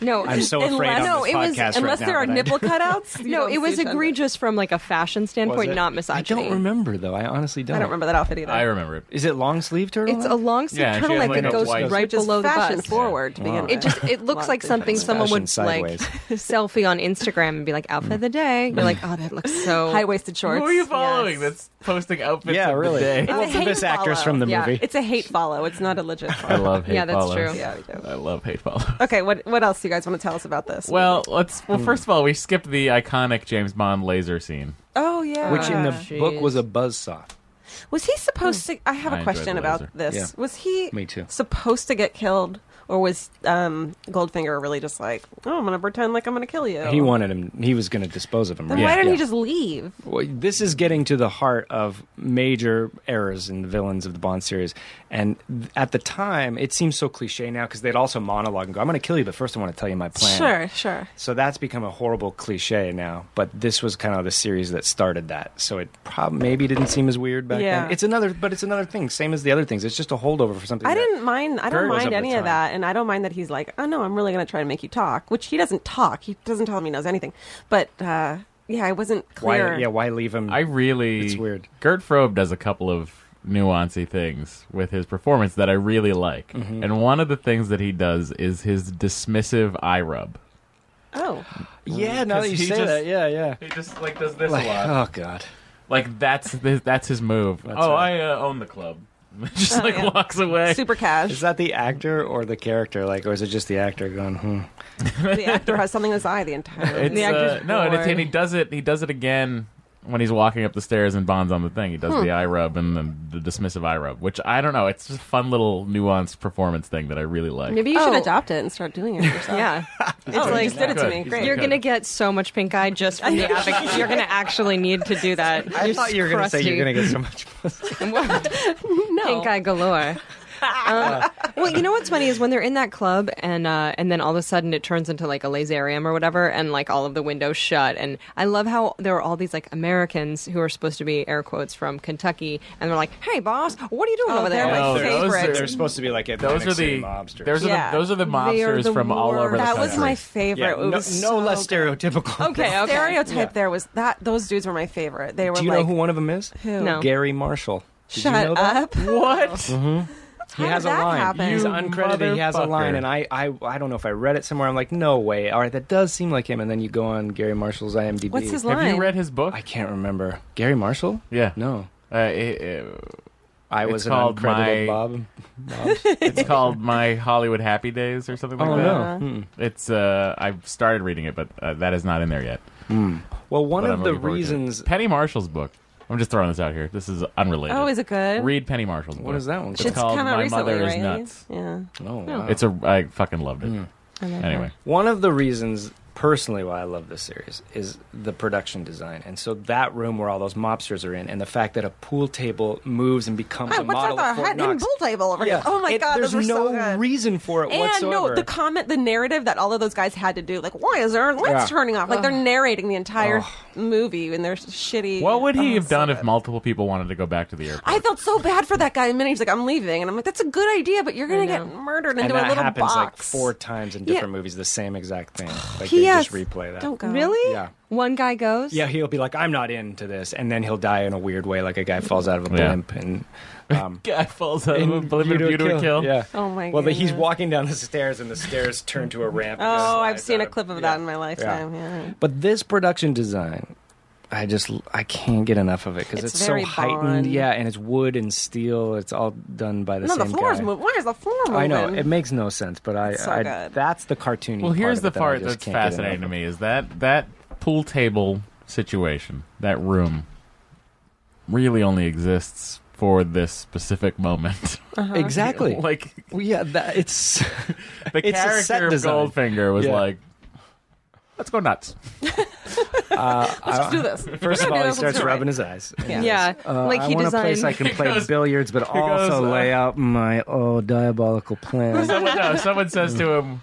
Speaker 5: no.
Speaker 2: I'm so
Speaker 4: Unless-
Speaker 2: afraid
Speaker 5: no,
Speaker 2: on this
Speaker 5: it was-
Speaker 2: podcast right
Speaker 4: Unless
Speaker 2: now
Speaker 4: there are
Speaker 2: that I-
Speaker 4: nipple cutouts. you
Speaker 5: no,
Speaker 4: don't
Speaker 5: it was
Speaker 4: see gender.
Speaker 5: egregious from like a fashion
Speaker 2: Was
Speaker 5: standpoint,
Speaker 2: it?
Speaker 5: not
Speaker 2: I
Speaker 5: misogyny.
Speaker 2: don't remember though. I honestly don't.
Speaker 4: I don't remember that outfit either.
Speaker 3: I remember it.
Speaker 2: Is it long sleeve turtle?
Speaker 5: It's a long sleeve
Speaker 3: Yeah, she had,
Speaker 5: turtleneck
Speaker 3: like,
Speaker 5: that
Speaker 3: a
Speaker 5: goes
Speaker 3: white-
Speaker 5: right
Speaker 4: Which is
Speaker 5: below the
Speaker 4: fashion
Speaker 5: bust.
Speaker 4: forward. To begin
Speaker 5: It
Speaker 4: with.
Speaker 5: just it looks
Speaker 4: Lots
Speaker 5: like
Speaker 4: of
Speaker 5: something
Speaker 4: different
Speaker 5: someone would
Speaker 2: fashion
Speaker 5: like selfie on Instagram and be like outfit of the day. You're like, oh, that looks so
Speaker 4: high waisted shorts.
Speaker 3: Who are you following
Speaker 5: Yes.
Speaker 3: that's posting outfits
Speaker 2: yeah,
Speaker 3: of the
Speaker 2: really.
Speaker 3: day?
Speaker 4: It's
Speaker 2: Well,
Speaker 4: a
Speaker 2: for
Speaker 4: hate
Speaker 2: this actress
Speaker 4: follow.
Speaker 2: from the
Speaker 5: Yeah,
Speaker 2: movie.
Speaker 4: It's a hate follow. It's not a legit follow.
Speaker 3: I love hate
Speaker 5: Yeah, that's
Speaker 3: follows.
Speaker 5: true.
Speaker 4: Yeah, we do.
Speaker 3: I love hate follows.
Speaker 4: Okay, what what else do you guys want to tell us about this?
Speaker 3: Well, let's. Well, first of all, we skipped the iconic James Bond laser scene.
Speaker 4: oh yeah.
Speaker 2: which in the
Speaker 5: Jeez.
Speaker 2: book was a buzzsaw.
Speaker 4: was he supposed to? I have
Speaker 3: I
Speaker 4: a
Speaker 3: enjoyed
Speaker 4: question
Speaker 3: the
Speaker 4: about
Speaker 3: laser.
Speaker 4: this.
Speaker 2: Hmm. Yeah.
Speaker 4: Was he
Speaker 2: Me too.
Speaker 4: supposed to get killed, or was um, Goldfinger really just like, oh, I'm gonna pretend like I'm gonna kill you?
Speaker 2: He wanted him. He was going to dispose of him.
Speaker 4: Then
Speaker 2: right?
Speaker 4: why didn't
Speaker 3: yeah.
Speaker 4: he just leave?
Speaker 2: Well, this is getting to the heart of major errors in the villains of the Bond series. And th- at the time, it seems so cliche now because they'd also monologue and go, I'm going to kill you, but first I want to tell you my plan.
Speaker 4: Sure, sure.
Speaker 2: So that's become a horrible cliche now. But this was kind of the series that started that. So it prob- maybe didn't seem as weird back
Speaker 4: Yeah.
Speaker 2: then. It's another, but it's another thing, same as the other things. It's just a holdover for something.
Speaker 4: I
Speaker 2: that-
Speaker 4: didn't mind. I don't
Speaker 2: Kurt was up
Speaker 4: mind
Speaker 2: at
Speaker 4: any
Speaker 2: the
Speaker 4: of that, and I don't mind that he's like, "Oh no, I'm really going to try to make you talk," which he doesn't talk. He doesn't tell him he knows anything. But uh, yeah, I wasn't clear.
Speaker 2: Why, yeah, why leave him?
Speaker 3: I really.
Speaker 2: It's weird.
Speaker 3: Gert Frobe does a couple of nuancy things with his performance that I really like, and one of the things that he does is his dismissive eye rub.
Speaker 4: Oh,
Speaker 2: yeah, now that you
Speaker 3: 'Cause he
Speaker 2: say
Speaker 3: just-
Speaker 2: that, yeah, yeah.
Speaker 3: He just like does this
Speaker 2: Like,
Speaker 3: a lot.
Speaker 2: oh, God.
Speaker 3: Like that's his, that's his move. oh,
Speaker 2: right.
Speaker 3: I uh, own the club. just like
Speaker 4: Oh, yeah.
Speaker 3: walks away.
Speaker 4: super cash.
Speaker 2: Is that the actor or the character? Like, or is it just the actor going, hmm?
Speaker 4: the actor has something in his eye the entire.
Speaker 3: It's,
Speaker 5: The actor's
Speaker 3: uh, no, and, it's,
Speaker 5: bored.
Speaker 3: and he does it. He does it again when he's walking up the stairs and Bond's on the thing. He does
Speaker 4: Hmm.
Speaker 3: the eye rub and then the dismissive eye rub, which I don't know. It's just a fun little nuanced performance thing that I really like.
Speaker 5: Maybe you
Speaker 4: you
Speaker 5: should
Speaker 4: should
Speaker 5: adopt.
Speaker 4: adopt it and start doing it yourself.
Speaker 5: Yeah, it's
Speaker 4: oh,
Speaker 5: like
Speaker 4: you just did it to
Speaker 3: Good.
Speaker 4: me.
Speaker 3: He's
Speaker 4: Great.
Speaker 5: You're
Speaker 3: Okay.
Speaker 5: gonna get so much pink eye just from the advocate. You're gonna actually need to do that.
Speaker 2: I thought you were going to say you're going to get so much pussy.
Speaker 5: no. pink eye galore. Um, well, you know what's funny is when they're in that club and uh, and then all of a sudden it turns into like a laserium or whatever, and like all of the windows shut. And I love how there are all these like Americans who are supposed to be air quotes from Kentucky, and they're like, "Hey, boss, what are you doing
Speaker 4: Oh,
Speaker 5: over there?"
Speaker 4: they're
Speaker 5: Like,
Speaker 3: Oh,
Speaker 4: my
Speaker 3: those are-
Speaker 4: favorite.
Speaker 2: They're supposed to be like Atlantic
Speaker 3: Those are
Speaker 2: City
Speaker 3: the
Speaker 2: mobsters.
Speaker 3: those are
Speaker 4: Yeah.
Speaker 3: the those are the
Speaker 5: They are
Speaker 3: mobsters
Speaker 5: the
Speaker 3: from all over the
Speaker 4: that
Speaker 3: country.
Speaker 4: was my
Speaker 2: yeah,
Speaker 4: favorite. Oh, It
Speaker 2: no,
Speaker 4: was
Speaker 2: no
Speaker 4: so
Speaker 2: less
Speaker 4: good.
Speaker 2: stereotypical.
Speaker 5: Okay,
Speaker 4: The
Speaker 5: okay.
Speaker 4: stereotype there was that those dudes were my favorite. They were
Speaker 2: Do you
Speaker 4: like,
Speaker 2: know who one of them is?
Speaker 4: Who?
Speaker 5: No.
Speaker 2: Gary Marshall. Did
Speaker 4: shut
Speaker 2: you know that?
Speaker 4: up.
Speaker 3: what?
Speaker 2: He
Speaker 4: How
Speaker 2: has
Speaker 4: did
Speaker 2: a
Speaker 4: that
Speaker 2: line.
Speaker 4: happen?
Speaker 2: He's
Speaker 3: You
Speaker 2: uncredited. He has a line,
Speaker 3: motherfucker.
Speaker 2: and I, I, I don't know if I read it somewhere. I'm like, no way. All right, that does seem like him. And then you go on Gary Marshall's IMDb.
Speaker 4: What's his
Speaker 3: Have
Speaker 4: line?
Speaker 3: you read his book?
Speaker 2: I can't remember. Gary Marshall?
Speaker 3: yeah.
Speaker 2: No,
Speaker 3: Uh, it- it-
Speaker 2: I
Speaker 3: It's
Speaker 2: was an
Speaker 3: called
Speaker 2: uncredited
Speaker 3: My-
Speaker 2: Bob. Bob.
Speaker 3: it's called My Hollywood Happy Days or something like
Speaker 2: oh
Speaker 3: that.
Speaker 4: Uh-huh.
Speaker 2: no. Mm.
Speaker 3: It's uh, I've started reading it, but uh, that is not in there yet.
Speaker 2: Well, one
Speaker 3: But
Speaker 2: of
Speaker 3: I'm
Speaker 2: the
Speaker 3: looking forward to it.
Speaker 2: reasons.
Speaker 3: Penny Marshall's book. I'm just throwing this out here. This is unrelated.
Speaker 4: Oh, is it good?
Speaker 3: Read Penny Marshall's book.
Speaker 2: What is that one?
Speaker 3: It's
Speaker 4: Shit's
Speaker 3: called
Speaker 4: come out
Speaker 3: My
Speaker 4: recently,
Speaker 3: Mother Is
Speaker 4: right?
Speaker 3: Nuts.
Speaker 4: Yeah.
Speaker 2: Oh, Hmm. wow.
Speaker 3: It's a I fucking loved it. Anyway,
Speaker 2: One of the reasons personally why I love this series is the production design. And so that room where all those mobsters are in and the fact that a pool table moves and becomes a
Speaker 4: Hey, what's
Speaker 2: model
Speaker 4: up? I
Speaker 2: of Fort
Speaker 4: had an
Speaker 2: Knox.
Speaker 4: bull table over
Speaker 2: Yeah.
Speaker 4: here. Oh my
Speaker 2: It-
Speaker 4: god,
Speaker 2: there's
Speaker 4: those were
Speaker 2: no
Speaker 4: so good.
Speaker 2: reason for it
Speaker 4: and
Speaker 2: whatsoever.
Speaker 4: no, the comment, the narrative that all of those guys had to do, like, why is there lights
Speaker 2: Yeah.
Speaker 4: turning off? Like they're narrating the entire movie and they're shitty.
Speaker 3: what would he
Speaker 4: Oh,
Speaker 3: have
Speaker 4: so
Speaker 3: done if
Speaker 4: good.
Speaker 3: multiple people wanted to go back to the airport?
Speaker 4: I felt so bad for that guy. And then he's like, "I'm leaving," and I'm like, "That's a good idea, but you're gonna
Speaker 5: know.
Speaker 4: get murdered
Speaker 2: and
Speaker 4: into a
Speaker 2: that
Speaker 4: little
Speaker 2: happens like
Speaker 4: box."
Speaker 2: four times in different movies, the same exact thing. Like they
Speaker 5: yes.
Speaker 2: just replay that.
Speaker 4: Don't go.
Speaker 5: Really?
Speaker 2: Yeah.
Speaker 5: One guy goes.
Speaker 2: Yeah, he'll be like, "I'm not into this," and then he'll die in a weird way, like a guy falls out of a
Speaker 3: Yeah.
Speaker 2: blimp and. Um,
Speaker 3: Guy falls out of a
Speaker 2: in
Speaker 3: blimp in View to a Kill.
Speaker 2: Yeah.
Speaker 4: Oh my
Speaker 2: Well, the, he's
Speaker 4: goodness.
Speaker 2: walking down the stairs, and the stairs turn to a ramp. and just
Speaker 4: Oh, I've
Speaker 2: slides
Speaker 4: seen
Speaker 2: out
Speaker 4: a clip of
Speaker 2: yeah.
Speaker 4: that in my lifetime. Yeah.
Speaker 2: But this production design, I just I can't get enough of it because
Speaker 4: It's
Speaker 2: it's, so
Speaker 4: very Bond.
Speaker 2: heightened. Yeah, and it's wood and steel. It's all done by the
Speaker 4: No,
Speaker 2: same
Speaker 4: the floor's
Speaker 2: guy.
Speaker 4: moving. Why is the floor moving?
Speaker 2: I know it makes no sense, but I,
Speaker 4: It's so
Speaker 2: I
Speaker 4: good.
Speaker 2: that's the cartoony.
Speaker 3: Well,
Speaker 2: part
Speaker 3: here's
Speaker 2: of
Speaker 3: the
Speaker 2: it that I
Speaker 3: part
Speaker 2: just
Speaker 3: that's
Speaker 2: can't get enough
Speaker 3: fascinating to
Speaker 2: of.
Speaker 3: me is that that pool table situation, that room, really only exists for this specific moment.
Speaker 4: Uh-huh.
Speaker 2: Exactly.
Speaker 3: like
Speaker 2: Well, yeah, that, it's
Speaker 3: the
Speaker 2: It's a
Speaker 3: character
Speaker 2: set
Speaker 3: of
Speaker 2: design.
Speaker 3: Goldfinger was
Speaker 2: Yeah.
Speaker 3: like, "Let's go nuts."
Speaker 2: uh,
Speaker 4: Let's do this.
Speaker 2: first of all, he
Speaker 4: Let's
Speaker 2: starts
Speaker 4: do it.
Speaker 2: rubbing his eyes.
Speaker 4: Yeah.
Speaker 5: Yeah,
Speaker 2: Uh,
Speaker 5: like
Speaker 2: I
Speaker 5: he
Speaker 2: want
Speaker 5: designed.
Speaker 2: a place I can play
Speaker 3: goes-
Speaker 2: billiards, but also
Speaker 3: goes, uh,
Speaker 2: lay out my oh diabolical plans.
Speaker 3: Someone, no, someone says to him,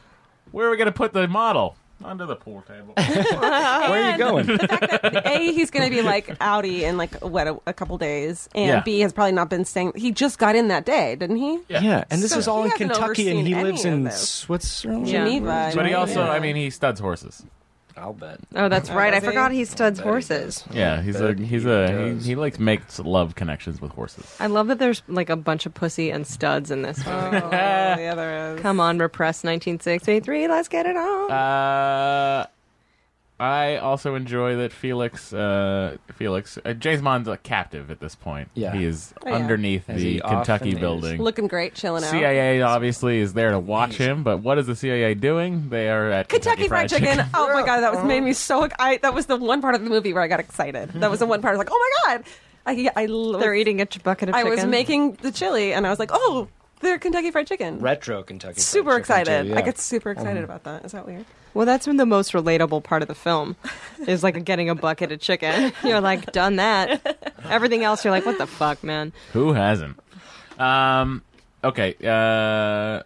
Speaker 3: "Where are we going to put the model?" Under the pool table.
Speaker 2: Where are you going?
Speaker 4: A, he's going to be like outie in like what a, a couple days, and
Speaker 3: Yeah.
Speaker 4: B has probably not been staying. He just got in that day, didn't he?
Speaker 3: Yeah.
Speaker 2: Yeah, and this
Speaker 4: So
Speaker 2: is all
Speaker 4: he
Speaker 2: in
Speaker 4: hasn't
Speaker 2: Kentucky, and
Speaker 4: overseen
Speaker 2: he
Speaker 4: any
Speaker 2: lives
Speaker 4: of
Speaker 2: in
Speaker 4: this.
Speaker 2: Switzerland.
Speaker 4: Geneva, I
Speaker 3: But he
Speaker 4: know.
Speaker 3: also, I mean, he studs horses.
Speaker 2: I'll bet.
Speaker 5: oh, that's right. I
Speaker 4: does he?
Speaker 5: forgot he studs horses.
Speaker 3: Yeah, he's a
Speaker 2: bet
Speaker 3: he's
Speaker 2: he
Speaker 3: a he,
Speaker 2: does.
Speaker 3: he likes makes love connections with horses.
Speaker 5: I love that there's like a bunch of pussy and studs in this movie.
Speaker 4: Oh, the other is.
Speaker 5: Come on, repress 1963. Let's get it on.
Speaker 3: Uh, I also enjoy that Felix uh, Felix uh, James Bond's a captive at this point.
Speaker 2: Yeah.
Speaker 3: he is
Speaker 4: Oh, yeah.
Speaker 3: underneath
Speaker 2: As
Speaker 3: the
Speaker 2: he
Speaker 3: Kentucky
Speaker 2: often is.
Speaker 3: building.
Speaker 4: Looking great, chilling out.
Speaker 3: CIA obviously is there to watch him, but what is the CIA doing? They are at
Speaker 4: Kentucky Fried Chicken. Oh my god, that was made me so. I that was the one part of the movie where I got excited. That was the one part. I was like, oh my god, I I love.
Speaker 5: They're eating a ch- bucket of
Speaker 4: I
Speaker 5: chicken.
Speaker 4: was making the chili, and I was like, oh, they're Kentucky Fried Chicken.
Speaker 2: Retro Kentucky. Fried
Speaker 4: super
Speaker 2: Chicken,
Speaker 4: excited.
Speaker 2: too, yeah. Um,
Speaker 4: I get super excited about that. Is that weird?
Speaker 5: Well, that's when the most relatable part of the film is like getting a bucket of chicken. You're like, done that. Everything else, you're like, what the fuck, man?
Speaker 3: Who hasn't? Um, okay. Uh,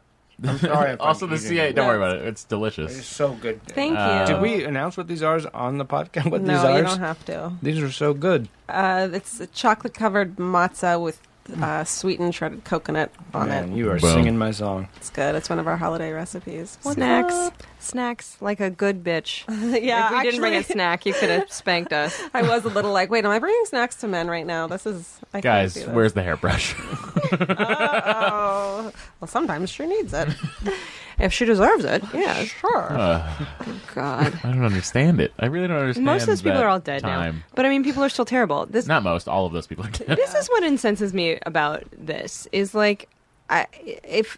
Speaker 2: sorry if I'm
Speaker 3: also, the
Speaker 2: eating
Speaker 3: CIA.
Speaker 2: it.
Speaker 3: Don't worry about it. It's delicious. Uh,
Speaker 2: so good. Uh,
Speaker 4: Thank you.
Speaker 2: Did we announce what these are on the podcast? What these
Speaker 4: No,
Speaker 2: are?
Speaker 4: you don't have to.
Speaker 2: These are so good.
Speaker 4: Uh, it's a chocolate covered matzah with uh, sweetened shredded coconut on
Speaker 2: Hmm. Man,
Speaker 4: it.
Speaker 2: you are
Speaker 3: Boom.
Speaker 2: singing my song.
Speaker 4: It's good. It's one of our holiday recipes.
Speaker 5: snacks. Snacks like a good bitch.
Speaker 4: yeah,
Speaker 5: if we didn't bring a
Speaker 4: actually-
Speaker 5: snack, you could have spanked us.
Speaker 4: I was a little like, wait, am I bringing snacks to men right now? This is I can't
Speaker 3: Guys,
Speaker 4: do this.
Speaker 3: where's the hairbrush?
Speaker 4: Oh, well, sometimes she needs it.
Speaker 5: If she deserves it,
Speaker 4: Yeah, sure.
Speaker 5: God.
Speaker 3: I don't understand it. I really don't Uh, understand.
Speaker 5: Most of those people
Speaker 3: that
Speaker 5: are all dead now.
Speaker 3: time.
Speaker 5: But I mean, people are still terrible. This
Speaker 3: Not most. All of those people are dead.
Speaker 5: this is what incenses me about this is like I, if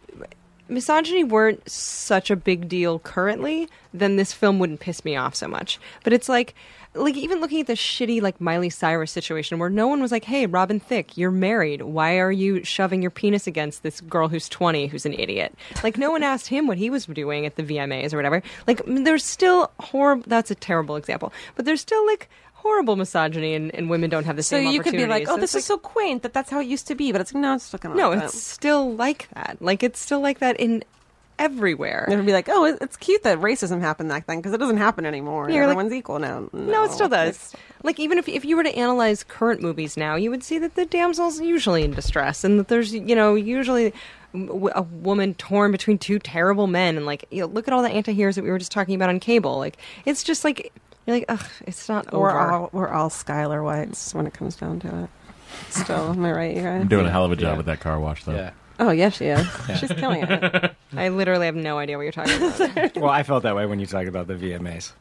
Speaker 5: misogyny weren't such a big deal currently then this film wouldn't piss me off so much but it's like like even looking at the shitty like miley cyrus situation where no one was like hey robin thicke you're married why are you shoving your penis against this girl who's 20 who's an idiot like no one asked him what he was doing at the vmas or whatever like there's still horrible that's a terrible example but there's still like horrible misogyny and, and women don't have the
Speaker 4: So
Speaker 5: same
Speaker 4: you could be like,
Speaker 5: opportunities.
Speaker 4: oh,
Speaker 5: So
Speaker 4: this
Speaker 5: it's
Speaker 4: is so quaint that that's how it used to be, but it's no, it's still kind of
Speaker 5: no,
Speaker 4: like
Speaker 5: it's still like that. Like it's still like that in everywhere.
Speaker 4: That. It would be like, oh, it- it's cute that racism happened back then because it doesn't happen anymore.
Speaker 5: Yeah, you're like-
Speaker 4: Everyone's equal now. No,
Speaker 5: No, it still does.
Speaker 4: it's-
Speaker 5: Like even if if you were to analyze current movies now, you would see that the damsel's usually in distress, and that there's you know usually w- a woman torn between two terrible men, and like you know, look at all the anti-heroes that we were just talking about on cable. Like it's just like you're like, ugh, it's not
Speaker 4: We're
Speaker 5: over.
Speaker 4: all we're all Skylar Whites when it comes down to it. Still, am I right, you guys?
Speaker 3: I'm doing a hell of a job
Speaker 2: Yeah.
Speaker 3: with that car wash, though.
Speaker 2: Yeah.
Speaker 4: Oh yeah, she is. She's killing it.
Speaker 5: I literally have no idea what you're talking about.
Speaker 2: well, I felt that way when you talked about the VMAs.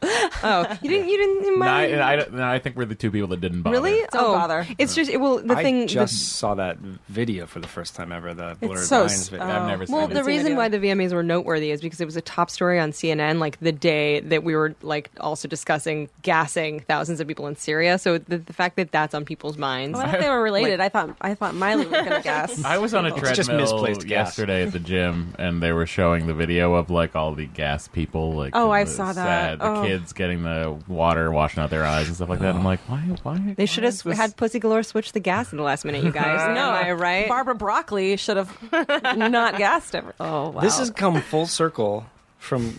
Speaker 5: oh, you didn't you didn't
Speaker 3: No, I,
Speaker 5: mind.
Speaker 3: and I, don't- no, I think we're the two people that didn't bother.
Speaker 5: Really?
Speaker 4: Don't
Speaker 5: oh,
Speaker 4: bother.
Speaker 5: It's just it, well the
Speaker 2: I
Speaker 5: thing the-
Speaker 2: just saw that video for the first time ever. The blurred
Speaker 4: It's so.
Speaker 2: lines
Speaker 4: s-
Speaker 2: video.
Speaker 3: I've never seen
Speaker 5: Well,
Speaker 3: it.
Speaker 5: the
Speaker 3: Haven't
Speaker 5: reason why the VMAs were noteworthy is because it was a top story on CNN, like the day that we were like also discussing gassing thousands of people in Syria. So the, the fact that that's on people's minds.
Speaker 4: Well, I thought they were related. I thought I thought Miley was gonna guess.
Speaker 3: I was on a treadmill
Speaker 2: just misplaced gas.
Speaker 3: yesterday at the gym, and they were showing the video of like all the gas people, like
Speaker 4: Oh,
Speaker 3: and
Speaker 4: I
Speaker 3: the
Speaker 4: saw that.
Speaker 3: sad- the
Speaker 4: Oh.
Speaker 3: kids getting the water washing out their eyes and stuff like that. I'm like, why? Why?
Speaker 5: They should have had Pussy Galore switch the gas in the last minute, you guys. no, am I right?
Speaker 4: Barbara Broccoli should have not gassed ever. Oh wow,
Speaker 2: This has come full circle from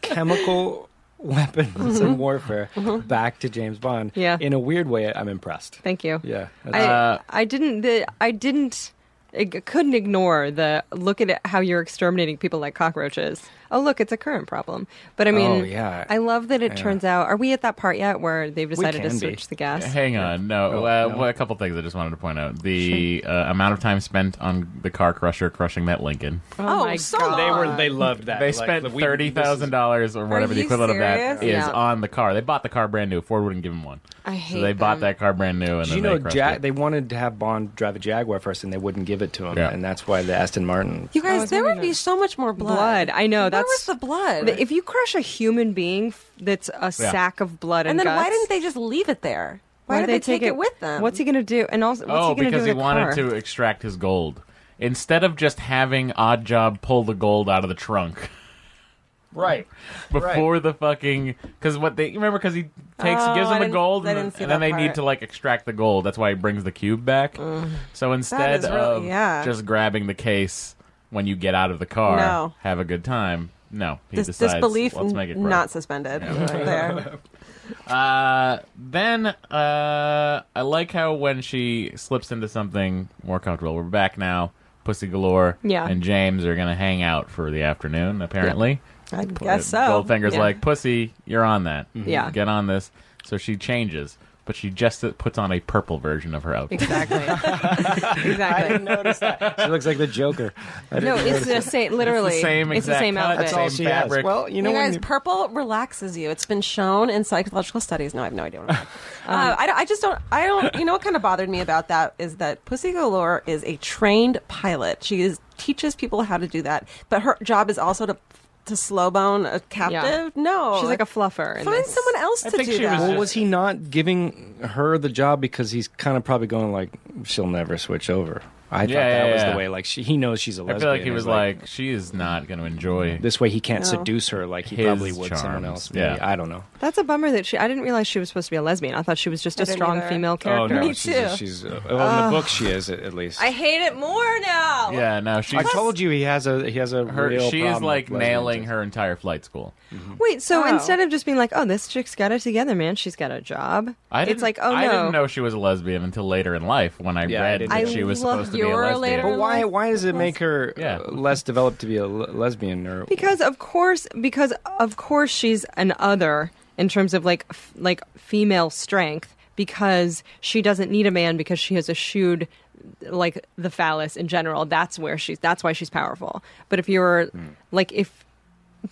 Speaker 2: chemical weapons and warfare back to James Bond.
Speaker 5: Mm-hmm. Yeah.
Speaker 2: In a weird way, I'm impressed.
Speaker 5: Thank you.
Speaker 2: Yeah.
Speaker 5: I,
Speaker 2: that's-
Speaker 3: Uh,
Speaker 5: I didn't. The, I didn't. I couldn't ignore the look at it, how you're exterminating people like cockroaches. oh look, it's a current problem. But I mean,
Speaker 2: Oh, yeah.
Speaker 5: I love that it turns out. Are we at that part yet where they've decided to
Speaker 2: can be.
Speaker 5: switch the gas?
Speaker 3: Hang on,
Speaker 2: Oh,
Speaker 3: no. uh, well, a couple things I just wanted to point out: the uh, amount of time spent on the car crusher crushing that Lincoln.
Speaker 5: Oh, my
Speaker 4: so
Speaker 5: God.
Speaker 2: They were they loved that.
Speaker 3: They
Speaker 2: Like,
Speaker 3: spent
Speaker 2: the- we-
Speaker 3: thirty thousand dollars or whatever the
Speaker 4: you
Speaker 3: equivalent of that is
Speaker 4: serious?
Speaker 5: Yeah.
Speaker 3: on the car. They bought the car brand new. Ford wouldn't give them one.
Speaker 5: I
Speaker 3: so
Speaker 5: hate
Speaker 3: they bought
Speaker 5: them.
Speaker 3: that car brand new, and
Speaker 2: Did
Speaker 3: then
Speaker 2: you know
Speaker 3: they crushed
Speaker 2: Ja-
Speaker 3: it.
Speaker 2: they wanted to have Bond drive a Jaguar first, and they wouldn't give it to him,
Speaker 3: Yeah.
Speaker 2: and that's why the Aston Martin.
Speaker 4: You guys, there would be so much more blood.
Speaker 5: Blood. I know,
Speaker 4: Where
Speaker 5: that's-
Speaker 4: was the blood?
Speaker 5: But If you crush a human being, f- that's a sack of blood and,
Speaker 4: and then why
Speaker 5: guts,
Speaker 4: didn't they just leave it there? Why, did they, take, it, with them?
Speaker 5: What's he going to do? And also, what's
Speaker 3: oh,
Speaker 5: he going to do
Speaker 3: because
Speaker 5: with
Speaker 3: he
Speaker 5: a
Speaker 3: wanted
Speaker 5: car?
Speaker 3: to extract his gold. Instead of just having Odd Job pull the gold out of the trunk
Speaker 2: Right.
Speaker 3: before the fucking because what they you remember because he takes
Speaker 4: Oh,
Speaker 3: gives them
Speaker 4: I
Speaker 3: the
Speaker 4: didn't-
Speaker 3: gold
Speaker 4: I
Speaker 3: and,
Speaker 4: didn't see
Speaker 3: and then
Speaker 4: that
Speaker 3: they need
Speaker 4: part. Mm.
Speaker 3: to like extract the gold. That's why he brings the cube back. So instead
Speaker 4: really-
Speaker 3: of
Speaker 4: yeah.
Speaker 3: just grabbing the case when you get out of the car,
Speaker 4: No.
Speaker 3: have a good time. No, he
Speaker 4: Dis-
Speaker 3: decides.
Speaker 4: disbelief
Speaker 3: Let's make it grow."
Speaker 4: not suspended right there.
Speaker 3: Uh, then uh, I like how when she slips into something more comfortable. We're back now. Pussy Galore
Speaker 5: Yeah.
Speaker 3: and James are gonna hang out for the afternoon. Apparently,
Speaker 4: I guess so.
Speaker 3: Goldfinger's
Speaker 5: Yeah.
Speaker 3: like, "Pussy, you're on that.
Speaker 2: Mm-hmm.
Speaker 5: Yeah.
Speaker 3: get on this." So she changes, but she just puts on a purple version of her outfit.
Speaker 5: Exactly. exactly.
Speaker 2: She looks like the Joker. I
Speaker 5: No,
Speaker 2: didn't
Speaker 5: it's the same. Literally,
Speaker 3: it's the same
Speaker 5: it's the
Speaker 3: exact
Speaker 5: same
Speaker 3: cut,
Speaker 5: outfit.
Speaker 3: same
Speaker 2: she has.
Speaker 3: fabric.
Speaker 2: Well, you know
Speaker 4: You
Speaker 2: when
Speaker 4: guys,
Speaker 2: you-
Speaker 4: purple relaxes you. It's been shown in psychological studies. No, I have no idea. What I'm talking about. uh, I, don't- I just don't. I don't. You know what kind of bothered me about that is that Pussy Galore is a trained pilot. She is teaches people how to do that, but her job is also to to slow bone a captive. No,
Speaker 5: She's like a fluffer. in
Speaker 4: Find
Speaker 5: this.
Speaker 4: someone else
Speaker 3: I
Speaker 4: to
Speaker 3: think
Speaker 4: do
Speaker 3: she was
Speaker 4: that.
Speaker 3: just-
Speaker 2: Well, was he not giving her the job because he's kind of probably going like she'll never switch over? I thought
Speaker 3: Yeah,
Speaker 2: that
Speaker 3: yeah,
Speaker 2: was
Speaker 3: yeah.
Speaker 2: the way. Like she, he knows she's a
Speaker 3: I
Speaker 2: lesbian.
Speaker 3: feel like he
Speaker 2: He's
Speaker 3: was like, "She is not gonna enjoy."
Speaker 2: this way he can't
Speaker 4: No.
Speaker 2: seduce her like he
Speaker 3: His
Speaker 2: probably would someone
Speaker 3: charms,
Speaker 2: else. Maybe.
Speaker 3: yeah.
Speaker 2: I don't know.
Speaker 5: That's a bummer that she. I didn't realize she was supposed to be a lesbian. I thought she was just
Speaker 4: I
Speaker 5: a
Speaker 4: didn't
Speaker 5: strong
Speaker 4: either.
Speaker 5: female character.
Speaker 2: Oh no,
Speaker 4: Me
Speaker 2: she's,
Speaker 4: too.
Speaker 2: she's uh, well, in the book she is at, at least.
Speaker 5: I hate it more now.
Speaker 3: Yeah, no, she's
Speaker 2: I told you he has a he has a
Speaker 3: her.
Speaker 2: real
Speaker 3: She is
Speaker 2: problem
Speaker 3: like
Speaker 2: with Mm-hmm. lesbians.
Speaker 3: nailing her entire flight school.
Speaker 5: Wait, so
Speaker 4: Oh.
Speaker 5: instead of just being like, "Oh, this chick's got it together, man. She's got a job,"
Speaker 3: I didn't,
Speaker 5: it's like, "Oh no,
Speaker 3: I didn't know she was a lesbian until later in life when I
Speaker 2: Yeah, I
Speaker 3: read
Speaker 2: didn't
Speaker 3: that
Speaker 2: know.
Speaker 3: she was
Speaker 5: I love
Speaker 3: supposed to be a
Speaker 5: your
Speaker 3: lesbian.
Speaker 5: later
Speaker 2: But why why does it make her uh,
Speaker 3: Yeah.
Speaker 2: less developed to be a le- lesbian or
Speaker 5: Because of course, because of course, she's an other in terms of like f- like female strength because she doesn't need a man because she has eschewed like the phallus in general. That's where she's. That's why she's powerful. But if you're like if.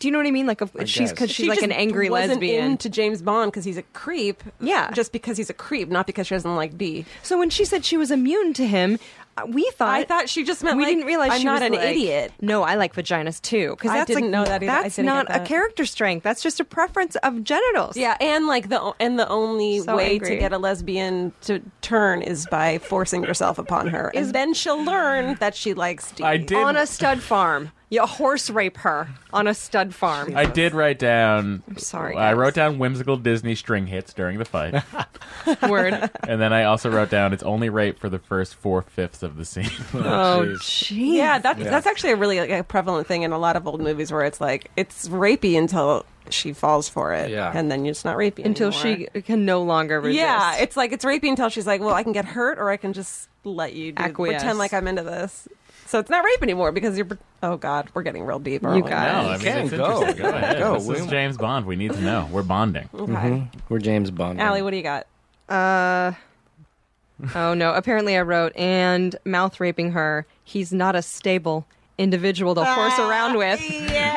Speaker 5: Do you know what I mean? Like, if she's
Speaker 2: guess.
Speaker 5: because she's
Speaker 4: She
Speaker 5: like
Speaker 4: just
Speaker 5: an angry
Speaker 4: wasn't
Speaker 5: lesbian.
Speaker 4: into James Bond because he's a creep.
Speaker 5: Yeah.
Speaker 4: just because he's a creep, not because she doesn't like B.
Speaker 5: so when she said she was immune to him, uh, we thought
Speaker 4: I thought she just meant
Speaker 5: we
Speaker 4: like,
Speaker 5: didn't realize
Speaker 4: I'm
Speaker 5: she
Speaker 4: not
Speaker 5: was
Speaker 4: an
Speaker 5: like,
Speaker 4: idiot.
Speaker 5: No, I like vaginas too. Because
Speaker 4: I
Speaker 5: that's
Speaker 4: didn't
Speaker 5: like,
Speaker 4: know that either. I
Speaker 5: That's
Speaker 4: didn't get
Speaker 5: not a
Speaker 4: that.
Speaker 5: character strength. That's just a preference of genitals.
Speaker 4: Yeah, and like the and the only
Speaker 5: So
Speaker 4: way
Speaker 5: angry.
Speaker 4: to get a lesbian to turn is by forcing yourself upon her, and then she'll learn that she likes. D. Oh,
Speaker 3: I did.
Speaker 5: on a stud farm. You horse rape her on a stud farm.
Speaker 3: I did write down. I'm
Speaker 5: sorry,
Speaker 3: I
Speaker 5: guys.
Speaker 3: wrote down whimsical Disney string hits during the fight,
Speaker 5: Word.
Speaker 3: and then I also wrote down it's only rape for the first four fifths of the scene.
Speaker 5: Oh, jeez.
Speaker 4: Yeah, that's that's actually a really like, a prevalent thing in a lot of old movies where it's like it's rapey until she falls for it,
Speaker 2: Yeah.
Speaker 4: and then it's not rapey
Speaker 5: Until she
Speaker 4: anymore.
Speaker 5: can no longer resist.
Speaker 4: Yeah, it's like it's rapey until she's like, well, I can get hurt or I can just let you do,
Speaker 5: Acquiesce.
Speaker 4: pretend like I'm into this. So it's not rape anymore because you're. Oh God, we're getting real deep.
Speaker 5: You
Speaker 4: aren't we?
Speaker 3: no,
Speaker 5: guys.
Speaker 3: I mean
Speaker 2: Ken,
Speaker 3: it's
Speaker 2: go.
Speaker 3: interesting. Go ahead.
Speaker 2: Go.
Speaker 3: This is
Speaker 2: We-
Speaker 3: James Bond. We need to know. We're bonding.
Speaker 4: Okay.
Speaker 2: we're James Bond?
Speaker 4: Allie, what do you got?
Speaker 5: Uh, oh, no. Apparently, I wrote, and mouth raping her. He's not a stable individual to horse around with.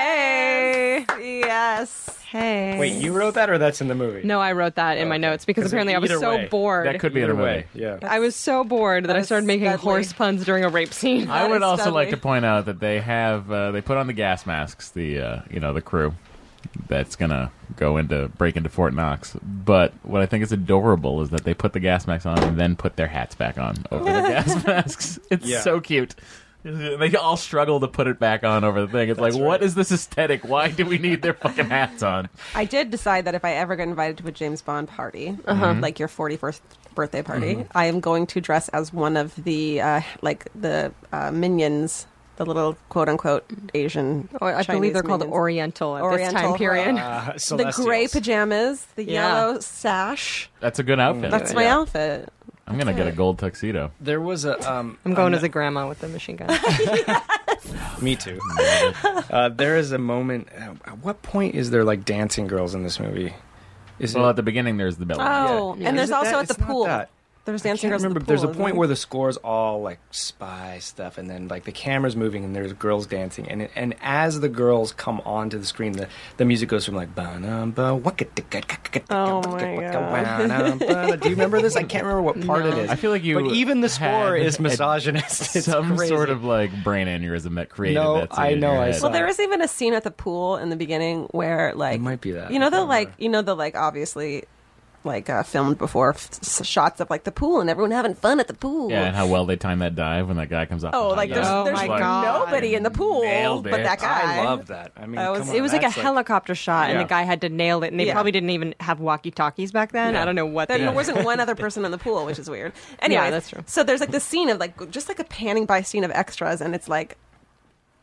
Speaker 5: Hey.
Speaker 4: Yes.
Speaker 5: Hey.
Speaker 2: Wait, you wrote that or that's in the movie?
Speaker 5: No, I wrote that in my notes because apparently I was
Speaker 2: either
Speaker 5: so
Speaker 2: way,
Speaker 5: bored.
Speaker 3: That could be in
Speaker 2: Either way,
Speaker 3: a way.
Speaker 2: yeah.
Speaker 5: I was so bored that I
Speaker 4: That's
Speaker 5: started making
Speaker 4: deadly.
Speaker 5: horse puns during a rape scene.
Speaker 3: I would
Speaker 4: is
Speaker 3: also like
Speaker 4: Dudley.
Speaker 3: to point out that they have uh, they put on the gas masks. The uh, you know the crew that's gonna go into break into Fort Knox. But what I think is adorable is that they put the gas masks on and then put their hats back on over the gas masks. It's
Speaker 2: Yeah.
Speaker 3: so cute. They all struggle to put it back on over the thing. It's like, what is this aesthetic? Why do we need their fucking hats on?
Speaker 4: I did decide that if I ever get invited to a James Bond party, like your 41st birthday party, I am going to dress as one of the uh, like the uh, minions, the little quote unquote Asian.
Speaker 5: Or Oh, I believe
Speaker 4: Chinese
Speaker 5: they're called
Speaker 4: minions.
Speaker 5: Oriental at this time
Speaker 4: Oriental,
Speaker 5: period.
Speaker 2: Uh,
Speaker 4: The gray
Speaker 2: Celestials.
Speaker 4: pajamas, the
Speaker 5: Yeah.
Speaker 4: yellow sash.
Speaker 3: That's a good outfit.
Speaker 4: That's my
Speaker 2: Yeah.
Speaker 4: outfit.
Speaker 3: I'm gonna get a gold tuxedo.
Speaker 2: There was a um,
Speaker 5: I'm going as a grandma with the machine gun.
Speaker 2: Me too. uh, there is a moment. uh, At what point is there like dancing girls in this movie? Is
Speaker 3: Well, at the beginning, there's the belly.
Speaker 4: Oh,
Speaker 2: Yeah.
Speaker 4: and
Speaker 2: Is
Speaker 4: there's
Speaker 2: it
Speaker 4: also
Speaker 2: that?
Speaker 4: at the
Speaker 2: It's not
Speaker 4: pool.
Speaker 2: that.
Speaker 4: There's
Speaker 2: I
Speaker 4: dancing
Speaker 2: can't
Speaker 4: girls.
Speaker 2: remember, but
Speaker 4: at the pool,
Speaker 2: there's a
Speaker 4: isn't
Speaker 2: point
Speaker 4: there?
Speaker 2: where the score's all like spy stuff, and then like the camera's moving, and there's girls dancing, and it, and as the girls come onto the screen, the, the music goes from like ba-na-ba, waka-tika-tika-tika,
Speaker 4: Oh my
Speaker 2: waka-tika,
Speaker 4: God.
Speaker 2: ba-na-ba. Do you remember this? I can't remember what part it is.
Speaker 3: I feel like you
Speaker 2: But even the score
Speaker 3: had
Speaker 2: is
Speaker 3: a-
Speaker 2: misogynist. It's
Speaker 3: Some
Speaker 2: crazy.
Speaker 3: sort of like brain aneurysm that created
Speaker 2: No,
Speaker 3: that. scene
Speaker 2: I
Speaker 3: in
Speaker 2: know,
Speaker 3: your
Speaker 2: I
Speaker 3: head.
Speaker 2: saw
Speaker 4: Well, there was even a scene at the pool in the beginning where, like,
Speaker 2: might be that.
Speaker 4: You know
Speaker 2: I
Speaker 4: the
Speaker 2: can't
Speaker 4: like,
Speaker 2: remember.
Speaker 4: you know the like, obviously, like uh, filmed before f- s- shots of like the pool and everyone having fun at the pool.
Speaker 3: Yeah, and how well they time that dive when that guy comes off.
Speaker 4: Oh,
Speaker 3: the
Speaker 4: like
Speaker 3: dive
Speaker 4: there's,
Speaker 3: bar.
Speaker 5: Oh
Speaker 4: there's
Speaker 5: my
Speaker 4: like,
Speaker 5: God.
Speaker 4: nobody in the pool,
Speaker 3: Nailed
Speaker 4: but
Speaker 3: it.
Speaker 4: that guy.
Speaker 2: I love that. I mean,
Speaker 4: That was-
Speaker 2: come on,
Speaker 5: It was like a
Speaker 2: that's
Speaker 5: helicopter shot, and
Speaker 2: Yeah.
Speaker 5: the guy had to nail it. And they
Speaker 4: Yeah.
Speaker 5: probably didn't even have walkie talkies back then. I don't know what.
Speaker 4: There
Speaker 5: they-
Speaker 4: wasn't one other person in the pool, which is weird. Anyway,
Speaker 5: that's true.
Speaker 4: So there's like this scene of like just like a panning by scene of extras, and it's like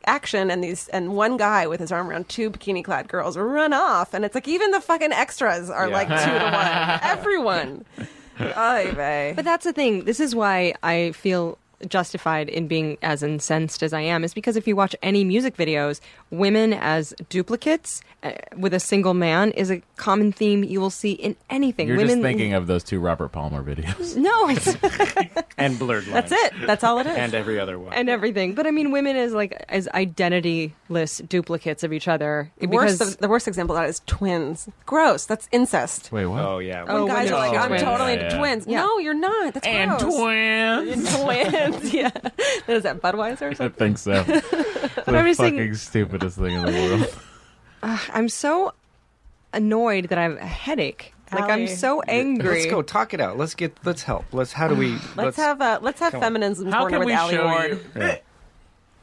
Speaker 4: action and these and one guy with his arm around two bikini clad girls run off, and it's like even the fucking extras are
Speaker 2: Yeah.
Speaker 4: like two to one. Everyone. Oy vey.
Speaker 5: But that's the thing. This is why I feel justified in being as incensed as I am, is because if you watch any music videos, women as duplicates uh, with a single man is a common theme you will see in anything.
Speaker 3: You're just
Speaker 5: women
Speaker 3: thinking of those two Robert Palmer videos.
Speaker 5: No, it's
Speaker 2: and blurred lines.
Speaker 4: that's it. That's all it is.
Speaker 2: And every other one.
Speaker 5: and everything. But I mean, women as like as identityless duplicates of each other.
Speaker 4: the,
Speaker 5: Because
Speaker 4: worst, the, worst example of that is twins. Gross. That's incest.
Speaker 3: Wait, what?
Speaker 2: oh yeah.
Speaker 5: Oh,
Speaker 4: When guys
Speaker 5: when
Speaker 4: are like,
Speaker 5: it's
Speaker 4: I'm
Speaker 5: twins.
Speaker 4: totally
Speaker 3: Yeah,
Speaker 4: into
Speaker 3: yeah.
Speaker 4: twins.
Speaker 5: Yeah.
Speaker 4: No, you're not. That's
Speaker 3: and
Speaker 4: gross.
Speaker 3: twins.
Speaker 4: twins. Yeah. Is that Budweiser or
Speaker 3: I
Speaker 4: something?
Speaker 3: think so.
Speaker 5: I'm
Speaker 3: the
Speaker 5: just
Speaker 3: fucking
Speaker 5: thinking-
Speaker 3: stupidest thing in the world.
Speaker 5: I'm so annoyed that I have a headache. Like I'm
Speaker 4: Allie.
Speaker 5: so angry.
Speaker 2: Let's go talk it out. Let's get. Let's help. Let's. How do we?
Speaker 4: Let's, have a let's have
Speaker 2: come on.
Speaker 4: feminism
Speaker 3: How
Speaker 4: corner
Speaker 3: can
Speaker 4: with
Speaker 3: we
Speaker 4: Allie
Speaker 3: show
Speaker 4: Ward.
Speaker 3: you?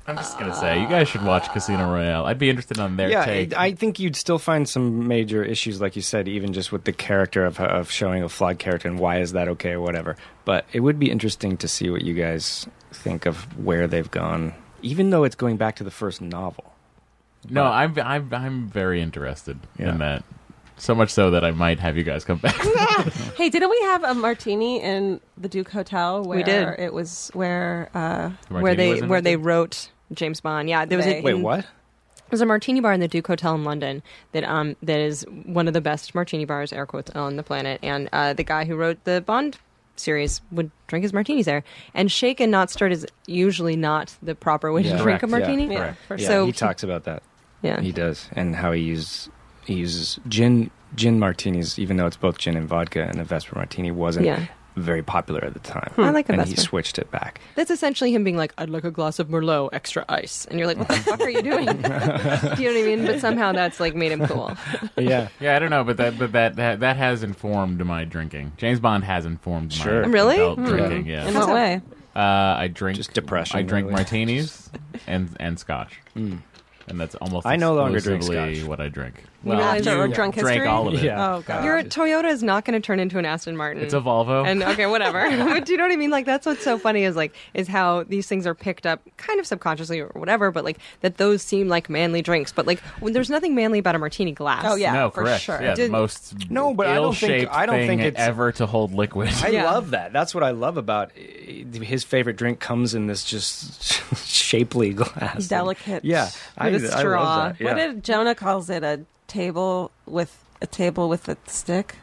Speaker 3: I'm just gonna say, you guys should watch Casino Royale. I'd be interested on their
Speaker 2: yeah,
Speaker 3: take.
Speaker 2: I I think you'd still find some major issues, like you said, even just with the character of, of showing a flawed character and why is that okay or whatever. But it would be interesting to see what you guys think of where they've gone, even though it's going back to the first novel.
Speaker 3: no, I'm, I'm I'm very interested
Speaker 2: Yeah.
Speaker 3: in that. So much so that I might have you guys come back.
Speaker 4: Hey, didn't we have a martini in the Duke Hotel? Where
Speaker 5: did.
Speaker 4: It was where uh,
Speaker 5: where they where they wrote James Bond. Yeah, there was
Speaker 4: They-
Speaker 5: a,
Speaker 2: Wait,
Speaker 5: in-
Speaker 2: what?
Speaker 5: There's a martini bar in the Duke Hotel in London that um that is one of the best martini bars, air quotes, on the planet. And uh, the guy who wrote the Bond series would drink his martinis there. And shake and not stirred is usually not the proper way
Speaker 2: Yeah.
Speaker 5: to drink
Speaker 3: Correct,
Speaker 5: a martini.
Speaker 4: yeah,
Speaker 2: Correct.
Speaker 4: for
Speaker 2: Yeah,
Speaker 5: So Oh.
Speaker 2: he talks about that.
Speaker 5: yeah.
Speaker 2: He does, and how he uses he uses gin gin martinis, even though it's both gin and vodka, and a Vesper martini wasn't
Speaker 5: Yeah. Hmm.
Speaker 2: very popular at the time.
Speaker 5: I like a
Speaker 2: and he
Speaker 5: Vesper.
Speaker 2: switched it back.
Speaker 5: That's essentially him being like, I'd like a glass of Merlot, extra ice. And you're like, what the fuck are you doing? Do you know what I mean? But somehow that's like made him cool.
Speaker 2: yeah.
Speaker 3: Yeah, I don't know, but that but that, that that has informed my drinking. James Bond has informed
Speaker 2: Sure.
Speaker 3: my
Speaker 5: Really?
Speaker 3: adult
Speaker 5: Hmm.
Speaker 3: drinking.
Speaker 4: in
Speaker 3: Yeah,
Speaker 4: what way?
Speaker 3: uh, I drink
Speaker 2: Just depression,
Speaker 3: I
Speaker 2: really.
Speaker 3: drink
Speaker 2: Hmm.
Speaker 3: martinis and and scotch, and that's almost
Speaker 2: I no longer drink
Speaker 3: exclusively
Speaker 2: scotch.
Speaker 3: what I drink.
Speaker 5: Well, realize-
Speaker 4: After
Speaker 5: you
Speaker 4: or
Speaker 3: drank
Speaker 4: drunk history.
Speaker 3: all of it.
Speaker 2: Yeah.
Speaker 4: Oh god.
Speaker 5: Your Toyota is not going to turn into an Aston Martin.
Speaker 3: It's a Volvo.
Speaker 5: and okay, whatever. but do you know what I mean? Like that's what's so funny is like is how these things are picked up kind of subconsciously or whatever, but like that those seem like manly drinks. But like when there's nothing manly about a martini glass.
Speaker 4: oh yeah,
Speaker 3: no,
Speaker 4: for
Speaker 3: correct.
Speaker 4: sure.
Speaker 3: Yeah, the
Speaker 5: Did-
Speaker 3: most
Speaker 2: No, but I don't think-
Speaker 3: ill-shaped
Speaker 2: I don't
Speaker 3: thing
Speaker 2: think it's-
Speaker 3: ever to hold liquid.
Speaker 2: I
Speaker 5: Yeah.
Speaker 2: love that. That's what I love about uh, his favorite drink comes in this just shapely glass,
Speaker 4: Delicate.
Speaker 2: Yeah, I,
Speaker 5: With a
Speaker 2: I
Speaker 5: straw.
Speaker 2: love that. Yeah.
Speaker 4: What did Jonah calls it a table with a table with a stick?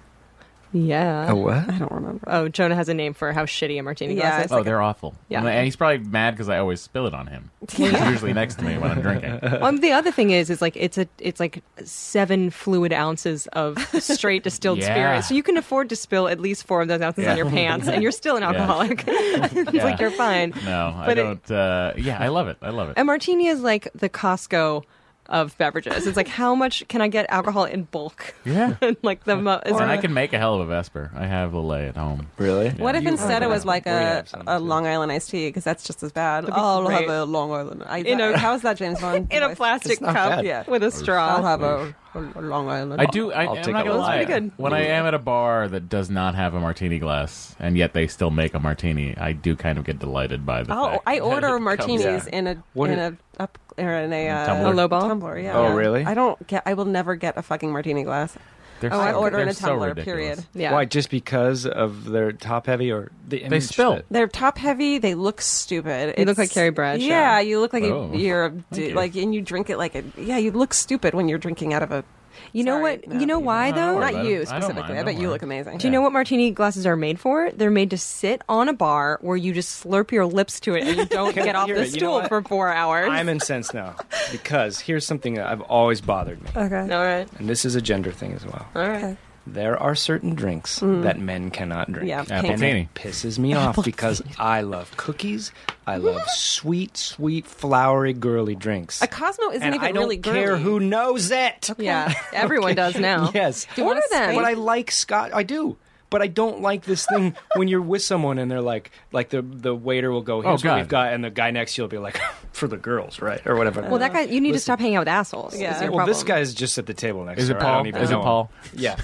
Speaker 5: Yeah.
Speaker 2: a
Speaker 5: Oh.
Speaker 2: what?
Speaker 4: I don't remember.
Speaker 5: Jonah has a name for how shitty a martini
Speaker 4: Yeah,
Speaker 5: glass
Speaker 4: it's
Speaker 5: is.
Speaker 3: oh, they're awful.
Speaker 5: Yeah.
Speaker 3: and he's probably mad because I always spill it on him. He's usually next to me when I'm drinking.
Speaker 5: Um, the other thing is, is like it's a it's like seven fluid ounces of straight distilled
Speaker 3: Yeah.
Speaker 5: spirit, so you can afford to spill at least four of those ounces
Speaker 3: Yeah.
Speaker 5: on your pants, and you're still an alcoholic. it's
Speaker 3: Yeah.
Speaker 5: like you're fine.
Speaker 3: No, I
Speaker 5: But it-
Speaker 3: don't. uh, yeah, I love it. I love it.
Speaker 5: A martini is like the Costco of beverages. It's like how much can I get alcohol in bulk?
Speaker 3: yeah.
Speaker 5: and like the mo- is
Speaker 3: and I can make a hell of a Vesper. I have Lillet at home.
Speaker 2: Really?
Speaker 4: What if
Speaker 2: You Oh,
Speaker 4: instead it was like
Speaker 2: We
Speaker 4: a,
Speaker 2: have some,
Speaker 4: a
Speaker 2: too.
Speaker 4: Long Island iced tea? Because that's just as bad.
Speaker 5: be
Speaker 4: I'll
Speaker 5: great.
Speaker 4: have a Long Island. I,
Speaker 5: In a-
Speaker 4: how is that James Bond?
Speaker 5: in a
Speaker 4: voice?
Speaker 5: plastic
Speaker 2: It's not
Speaker 5: cup
Speaker 2: bad.
Speaker 4: Yeah.
Speaker 5: with a straw.
Speaker 4: I'll have a, a Long Island.
Speaker 3: I do. I,
Speaker 2: I'll
Speaker 3: am
Speaker 2: take
Speaker 3: not
Speaker 2: a
Speaker 3: gonna
Speaker 2: Lillet.
Speaker 3: lie.
Speaker 2: That's pretty
Speaker 5: good.
Speaker 3: When I am at a bar that does not have a martini glass, and yet they still make a martini, I do kind of get delighted by the.
Speaker 4: Oh,
Speaker 3: fact
Speaker 4: I
Speaker 3: that
Speaker 4: order
Speaker 3: it
Speaker 4: martinis
Speaker 3: comes-
Speaker 4: in a
Speaker 2: What
Speaker 4: in
Speaker 2: i-
Speaker 4: a up or in a, uh,
Speaker 3: tumbler?
Speaker 5: A low ball?
Speaker 4: tumbler. Yeah.
Speaker 2: Oh, really?
Speaker 4: I don't get. I will never get a fucking martini glass.
Speaker 3: They're
Speaker 4: Oh, I
Speaker 3: so-
Speaker 4: order in
Speaker 3: they're
Speaker 4: a
Speaker 3: so
Speaker 4: tumbler,
Speaker 3: ridiculous.
Speaker 4: period.
Speaker 5: Yeah.
Speaker 2: Why? Just because of their top heavy or the image?
Speaker 3: spill.
Speaker 2: that-
Speaker 4: They're top heavy. They look stupid.
Speaker 5: You look
Speaker 4: It's-
Speaker 5: like Carrie Bradshaw.
Speaker 4: Yeah, you look like
Speaker 3: Oh,
Speaker 4: a, you're a
Speaker 3: thank
Speaker 4: d-
Speaker 3: you.
Speaker 4: like, and you drink it like a. Yeah, you look stupid when you're drinking out of a.
Speaker 5: You know
Speaker 4: Sorry,
Speaker 5: what?
Speaker 4: no.
Speaker 5: You know why
Speaker 3: No, don't
Speaker 5: though?
Speaker 3: worry
Speaker 5: Not
Speaker 3: about
Speaker 5: you.
Speaker 3: it.
Speaker 4: you
Speaker 3: I don't
Speaker 4: specifically.
Speaker 3: mind,
Speaker 4: I, bet
Speaker 3: don't
Speaker 4: you
Speaker 3: worry.
Speaker 4: look amazing.
Speaker 5: Do you know what martini glasses are made for? They're made to sit on a bar where you just slurp your lips to it and you don't
Speaker 2: Can-
Speaker 5: get off
Speaker 2: you're
Speaker 5: the
Speaker 2: right. You know
Speaker 5: stool
Speaker 2: what?
Speaker 5: for four hours.
Speaker 2: I'm incensed now because here's something that I've always bothered me,
Speaker 4: Okay.
Speaker 5: All right.
Speaker 2: and this is a gender thing as well.
Speaker 5: All right.
Speaker 2: There are certain drinks that men cannot drink.
Speaker 4: Mm. Yeah,
Speaker 3: Apple
Speaker 2: and
Speaker 3: teeny.
Speaker 2: it pisses me off because I love cookies. I love sweet, sweet, flowery, girly drinks.
Speaker 4: A Cosmo isn't
Speaker 2: and
Speaker 4: even
Speaker 2: I don't
Speaker 4: really girly.
Speaker 2: care who knows it.
Speaker 5: Yeah. Everyone does now.
Speaker 2: Yes.
Speaker 5: Do you want
Speaker 4: Order them.
Speaker 2: But I like Scott. I do. But I don't like this thing when you're with someone and they're like, like the the waiter will go, here's
Speaker 3: Oh, God.
Speaker 2: what we've got, and the guy next to you'll be like, for the girls, right, or whatever.
Speaker 5: Well, that guy, you need to
Speaker 2: Listen.
Speaker 5: stop hanging out with assholes.
Speaker 4: Yeah.
Speaker 5: Is your
Speaker 2: well, this
Speaker 5: problem.
Speaker 2: guy's just at the table next.
Speaker 3: Is
Speaker 2: to
Speaker 3: it
Speaker 2: her. I
Speaker 3: Paul?
Speaker 2: don't even
Speaker 3: Is it
Speaker 2: know him.
Speaker 3: Paul?
Speaker 2: Yeah.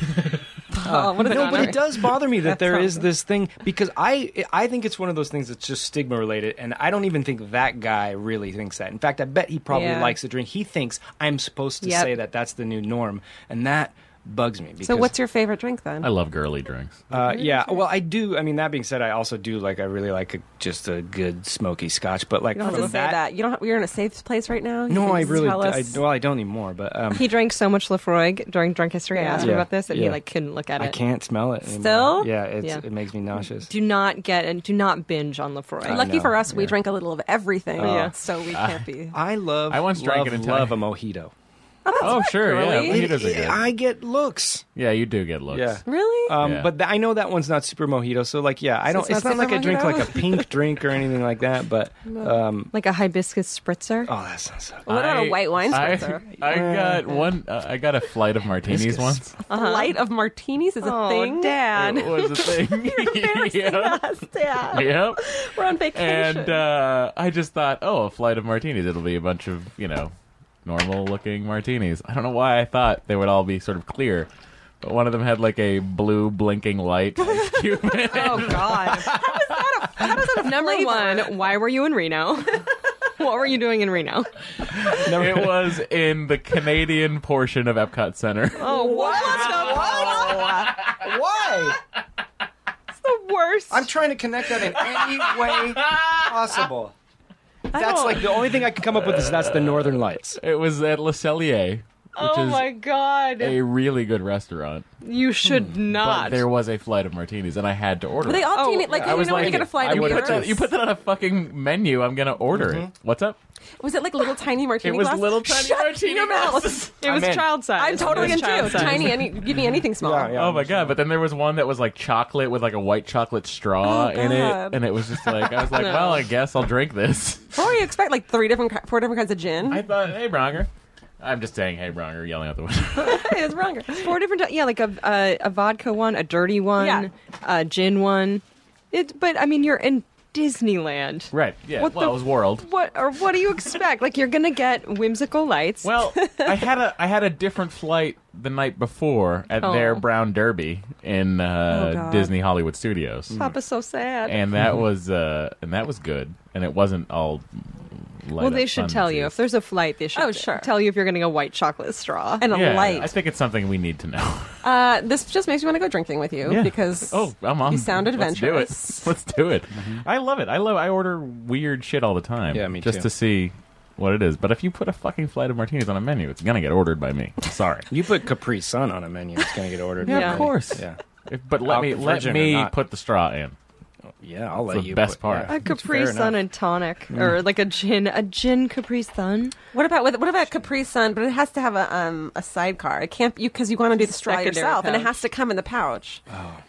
Speaker 5: Oh, what an
Speaker 2: no, but
Speaker 5: honor.
Speaker 2: it does bother me that there is
Speaker 4: sounds-
Speaker 2: this thing because I I think it's one of those things that's just stigma related, and I don't even think that guy really thinks that. In fact, I bet he probably
Speaker 4: Yeah.
Speaker 2: likes the drink. He thinks I'm supposed to
Speaker 5: Yep.
Speaker 2: say that that's the new norm, and that bugs me. Because,
Speaker 4: So what's your favorite drink then?
Speaker 3: I love girly drinks.
Speaker 2: Uh, yeah, well, I do. I mean, that being said, I also do like. I really like a, just a good smoky Scotch, but like
Speaker 4: you don't have
Speaker 2: from
Speaker 4: to say that. You don't. Have, we're in a safe place right now. You
Speaker 2: No,
Speaker 4: can
Speaker 2: I
Speaker 4: just
Speaker 2: really.
Speaker 4: tell
Speaker 2: I,
Speaker 4: us.
Speaker 2: well, I don't anymore, but um,
Speaker 5: He drank so much Lefroy during Drunk History. I
Speaker 4: Yeah.
Speaker 5: asked him
Speaker 2: Yeah.
Speaker 5: about this, and he
Speaker 2: Yeah.
Speaker 5: like couldn't look at it.
Speaker 2: I can't smell it. Anymore.
Speaker 4: Still?
Speaker 2: yeah, it's,
Speaker 5: Yeah.
Speaker 2: it makes me nauseous.
Speaker 5: Do not get and do not binge on Lefroy.
Speaker 2: I
Speaker 4: Lucky
Speaker 2: know,
Speaker 4: for us, we
Speaker 2: yeah.
Speaker 4: drink a little of everything.
Speaker 3: Oh,
Speaker 5: Yeah.
Speaker 4: So we can't be.
Speaker 2: I love.
Speaker 3: I once drank
Speaker 2: love,
Speaker 3: it in
Speaker 2: love a
Speaker 3: Thai.
Speaker 2: mojito.
Speaker 3: oh, sure.
Speaker 4: girly.
Speaker 3: Yeah. Mojitos are good.
Speaker 2: I get looks.
Speaker 3: Yeah, you do get looks.
Speaker 2: Yeah.
Speaker 4: Really?
Speaker 2: Um,
Speaker 3: Yeah.
Speaker 2: But th- I know that one's not super mojito, so like, yeah, I
Speaker 4: So
Speaker 2: don't.
Speaker 4: it's
Speaker 2: it's
Speaker 4: not
Speaker 2: not like
Speaker 4: super
Speaker 2: I drink
Speaker 4: mojito?
Speaker 2: like a pink drink or anything like that. But um,
Speaker 5: Like a hibiscus spritzer.
Speaker 2: oh, that sounds so. Good.
Speaker 4: What about a
Speaker 3: I-
Speaker 4: white wine
Speaker 3: I,
Speaker 4: spritzer?
Speaker 3: I got one. Uh, I got a flight of martinis
Speaker 2: Hibiscus.
Speaker 3: once.
Speaker 4: The light of martinis is a
Speaker 5: Uh-huh. Oh,
Speaker 4: thing.
Speaker 5: Dad.
Speaker 3: It was a thing. yeah.
Speaker 4: Yes, Dad.
Speaker 3: Yep.
Speaker 4: We're on vacation.
Speaker 3: And uh, I just thought, oh, a flight of martinis. It'll be a bunch of you know normal looking martinis. I don't know why I thought they would all be sort of clear. But one of them had like a blue blinking light cube in it.
Speaker 5: Oh God! Number one, why were you in Reno? what were you doing in Reno?
Speaker 3: It was in the Canadian portion of Epcot Center.
Speaker 5: Oh, what?
Speaker 2: Why?
Speaker 5: the worst.
Speaker 2: I'm trying to connect that in any way possible. That's like the only thing I can come up with is that's the Northern Lights.
Speaker 3: It was at Le Cellier, which
Speaker 5: oh
Speaker 3: is
Speaker 5: my God!
Speaker 3: a really good restaurant.
Speaker 5: you
Speaker 2: Hmm.
Speaker 5: should
Speaker 3: But
Speaker 5: not.
Speaker 3: there was a flight of martinis, and I had to order.
Speaker 4: But they
Speaker 3: it.
Speaker 4: all
Speaker 5: Oh,
Speaker 4: came in, like,
Speaker 3: I
Speaker 4: you
Speaker 3: was
Speaker 4: know, when
Speaker 3: like,
Speaker 4: you get a flight
Speaker 3: I
Speaker 4: of
Speaker 3: would put that,
Speaker 4: martinis.
Speaker 3: you put that on a fucking menu. I'm gonna order it. What's up?
Speaker 4: Was it like little tiny
Speaker 3: It
Speaker 4: martini
Speaker 3: was
Speaker 4: Mm-hmm. glass?
Speaker 3: little tiny
Speaker 4: Shut
Speaker 3: martini
Speaker 4: your
Speaker 3: glasses.
Speaker 4: mouth.
Speaker 5: it was
Speaker 2: I'm in.
Speaker 5: child size.
Speaker 4: I'm totally
Speaker 5: It
Speaker 4: in
Speaker 5: was child
Speaker 4: too.
Speaker 5: size.
Speaker 4: Tiny, any, give me anything small.
Speaker 2: Yeah, yeah.
Speaker 3: Oh my god! But then there was one that was like chocolate with like a white chocolate straw
Speaker 4: Oh,
Speaker 3: in it,
Speaker 4: God.
Speaker 3: and it was just like I was like, well, I guess I'll drink this.
Speaker 4: What were you expect? Like three different, ki- four different kinds of gin.
Speaker 3: I thought, hey, Bronger. I'm just saying, hey, Bronger, yelling out the window.
Speaker 4: Hey, it's wrong.
Speaker 5: Four different, yeah, like a, a a vodka one, a dirty one,
Speaker 4: Yeah.
Speaker 5: a gin one. It, but I mean, you're in Disneyland,
Speaker 3: right? Yeah.
Speaker 5: What
Speaker 3: well,
Speaker 5: the-
Speaker 3: it was World.
Speaker 5: What or what do you expect? like you're gonna get whimsical lights.
Speaker 3: Well, I had a I had a different flight the night before at
Speaker 5: Oh.
Speaker 3: their Brown Derby in
Speaker 4: Oh,
Speaker 3: uh,
Speaker 4: God.
Speaker 3: Disney Hollywood Studios.
Speaker 5: Papa's so sad.
Speaker 3: and that was uh and that was good and it wasn't all light
Speaker 5: well,
Speaker 3: up
Speaker 5: they should
Speaker 3: fun
Speaker 5: tell you
Speaker 3: disease.
Speaker 5: if there's a flight. They should
Speaker 4: Oh, sure.
Speaker 5: tell you if you're getting a white chocolate straw.
Speaker 4: And a
Speaker 3: yeah, I
Speaker 4: light.
Speaker 3: think it's something we need to know.
Speaker 4: Uh, this just makes me want to go drinking with you
Speaker 3: Yeah.
Speaker 4: because
Speaker 3: oh, I'm on.
Speaker 4: you sound
Speaker 3: Let's
Speaker 4: adventurous.
Speaker 3: do it. Let's do it. I love it. I love. I order weird shit all the
Speaker 2: Mm-hmm.
Speaker 3: time.
Speaker 2: Yeah, me
Speaker 3: Just
Speaker 2: too.
Speaker 3: to see what it is. But if you put a fucking flight of martinis on a menu, it's gonna get ordered by me. Sorry.
Speaker 2: You put Capri Sun on a menu, it's gonna get ordered.
Speaker 3: yeah,
Speaker 2: by
Speaker 3: of
Speaker 2: me.
Speaker 3: course.
Speaker 2: Yeah,
Speaker 3: If- but let me
Speaker 2: Alka-
Speaker 3: let
Speaker 2: virgin or
Speaker 3: me
Speaker 2: not.
Speaker 3: put the straw in.
Speaker 2: yeah. I'll
Speaker 3: It's
Speaker 2: let
Speaker 3: the
Speaker 2: you.
Speaker 3: best
Speaker 2: put-
Speaker 3: part.
Speaker 2: yeah.
Speaker 5: a Capri
Speaker 2: Fair
Speaker 5: Sun
Speaker 2: enough.
Speaker 5: and tonic, or like a gin, a gin Capri Sun.
Speaker 4: What about with, what about Capri Sun? But it has to have a um a sidecar. It can't you because you want to do the straw
Speaker 5: Secondary
Speaker 4: yourself, and it
Speaker 5: pouch.
Speaker 4: has to come in the pouch.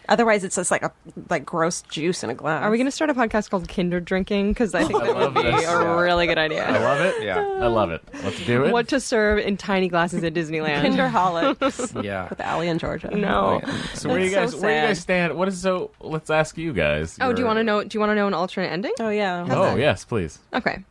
Speaker 4: Otherwise, it's just like a like gross juice in a glass.
Speaker 5: Are we gonna start a podcast called Kinder Drinking? Because I think that
Speaker 3: love
Speaker 5: would be
Speaker 3: this.
Speaker 5: a really good
Speaker 3: I
Speaker 5: idea.
Speaker 3: love it.
Speaker 2: Yeah.
Speaker 3: I love it. Let's do it.
Speaker 5: What to serve in tiny glasses at Disneyland.
Speaker 4: Kinderholics
Speaker 2: Yeah.
Speaker 4: with Allie and Georgia?
Speaker 5: No.
Speaker 3: so where do you
Speaker 4: That's
Speaker 3: guys
Speaker 4: so
Speaker 3: where do you guys
Speaker 4: sad.
Speaker 3: stand? What is so? Let's ask you guys.
Speaker 5: Oh, do you
Speaker 3: your-
Speaker 5: want to know? Do you want to know an alternate ending?
Speaker 4: Oh yeah.
Speaker 3: Oh yes, please.
Speaker 5: Okay.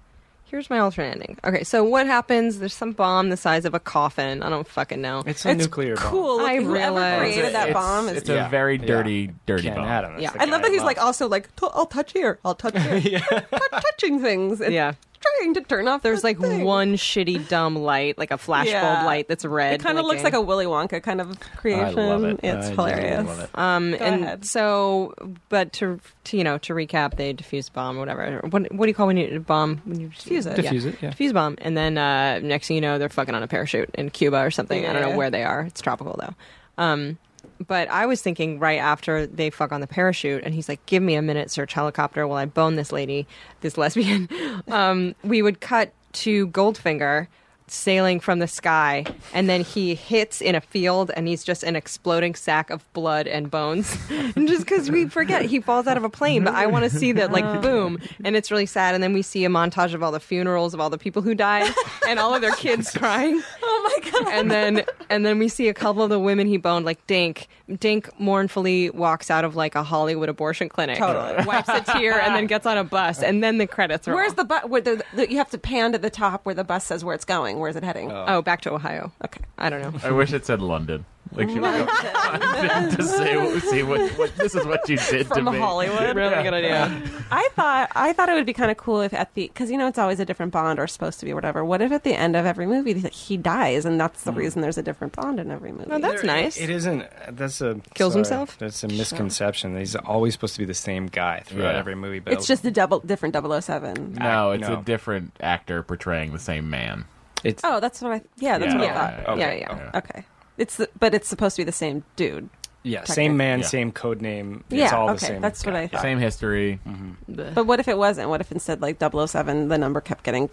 Speaker 5: Here's my alternate ending. Okay, so what happens? There's some bomb the size of a coffin. I don't fucking know.
Speaker 2: It's a nuclear bomb.
Speaker 4: Cool.
Speaker 5: I
Speaker 4: Whoever
Speaker 5: realize.
Speaker 4: created
Speaker 5: It's-
Speaker 4: that bomb is.
Speaker 3: It's
Speaker 2: Yeah.
Speaker 3: a very
Speaker 2: Yeah.
Speaker 3: dirty, dirty
Speaker 2: Ken
Speaker 3: bomb.
Speaker 2: Adam, that's
Speaker 5: Yeah.
Speaker 2: the
Speaker 4: I love
Speaker 2: guy
Speaker 4: that he's like
Speaker 2: love.
Speaker 4: also like "T- I'll touch here, I'll touch here, Tou- touching things. It's
Speaker 5: yeah.
Speaker 4: trying to turn off.
Speaker 1: There's
Speaker 4: the
Speaker 1: like
Speaker 4: thing.
Speaker 1: one shitty dumb light, like a flashbulb
Speaker 4: Yeah.
Speaker 1: light that's red.
Speaker 4: It kind of looks like a Willy Wonka kind of
Speaker 2: I
Speaker 4: creation.
Speaker 2: love it.
Speaker 4: It's
Speaker 2: I just
Speaker 4: hilarious. Uh,
Speaker 2: love it.
Speaker 1: Um,
Speaker 4: Go
Speaker 1: and
Speaker 4: ahead.
Speaker 1: so, but to, to you know, to recap, they defuse bomb, whatever. What, what do you call when you bomb when you defuse it?
Speaker 2: Defuse
Speaker 1: yeah.
Speaker 2: it, yeah.
Speaker 1: Defuse bomb, and then uh, next thing you know, they're fucking on a parachute in Cuba or something. I don't know
Speaker 4: Yeah.
Speaker 1: where they are. It's tropical though. Um, but I was thinking right after they fuck on the parachute, and he's like, "Give me a minute, search helicopter, while I bone this lady, this lesbian." Um, we would cut to Goldfinger sailing from the sky, and then he hits in a field, and he's just an exploding sack of blood and bones. and just because we forget, he falls out of a plane, but I want to see that like boom, and it's really sad. And then we see a montage of all the funerals of all the people who died and all of their kids crying
Speaker 4: Oh my god!
Speaker 1: and then and then we see a couple of the women he boned, like Dink. Dink mournfully walks out of like a Hollywood abortion clinic,
Speaker 4: Totally.
Speaker 1: wipes a tear, and then gets on a bus, and then the credits roll.
Speaker 4: Where's the bus? Where the, the, you have to pan to the top where the bus says where it's going. Where's it heading?
Speaker 1: oh back to Ohio?
Speaker 4: Okay.
Speaker 1: I don't know.
Speaker 3: I wish it said London. Like she was to say, what, see what, what this is what you did
Speaker 4: From
Speaker 3: to me.
Speaker 4: Hollywood.
Speaker 1: Really good idea.
Speaker 4: I thought I thought it would be kind of cool if at the because you know it's always a different Bond or supposed to be or whatever. What if at the end of every movie that he dies and that's the reason there's a different Bond in every movie?
Speaker 1: No, that's nice.
Speaker 2: It isn't. That's a
Speaker 1: Kills
Speaker 2: sorry,
Speaker 1: himself?
Speaker 2: That's a misconception. He's always supposed to be the same guy throughout
Speaker 3: Yeah.
Speaker 2: every movie. But
Speaker 4: it's just a double oh different 007.
Speaker 3: No, it's
Speaker 2: No.
Speaker 3: a different actor portraying the same man.
Speaker 2: it's
Speaker 4: Oh, that's what I yeah that's
Speaker 3: Yeah,
Speaker 4: what
Speaker 3: yeah,
Speaker 4: I thought.
Speaker 3: yeah,
Speaker 1: yeah,
Speaker 2: okay.
Speaker 1: yeah.
Speaker 3: yeah.
Speaker 4: Okay, it's the, but it's supposed to be the same dude.
Speaker 2: yeah, same man,
Speaker 3: Yeah.
Speaker 2: same code name.
Speaker 4: yeah,
Speaker 2: it's all
Speaker 4: okay,
Speaker 2: the same.
Speaker 4: that's what I thought.
Speaker 3: Same history.
Speaker 2: Mm-hmm.
Speaker 4: But what if it wasn't? What if instead like 007, the number kept getting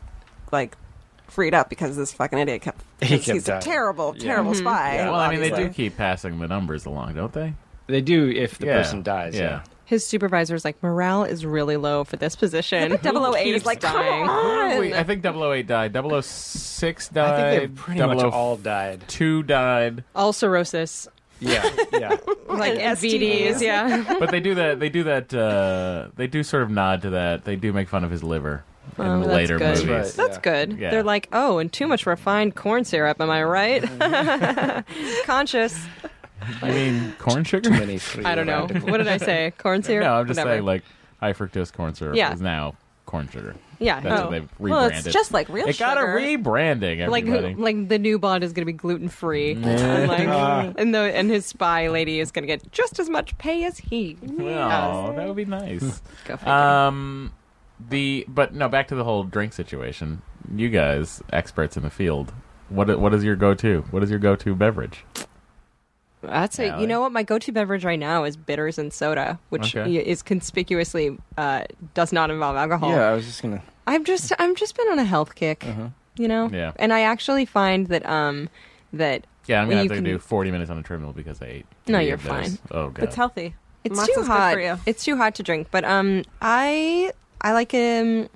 Speaker 4: like freed up because this fucking idiot kept.
Speaker 2: He
Speaker 4: because he's
Speaker 2: kept
Speaker 4: a
Speaker 2: dying.
Speaker 4: terrible, terrible spy.
Speaker 3: Mm-hmm. Well, I mean, they do
Speaker 4: obviously.
Speaker 3: keep passing the numbers along, don't they?
Speaker 2: They do if the
Speaker 3: Yeah.
Speaker 2: person dies. Yeah.
Speaker 1: His supervisor's like morale is really low for this position.
Speaker 4: But 008 is
Speaker 1: Keeps
Speaker 4: like,
Speaker 1: dying.
Speaker 4: come on.
Speaker 3: Wait, I think 008 died. 006
Speaker 2: I
Speaker 3: died.
Speaker 2: think they've pretty much all died.
Speaker 3: 002 died.
Speaker 1: Ulcerosis,
Speaker 2: Yeah, yeah.
Speaker 1: like
Speaker 4: And
Speaker 1: and VDs.
Speaker 4: STDs.
Speaker 1: Yeah.
Speaker 3: But they do that. They do that. Uh, they do sort of nod to that. They do make fun of his liver in
Speaker 1: Oh,
Speaker 3: the
Speaker 1: that's
Speaker 3: later
Speaker 1: good.
Speaker 3: movies.
Speaker 2: Right.
Speaker 1: That's good.
Speaker 3: Yeah.
Speaker 1: They're like, oh, and too much refined corn syrup. Am I right? Conscious.
Speaker 3: I mean, corn sugar.
Speaker 2: Too many free
Speaker 1: I don't know.
Speaker 2: radicals.
Speaker 1: What did I say? Corn syrup?
Speaker 3: No, I'm just
Speaker 1: Whatever.
Speaker 3: saying like high fructose corn syrup
Speaker 1: Yeah.
Speaker 3: is now corn sugar.
Speaker 1: Yeah. Oh.
Speaker 3: That's
Speaker 1: no.
Speaker 3: what they've
Speaker 4: well,
Speaker 3: rebranded.
Speaker 4: it's just like real
Speaker 3: it got a
Speaker 4: sugar.
Speaker 3: rebranding.
Speaker 1: like
Speaker 3: Everybody.
Speaker 1: like the new bond is going to be gluten free.
Speaker 3: Yeah. Ah.
Speaker 1: like, and the and his spy lady is going to get just as much pay as he.
Speaker 3: Wow, that would be nice.
Speaker 1: Go figure.
Speaker 3: um, the but no, back to the whole drink situation. You guys, experts in the field, what i- what is your go to? What is your go to beverage?
Speaker 1: That's it.
Speaker 3: Allie?
Speaker 1: You know what? My go-to beverage right now is bitters and soda, which
Speaker 3: Okay.
Speaker 1: i- is conspicuously uh, does not involve alcohol.
Speaker 2: Yeah, I was just gonna. uh-huh.
Speaker 1: I've just I'm just been on a health kick, you
Speaker 4: Oh.
Speaker 1: know.
Speaker 3: Yeah.
Speaker 1: And I actually find that um that
Speaker 3: Yeah, I'm gonna
Speaker 1: Well,
Speaker 3: have
Speaker 1: you
Speaker 3: to
Speaker 1: can-
Speaker 3: do 40 minutes on a treadmill because I ate.
Speaker 1: No,
Speaker 3: three
Speaker 1: you're
Speaker 3: of those.
Speaker 1: fine.
Speaker 3: Oh god,
Speaker 4: It's healthy.
Speaker 1: It's
Speaker 4: Matza's
Speaker 1: too
Speaker 4: good
Speaker 1: hot.
Speaker 4: for you.
Speaker 1: It's too hot to drink. But um, I I like um,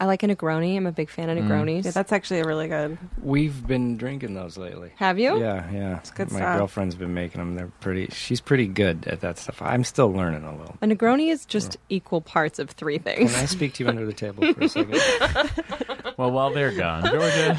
Speaker 1: I like a Negroni. I'm a big fan of
Speaker 3: Mm.
Speaker 1: Negronis.
Speaker 4: Yeah, that's actually really good.
Speaker 2: We've been drinking those lately.
Speaker 1: Have you?
Speaker 2: Yeah, yeah. It's
Speaker 4: good
Speaker 2: My
Speaker 4: stuff.
Speaker 2: girlfriend's been making them. They're pretty. She's pretty good at that stuff. I'm still learning a little.
Speaker 1: A Negroni is just equal parts of three
Speaker 2: Can
Speaker 1: things.
Speaker 2: I speak to you under the table for a second?
Speaker 3: Well, while they're gone, Georgia,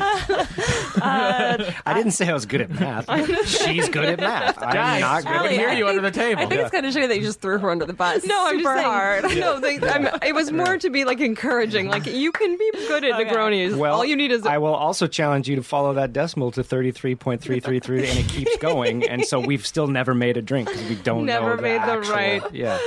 Speaker 2: I didn't say I was good at math. She's good at math. I'm
Speaker 3: guys,
Speaker 2: not good
Speaker 3: I
Speaker 2: at
Speaker 3: can
Speaker 4: Allie,
Speaker 3: hear
Speaker 4: I
Speaker 3: you under the table.
Speaker 4: I think it's kind of shitty that you just threw her under the bus.
Speaker 1: No, I'm
Speaker 4: Super
Speaker 1: just saying.
Speaker 4: hard.
Speaker 1: No, they, I'm, it was more to be like encouraging. Like you can be good at
Speaker 4: Okay.
Speaker 1: Negronis.
Speaker 2: Well,
Speaker 1: All you need is
Speaker 2: I will also challenge you to follow that decimal to 33.333, and it keeps going. And so we've still never made a drink because we don't know
Speaker 1: Never
Speaker 2: the
Speaker 1: made the
Speaker 2: actual-
Speaker 1: right-
Speaker 2: Yeah.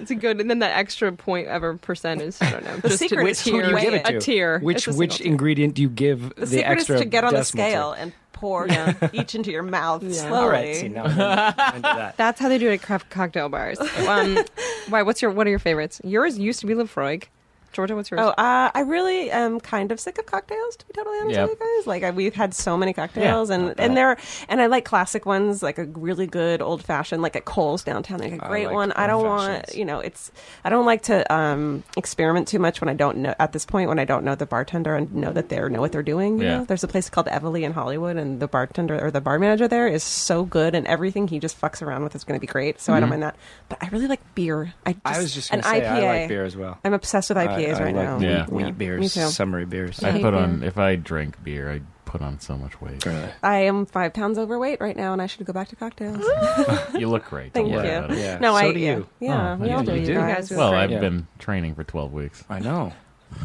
Speaker 1: it's a good, and then that extra point ever percent is I don't know.
Speaker 4: The
Speaker 1: just a
Speaker 4: secret is
Speaker 2: Which who do
Speaker 1: tier,
Speaker 2: you give it
Speaker 1: a
Speaker 2: to?
Speaker 1: tier.
Speaker 2: Which
Speaker 1: It's a
Speaker 2: which
Speaker 1: single tier.
Speaker 2: ingredient do you give the,
Speaker 4: The, secret is
Speaker 2: extra
Speaker 4: to get on the
Speaker 2: decimal to?
Speaker 4: scale and pour each into your mouth
Speaker 1: Yeah.
Speaker 4: slowly.
Speaker 2: All right. See now. I'm into that.
Speaker 1: That's how they do it at craft cocktail bars. Um, why? What's your? What are your favorites? Yours used to be Lefroy. Georgia, what's yours?
Speaker 4: Oh, uh, I really am kind of sick of cocktails. To be totally honest
Speaker 3: Yeah.
Speaker 4: with you guys, like I, we've had so many cocktails,
Speaker 3: Yeah,
Speaker 4: and
Speaker 3: not
Speaker 4: and
Speaker 3: bad.
Speaker 4: they're and I like classic ones, like a really good old fashioned, like at Cole's downtown, like a
Speaker 2: I
Speaker 4: great
Speaker 2: like
Speaker 4: one. I don't
Speaker 2: old
Speaker 4: want,
Speaker 2: fashions.
Speaker 4: you know, it's I don't like to um, experiment too much when I don't know at this point when I don't know the bartender and know that they are know what they're doing. You
Speaker 3: Yeah.
Speaker 4: know, there's a place called Evely in Hollywood, and the bartender or the bar manager there is so good, and everything he just fucks around with is going to be great. So I don't mind that, but I really like beer. I, just,
Speaker 2: I was just
Speaker 4: an
Speaker 2: going to say
Speaker 4: IPA.
Speaker 2: I like beer as well.
Speaker 4: I'm obsessed with
Speaker 2: I,
Speaker 4: IPAs
Speaker 2: I like
Speaker 4: right now.
Speaker 2: Wheat,
Speaker 3: Yeah.
Speaker 2: wheat
Speaker 4: Me
Speaker 2: beers,
Speaker 4: too.
Speaker 2: summery beers.
Speaker 3: I
Speaker 1: hate
Speaker 3: put
Speaker 1: beer.
Speaker 3: on if I drink beer, I put on so much weight.
Speaker 4: I am five pounds overweight right now, and I should go back to cocktails.
Speaker 3: You look great.
Speaker 4: Thank
Speaker 3: Don't worry
Speaker 4: you.
Speaker 3: about it.
Speaker 2: Yeah.
Speaker 4: No,
Speaker 2: so
Speaker 4: I
Speaker 2: do
Speaker 4: yeah,
Speaker 2: you.
Speaker 4: Yeah,
Speaker 3: Oh,
Speaker 4: we
Speaker 3: yeah,
Speaker 4: all do.
Speaker 2: you
Speaker 4: You
Speaker 2: do.
Speaker 4: guys.
Speaker 1: You guys
Speaker 3: Well,
Speaker 1: Great.
Speaker 3: I've
Speaker 2: Yeah.
Speaker 3: been training for 12 weeks.
Speaker 2: I know.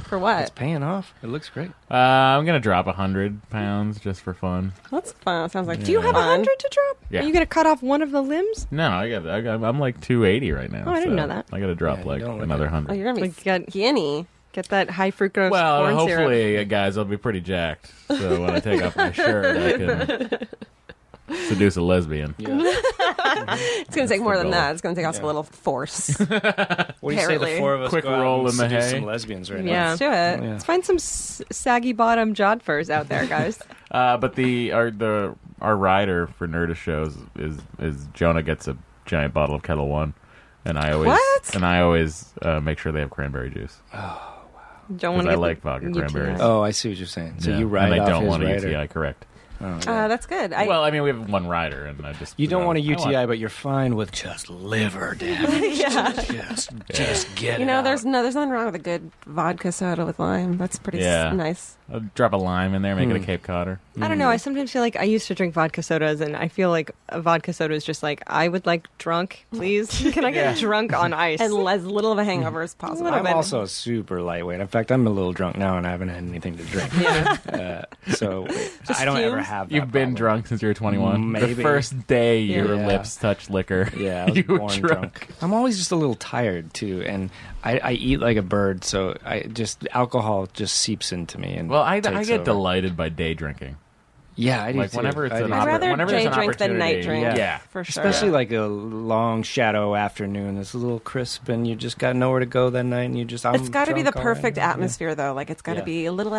Speaker 4: For what?
Speaker 2: It's paying off. It looks great.
Speaker 3: Uh, I'm gonna drop a hundred pounds just for fun.
Speaker 4: That's fun. Sounds like
Speaker 1: Do you have a
Speaker 4: fun.
Speaker 1: hundred to drop?
Speaker 3: Yeah.
Speaker 1: Are you gonna cut off one of the limbs?
Speaker 3: No, I got. I got I'm like 280 right now.
Speaker 1: Oh, I didn't
Speaker 3: so
Speaker 1: know that.
Speaker 3: I gotta drop
Speaker 2: Yeah, you
Speaker 3: like
Speaker 2: don't look
Speaker 3: another
Speaker 2: it.
Speaker 3: hundred.
Speaker 4: Oh, you're gonna be
Speaker 1: Like, get-
Speaker 4: skinny.
Speaker 1: Get that high fructose
Speaker 3: well,
Speaker 1: corn syrup.
Speaker 3: hopefully, uh, guys, I'll be pretty jacked. So when I take off my shirt, I can seduce a lesbian.
Speaker 2: Yeah.
Speaker 4: It's gonna take
Speaker 3: the
Speaker 4: more than
Speaker 3: goal.
Speaker 4: that. It's gonna take us
Speaker 2: Yeah.
Speaker 4: a little force.
Speaker 2: What do you say?
Speaker 4: Apparently.
Speaker 2: The four of us
Speaker 3: Quick
Speaker 2: go out
Speaker 3: roll
Speaker 2: and
Speaker 3: in the
Speaker 2: seduce
Speaker 3: hay.
Speaker 2: some lesbians right
Speaker 1: Yeah.
Speaker 4: Let's do it.
Speaker 2: now.
Speaker 1: Let's find some s- saggy bottom jodhpurs out there, guys.
Speaker 3: Uh, but the our the our rider for Nerdist shows is is Jonah gets a giant bottle of Kettle One, and I always
Speaker 4: What?
Speaker 3: and I always uh, make sure they have cranberry juice
Speaker 1: Oh, Don't
Speaker 3: because
Speaker 1: want
Speaker 3: I
Speaker 1: to
Speaker 3: like vodka cranberries.
Speaker 2: Oh, I see what you're saying. So
Speaker 3: Yeah.
Speaker 2: you ride
Speaker 3: and I
Speaker 2: off
Speaker 3: don't
Speaker 2: his
Speaker 3: want a
Speaker 2: rider.
Speaker 3: UTI, correct?
Speaker 2: Oh, yeah.
Speaker 4: Uh, that's good. I,
Speaker 3: well, I mean, we have one rider, and I just
Speaker 2: you don't want a
Speaker 3: I
Speaker 2: UTI, but you're fine with just liver damage. Just, just get
Speaker 4: you
Speaker 2: it
Speaker 4: know,
Speaker 2: out.
Speaker 4: there's no, there's nothing wrong with a good vodka soda with lime. That's pretty s-
Speaker 3: Yeah.
Speaker 4: nice.
Speaker 3: I'll drop a lime in there, make it
Speaker 2: Hmm.
Speaker 3: a Cape Codder.
Speaker 1: I don't know.
Speaker 2: Mm.
Speaker 1: I sometimes feel like I used to drink vodka sodas, and I feel like a vodka soda is just like I would like drunk, please. Can I get drunk on ice?
Speaker 4: And l- as little of a hangover as possible.
Speaker 2: I'm also super lightweight. In fact, I'm a little drunk now, and I haven't had anything to drink. Uh, so I don't ever
Speaker 4: fumes?
Speaker 2: have. That
Speaker 3: You've been
Speaker 2: problem.
Speaker 3: drunk since you were 21. The
Speaker 2: Maybe.
Speaker 3: first day your
Speaker 2: Yeah.
Speaker 3: lips touched liquor.
Speaker 2: Yeah, I was
Speaker 3: you were
Speaker 2: born
Speaker 3: drunk.
Speaker 2: drunk. I'm always just a little tired too, and I, I eat like a bird, so I just alcohol just seeps into me. And
Speaker 3: Well, I, I
Speaker 2: takes
Speaker 3: get
Speaker 2: over.
Speaker 3: delighted by day drinking.
Speaker 2: Yeah, I do
Speaker 3: Like
Speaker 2: too.
Speaker 3: whenever it's
Speaker 2: I
Speaker 3: an
Speaker 2: do.
Speaker 4: I'd
Speaker 3: oppor-
Speaker 4: rather
Speaker 3: whenever
Speaker 4: day
Speaker 3: there's an
Speaker 4: drink than night
Speaker 3: opportunity,
Speaker 4: drink.
Speaker 3: yeah. Yeah.
Speaker 4: for sure.
Speaker 2: Especially like a long shadow afternoon. It's a little crisp, and you just got nowhere to go that night, and you just. I'm
Speaker 4: it's got to be the
Speaker 2: drunk already.
Speaker 4: perfect atmosphere, though. Like it's got to
Speaker 2: Yeah.
Speaker 4: be a little
Speaker 2: Good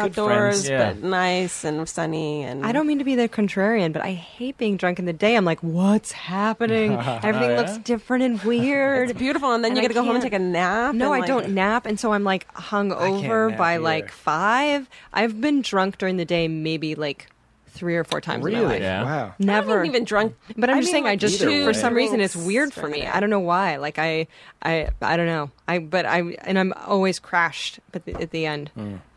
Speaker 2: friends.
Speaker 4: outdoors,
Speaker 3: Yeah.
Speaker 4: but nice and sunny. And
Speaker 1: I don't mean to be the contrarian, but I hate being drunk in the day. I'm like, what's happening? Everything
Speaker 3: yeah?
Speaker 1: looks different and
Speaker 4: It's
Speaker 1: weird.
Speaker 4: beautiful, and then
Speaker 1: And
Speaker 4: you
Speaker 1: I
Speaker 4: got to go home and
Speaker 1: can't-
Speaker 4: take a nap.
Speaker 1: No,
Speaker 4: and,
Speaker 1: I
Speaker 4: like-
Speaker 1: don't nap, and so I'm like hung over
Speaker 2: nap
Speaker 1: by
Speaker 2: either.
Speaker 1: like five. I've been drunk during the day maybe like three or four times. In my
Speaker 2: Really?
Speaker 1: life.
Speaker 3: Yeah.
Speaker 2: Wow.
Speaker 4: I
Speaker 1: Never
Speaker 4: haven't even drunk.
Speaker 1: But I'm
Speaker 4: I
Speaker 1: just
Speaker 4: mean,
Speaker 1: saying, I
Speaker 4: like,
Speaker 1: just
Speaker 4: two
Speaker 1: for some reason it's
Speaker 4: drinks
Speaker 1: weird for me.
Speaker 4: during the
Speaker 1: I don't know why. Like I, I, I don't know. I but I and I'm always crashed, but the, at the end.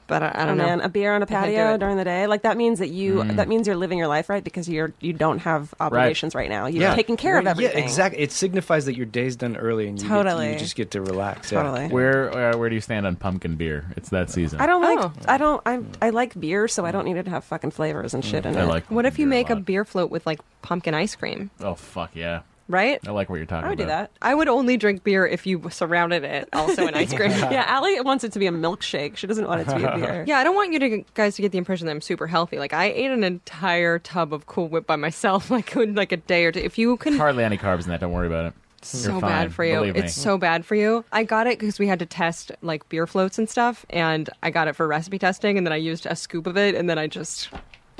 Speaker 1: But I, I
Speaker 4: Oh
Speaker 1: don't
Speaker 4: man,
Speaker 1: know.
Speaker 4: a beer on a
Speaker 1: can't do
Speaker 4: patio
Speaker 1: it.
Speaker 4: during the day, like that means that you that means you're living your life right because you're you don't have obligations right, now. You're taking care of
Speaker 2: Well,
Speaker 4: everything.
Speaker 2: Yeah, exactly. It signifies that your day's done early, and you, get-
Speaker 4: Totally.
Speaker 2: you just get to relax. yeah.
Speaker 4: Totally.
Speaker 3: Where uh, where do you stand on pumpkin beer? It's that season.
Speaker 4: I don't like
Speaker 1: Oh.
Speaker 4: I don't I I like beer, so I don't need it to have fucking flavors and shit in
Speaker 3: I
Speaker 4: it.
Speaker 3: like.
Speaker 1: What if you make a
Speaker 3: lot.
Speaker 1: beer float with like pumpkin ice cream?
Speaker 3: Oh fuck yeah!
Speaker 1: Right?
Speaker 3: I like what you're talking about.
Speaker 4: I would do that.
Speaker 1: I would only drink beer if you surrounded it also in ice cream.
Speaker 4: Yeah, Allie wants it to be a milkshake. She doesn't want it to be a beer.
Speaker 1: Yeah, I don't want you to guys to get the impression that I'm super healthy. Like I ate an entire tub of Cool Whip by myself, like in like a day or two. If you can
Speaker 3: Hardly any carbs in that. Don't worry about it.
Speaker 1: so
Speaker 3: You're fine,
Speaker 1: bad for you.
Speaker 3: believe me.
Speaker 1: It's so bad for you. I got it because we had to test like beer floats and stuff, and I got it for recipe testing, and then I used a scoop of it, and then I just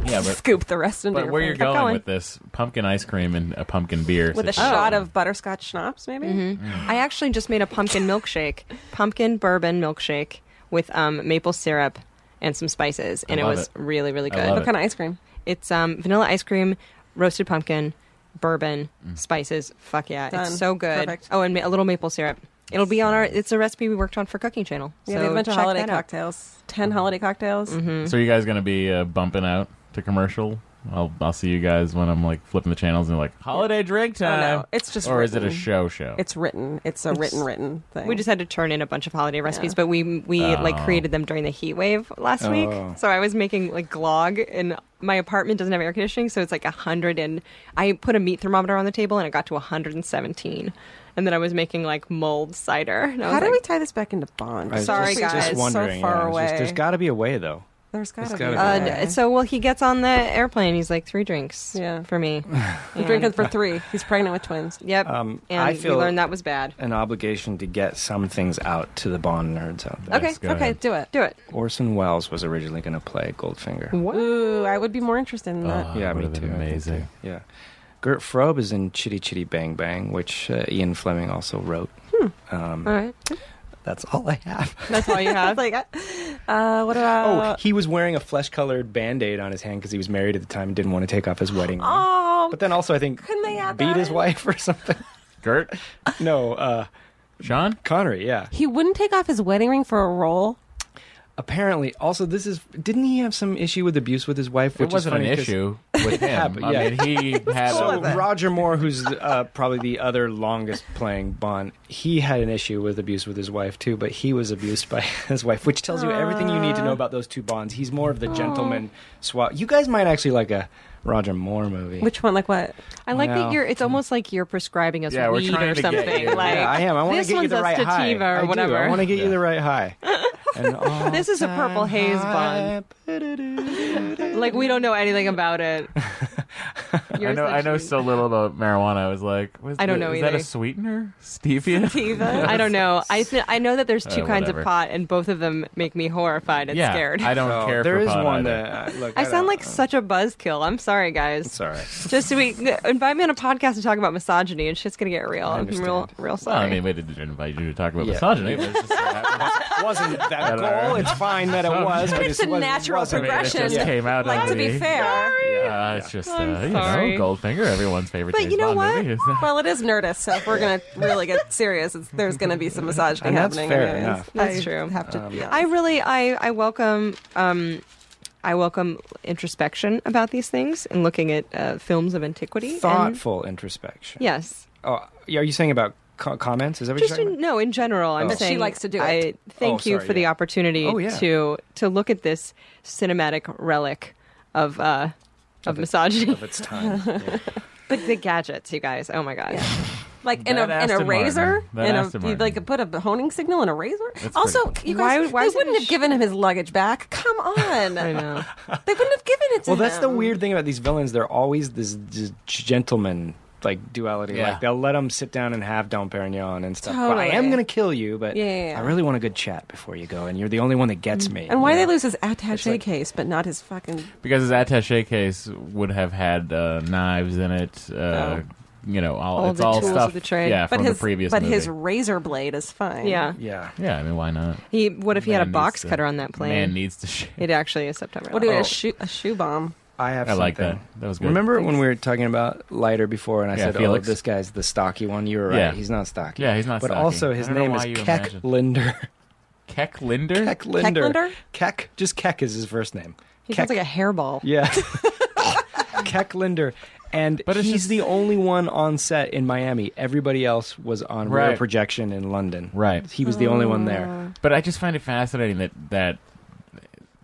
Speaker 3: yeah, but
Speaker 4: Scoop the rest into
Speaker 3: but
Speaker 4: your
Speaker 3: where
Speaker 4: plate.
Speaker 3: you're
Speaker 4: Kept
Speaker 3: going, with this pumpkin ice cream and a pumpkin beer
Speaker 4: with a
Speaker 3: situation.
Speaker 4: shot of butterscotch schnapps, maybe.
Speaker 1: I actually just made a pumpkin milkshake, pumpkin bourbon milkshake with um, maple syrup and some spices, and it
Speaker 3: love
Speaker 1: was
Speaker 3: it.
Speaker 1: really really
Speaker 3: I
Speaker 1: good.
Speaker 3: love
Speaker 4: What kind of ice cream?
Speaker 1: It's um, vanilla ice cream, roasted pumpkin, bourbon, spices. Fuck yeah,
Speaker 4: Done.
Speaker 1: it's so good.
Speaker 4: Perfect.
Speaker 1: Oh, and ma- a little maple syrup. It'll be on our. It's a recipe we worked on for Cooking Channel.
Speaker 4: Yeah,
Speaker 1: so
Speaker 4: they have a bunch of
Speaker 1: check
Speaker 4: holiday
Speaker 1: that out. Mm-hmm.
Speaker 4: cocktails. Ten holiday cocktails.
Speaker 3: So are you guys gonna be uh, bumping out to commercial? I'll I'll see you guys when I'm like flipping the channels and like holiday drink
Speaker 4: Oh,
Speaker 3: time.
Speaker 4: no, it's just.
Speaker 3: Uh, or
Speaker 4: written.
Speaker 3: is it a show show?
Speaker 4: It's written. It's a written written thing.
Speaker 1: We just had to turn in a bunch of holiday recipes, but we we like
Speaker 3: Oh.
Speaker 1: created them during the heat wave last week.
Speaker 2: Oh.
Speaker 1: So I was making like glog, and my apartment doesn't have air conditioning, so it's like a hundred and I put a meat thermometer on the table, and it got to hundred and seventeen, and then I was making like mulled cider. And I
Speaker 4: How
Speaker 1: was
Speaker 4: do we
Speaker 1: like,
Speaker 4: tie this back into Bond?
Speaker 2: I was
Speaker 1: Sorry,
Speaker 2: just,
Speaker 1: guys.
Speaker 2: Just wondering.
Speaker 4: so far
Speaker 2: yeah, it's
Speaker 4: away.
Speaker 2: just- there's got to be a way, though.
Speaker 4: there's gotta
Speaker 2: there's
Speaker 4: be.
Speaker 2: gotta
Speaker 4: a
Speaker 2: be.
Speaker 1: Uh,
Speaker 4: way.
Speaker 1: d- so well, he gets on the airplane. He's like three drinks.
Speaker 4: Yeah.
Speaker 1: for me.
Speaker 4: He's
Speaker 1: And-
Speaker 4: drinking for three. He's pregnant with twins.
Speaker 1: Yep.
Speaker 2: Um,
Speaker 1: and
Speaker 2: I
Speaker 1: we
Speaker 2: feel-
Speaker 1: learned that was bad.
Speaker 2: An obligation to get some things out to the Bond nerds out there.
Speaker 1: Okay.
Speaker 3: Yes, go
Speaker 4: okay,
Speaker 3: ahead.
Speaker 4: do it.
Speaker 1: Do it.
Speaker 2: Orson Welles was originally going to play Goldfinger.
Speaker 1: What?
Speaker 4: Ooh, I would be more interested in that.
Speaker 3: Oh,
Speaker 2: yeah,
Speaker 3: that
Speaker 2: me
Speaker 3: would've been
Speaker 2: too. I think
Speaker 3: Amazing.
Speaker 2: too. Yeah. Gert Frobe is in Chitty Chitty Bang Bang, which uh, Ian Fleming also wrote. Um,
Speaker 1: All right.
Speaker 2: That's all I have.
Speaker 1: That's all you have.
Speaker 4: like, uh, what
Speaker 2: Oh,
Speaker 4: about?
Speaker 2: he was wearing a flesh-colored Band-Aid on his hand because he was married at the time and didn't want to take off his wedding ring.
Speaker 4: Oh,
Speaker 2: But then also, I think
Speaker 4: Couldn't they add
Speaker 2: beat
Speaker 4: that
Speaker 2: his
Speaker 4: in?
Speaker 2: wife or something.
Speaker 3: Gert,
Speaker 2: no, uh,
Speaker 3: Sean.
Speaker 2: Connery. Yeah.
Speaker 4: he wouldn't take off his wedding ring for a role.
Speaker 2: apparently, also this is didn't he have some issue with abuse with his wife?
Speaker 3: It
Speaker 2: Which
Speaker 3: wasn't
Speaker 2: is
Speaker 3: an
Speaker 2: funny 'cause-
Speaker 3: issue with him.
Speaker 2: happened,
Speaker 3: I
Speaker 2: yeah.
Speaker 3: mean, he had
Speaker 2: So
Speaker 3: a,
Speaker 2: Roger Moore, who's uh, probably the other longest playing Bond, he had an issue with abuse with his wife too, but he was abused by his wife, which tells you everything you need to know about those two Bonds. He's more of the gentleman swap. You guys might actually like a Roger Moore movie.
Speaker 4: Which one? Like what?
Speaker 5: I like
Speaker 2: Well.
Speaker 5: that you're. It's almost like you're prescribing us
Speaker 3: Yeah, we're
Speaker 5: weed
Speaker 3: trying
Speaker 5: or
Speaker 3: to get
Speaker 5: something.
Speaker 3: you.
Speaker 5: Like
Speaker 2: yeah, I am. I want
Speaker 5: this
Speaker 2: to get you
Speaker 5: one's
Speaker 2: the
Speaker 5: a
Speaker 2: right high.
Speaker 5: sativa or
Speaker 2: I do.
Speaker 5: whatever.
Speaker 2: I want to get you the right high. And all
Speaker 5: This is a purple haze
Speaker 2: time high.
Speaker 5: Like we don't know anything about it.
Speaker 3: I
Speaker 5: Yours
Speaker 3: know. I know
Speaker 5: actually-
Speaker 3: so little about marijuana. I was like, was
Speaker 5: I don't
Speaker 3: the-
Speaker 5: know
Speaker 3: Is that
Speaker 5: either.
Speaker 3: a sweetener? Stevia.
Speaker 5: I don't know. I th- I know that there's two
Speaker 3: Uh,
Speaker 5: kinds
Speaker 3: whatever.
Speaker 5: of pot, and both of them make me horrified and
Speaker 3: yeah,
Speaker 5: scared.
Speaker 3: I don't
Speaker 2: Oh,
Speaker 3: care.
Speaker 2: there
Speaker 3: for
Speaker 2: is
Speaker 3: pot
Speaker 2: one
Speaker 3: either.
Speaker 2: that uh, look.
Speaker 5: I sound
Speaker 2: don't-
Speaker 5: like such a buzzkill. I'm sorry, guys.
Speaker 2: It's all right.
Speaker 5: Just we invite me on a podcast to talk about misogyny, and shit's gonna get real. I'm real,
Speaker 2: understand.
Speaker 5: real
Speaker 3: Well,
Speaker 5: sorry.
Speaker 3: I mean, we didn't invite you to talk about
Speaker 2: Yeah.
Speaker 3: misogyny. but it's just-
Speaker 2: wasn't that
Speaker 3: don't know.
Speaker 2: goal. It's fine that it was. But
Speaker 5: it's a
Speaker 2: wasn't-
Speaker 5: natural
Speaker 2: wasn't.
Speaker 3: I mean, it
Speaker 5: progression.
Speaker 3: just
Speaker 5: Yeah.
Speaker 3: came out.
Speaker 5: like
Speaker 3: of
Speaker 5: to be
Speaker 3: the-
Speaker 5: fair.
Speaker 3: Yeah, it's just uh,
Speaker 5: I'm
Speaker 3: you
Speaker 5: sorry.
Speaker 3: know, Goldfinger, everyone's favorite.
Speaker 4: But
Speaker 3: James
Speaker 4: you know
Speaker 3: Bond
Speaker 4: what?
Speaker 3: movie.
Speaker 4: well, it is Nerdist, so if we're gonna really get serious, it's, there's gonna be some misogyny
Speaker 2: And that's
Speaker 4: happening.
Speaker 2: fair
Speaker 4: anyways.
Speaker 2: enough.
Speaker 5: That's
Speaker 4: I
Speaker 5: true.
Speaker 4: Have
Speaker 2: Um,
Speaker 4: to. be
Speaker 5: I really, I, I welcome, um, I welcome introspection about these things and looking at uh, films of antiquity. and-
Speaker 2: thoughtful introspection.
Speaker 5: yes,
Speaker 2: Oh, are you saying about co- comments? Is that what
Speaker 5: just
Speaker 2: you're
Speaker 5: in,
Speaker 2: talking
Speaker 5: no, in general, I'm
Speaker 2: Oh. That
Speaker 4: she
Speaker 5: saying
Speaker 4: likes to do
Speaker 5: I
Speaker 4: it.
Speaker 5: thank
Speaker 2: Oh,
Speaker 5: you
Speaker 2: sorry,
Speaker 5: for the
Speaker 2: yeah.
Speaker 5: opportunity
Speaker 2: Oh, yeah.
Speaker 5: to to look at this cinematic relic of uh, of misogyny.
Speaker 2: about? Of its time. Yeah.
Speaker 5: But the gadgets, you guys. Oh my god.
Speaker 4: like in a,
Speaker 3: That
Speaker 4: in a
Speaker 3: Aston
Speaker 4: razor,
Speaker 3: Martin. That
Speaker 4: in
Speaker 3: Aston
Speaker 4: a you, like
Speaker 3: Martin.
Speaker 4: put a honing signal in a razor.
Speaker 3: That's
Speaker 4: also,
Speaker 3: pretty
Speaker 4: you
Speaker 5: Why-
Speaker 4: guys,
Speaker 5: why is it
Speaker 4: they wouldn't
Speaker 5: a
Speaker 4: have
Speaker 5: sh-
Speaker 4: given him his luggage back. Come on,
Speaker 5: I know.
Speaker 4: they wouldn't have given it to
Speaker 2: well,
Speaker 4: him.
Speaker 2: that's the weird thing about these villains. They're always this, this gentleman like duality.
Speaker 3: Yeah.
Speaker 2: Like they'll let them sit down and have Dom Perignon and stuff. But I am
Speaker 4: Totally.
Speaker 2: going to kill you. But
Speaker 4: Yeah, yeah, yeah.
Speaker 2: I really want a good chat before you go, and you're the only one that gets me.
Speaker 4: And why
Speaker 2: you
Speaker 4: they
Speaker 2: know?
Speaker 4: lose his attaché
Speaker 2: like-
Speaker 4: case, but not his fucking
Speaker 3: because his attaché case would have had uh, knives in it. Uh, You know, all,
Speaker 5: All
Speaker 3: it's
Speaker 5: the
Speaker 3: all
Speaker 5: tools
Speaker 3: stuff.
Speaker 5: of the trade.
Speaker 3: Yeah,
Speaker 4: but
Speaker 3: from
Speaker 4: his
Speaker 3: the previous
Speaker 4: but
Speaker 3: movie.
Speaker 4: his razor blade is fine.
Speaker 5: Yeah.
Speaker 2: Yeah.
Speaker 3: yeah, I mean, why not?
Speaker 5: He. What if he had a
Speaker 3: Man
Speaker 5: box
Speaker 3: needs to-
Speaker 5: cutter on that
Speaker 3: Man
Speaker 5: plane?
Speaker 3: needs to shit.
Speaker 5: it actually is September.
Speaker 4: What do you
Speaker 5: 11th.
Speaker 4: a shoe a shoe bomb?
Speaker 2: I have.
Speaker 3: I like
Speaker 2: something.
Speaker 3: that. That was good.
Speaker 2: Remember when we were talking about lighter before, and I
Speaker 3: Yeah,
Speaker 2: said,
Speaker 3: Felix.
Speaker 2: "Oh, this guy's the stocky one." You were right.
Speaker 3: Yeah.
Speaker 2: He's not stocky.
Speaker 3: Yeah, he's not.
Speaker 2: But
Speaker 3: stocky.
Speaker 2: also, his
Speaker 3: I don't know
Speaker 2: name is
Speaker 3: why you
Speaker 2: Keck
Speaker 3: imagine-
Speaker 2: Linder.
Speaker 3: Keck Linder.
Speaker 2: Keck Linder.
Speaker 4: Linder?
Speaker 2: Keck. Just Keck is his first name.
Speaker 5: He sounds like a hairball.
Speaker 2: Yeah. Keck Linder. And
Speaker 3: But it's
Speaker 2: he's
Speaker 3: just-
Speaker 2: the only one on set in Miami. Everybody else was on rear
Speaker 3: Right.
Speaker 2: projection in London.
Speaker 3: Right.
Speaker 2: He was the only one
Speaker 5: Oh.
Speaker 2: there.
Speaker 3: But I just find it fascinating that that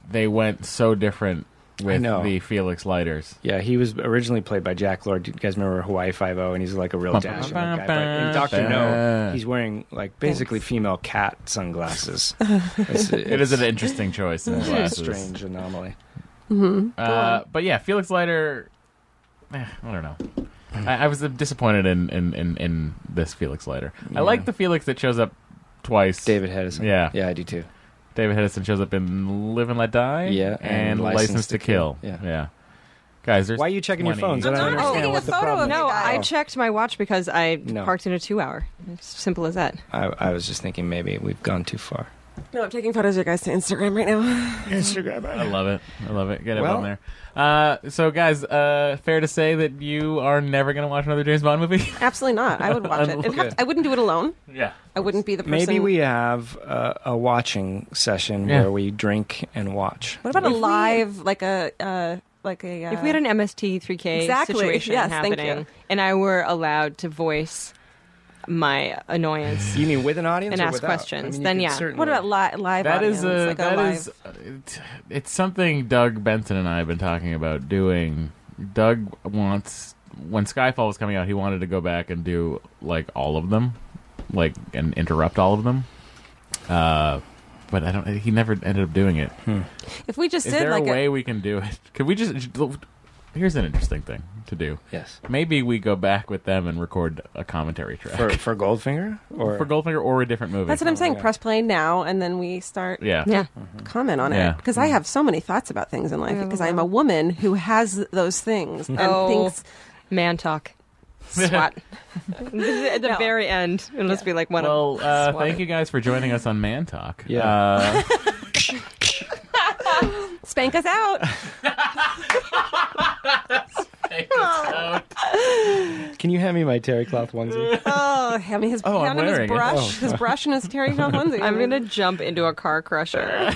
Speaker 3: they went so different with
Speaker 2: know.
Speaker 3: the Felix Lighters.
Speaker 2: Yeah, he was originally played by Jack Lord. You guys remember Hawaii Five O, and he's like a real
Speaker 3: Bum,
Speaker 2: dashing
Speaker 3: bum,
Speaker 2: guy. But in
Speaker 3: bum,
Speaker 2: Doctor
Speaker 3: bum.
Speaker 2: No, he's wearing like basically female cat sunglasses. It's-
Speaker 3: It is an interesting choice in
Speaker 2: it's a
Speaker 3: glasses.
Speaker 2: strange anomaly.
Speaker 4: Mm-hmm.
Speaker 3: Uh, but yeah, Felix Leiter. eh, I don't know. I, I was disappointed in in, in, in this Felix Leiter.
Speaker 2: Yeah.
Speaker 3: I like the Felix that shows up twice.
Speaker 2: David Hedison.
Speaker 3: Yeah.
Speaker 2: yeah, I do too.
Speaker 3: David Hedison shows up in Live and Let Die.
Speaker 2: Yeah,
Speaker 3: and, License, to Kill.
Speaker 2: Yeah.
Speaker 3: Guys, there's
Speaker 2: Why are you checking your
Speaker 3: 20.
Speaker 2: phones? I don't
Speaker 4: I'm not
Speaker 2: understand
Speaker 4: taking
Speaker 2: what
Speaker 4: a
Speaker 2: the
Speaker 4: photo
Speaker 2: problem.
Speaker 4: of
Speaker 2: is.
Speaker 5: No,
Speaker 4: Oh.
Speaker 5: I checked my watch because I
Speaker 2: No.
Speaker 5: parked in a two-hour. It's simple as that.
Speaker 2: I, I was just thinking maybe we've gone too far.
Speaker 4: No, I'm taking photos of you guys to Instagram right now.
Speaker 3: I love it. I love it. Get it
Speaker 2: Well-
Speaker 3: on there. Uh, so, guys, uh, fair to say that you are never going to watch another James Bond movie?
Speaker 4: Absolutely not. I would watch it. It'd have to- I wouldn't do it alone.
Speaker 3: yeah.
Speaker 4: I wouldn't be the person.
Speaker 2: Maybe we have uh, a watching session
Speaker 3: Yeah.
Speaker 2: where we drink and watch.
Speaker 4: What about a live like a uh, like a uh,
Speaker 5: if we had an MST3K
Speaker 4: Exactly.
Speaker 5: situation
Speaker 4: Yes, thank
Speaker 5: happening,
Speaker 4: you.
Speaker 5: and I were allowed to voice my annoyance,
Speaker 2: You mean with an audience
Speaker 5: And
Speaker 2: or
Speaker 5: ask
Speaker 2: without?
Speaker 5: questions,
Speaker 2: you
Speaker 5: then
Speaker 2: could
Speaker 5: yeah.
Speaker 2: certainly-
Speaker 4: what about li- live?
Speaker 3: That
Speaker 4: audience?
Speaker 3: is a
Speaker 4: like a
Speaker 3: that
Speaker 4: live...
Speaker 3: is uh, it- it's something Doug Benson and I have been talking about doing. Doug wants when Skyfall was coming out, he wanted to go back and do like all of them, like and interrupt all of them. Uh, but I don't. He never ended up doing it.
Speaker 4: If we just
Speaker 3: Is
Speaker 4: did
Speaker 3: there
Speaker 4: like
Speaker 3: a way we can do it? Could we just? Here's an interesting thing to do.
Speaker 2: yes
Speaker 3: Maybe we go back with them and record a commentary track
Speaker 2: for for Goldfinger or
Speaker 3: for Goldfinger or a different movie.
Speaker 4: that's what I'm saying.
Speaker 2: yeah.
Speaker 4: Press play now, and then we start
Speaker 3: yeah.
Speaker 5: yeah,
Speaker 4: comment on
Speaker 3: Yeah. Mm.
Speaker 4: it because I have so many thoughts about things in life
Speaker 5: Yeah,
Speaker 4: because
Speaker 5: well.
Speaker 4: I'm a woman who has those things and
Speaker 5: Oh.
Speaker 4: thinks
Speaker 5: man talk, swat. At the very end, it'll just be like one of.
Speaker 3: Well, uh, thank you guys for joining us on Man Talk.
Speaker 2: Yeah.
Speaker 3: Uh,
Speaker 4: spank us out.
Speaker 3: take this out.
Speaker 2: Can you hand me my terry cloth onesie?
Speaker 4: Oh, I mean his,
Speaker 3: Oh, I'm
Speaker 4: hand and his
Speaker 3: wearing it.
Speaker 4: brush,
Speaker 2: Oh.
Speaker 4: his brush and his terry cloth onesie.
Speaker 1: I'm gonna jump into a car crusher.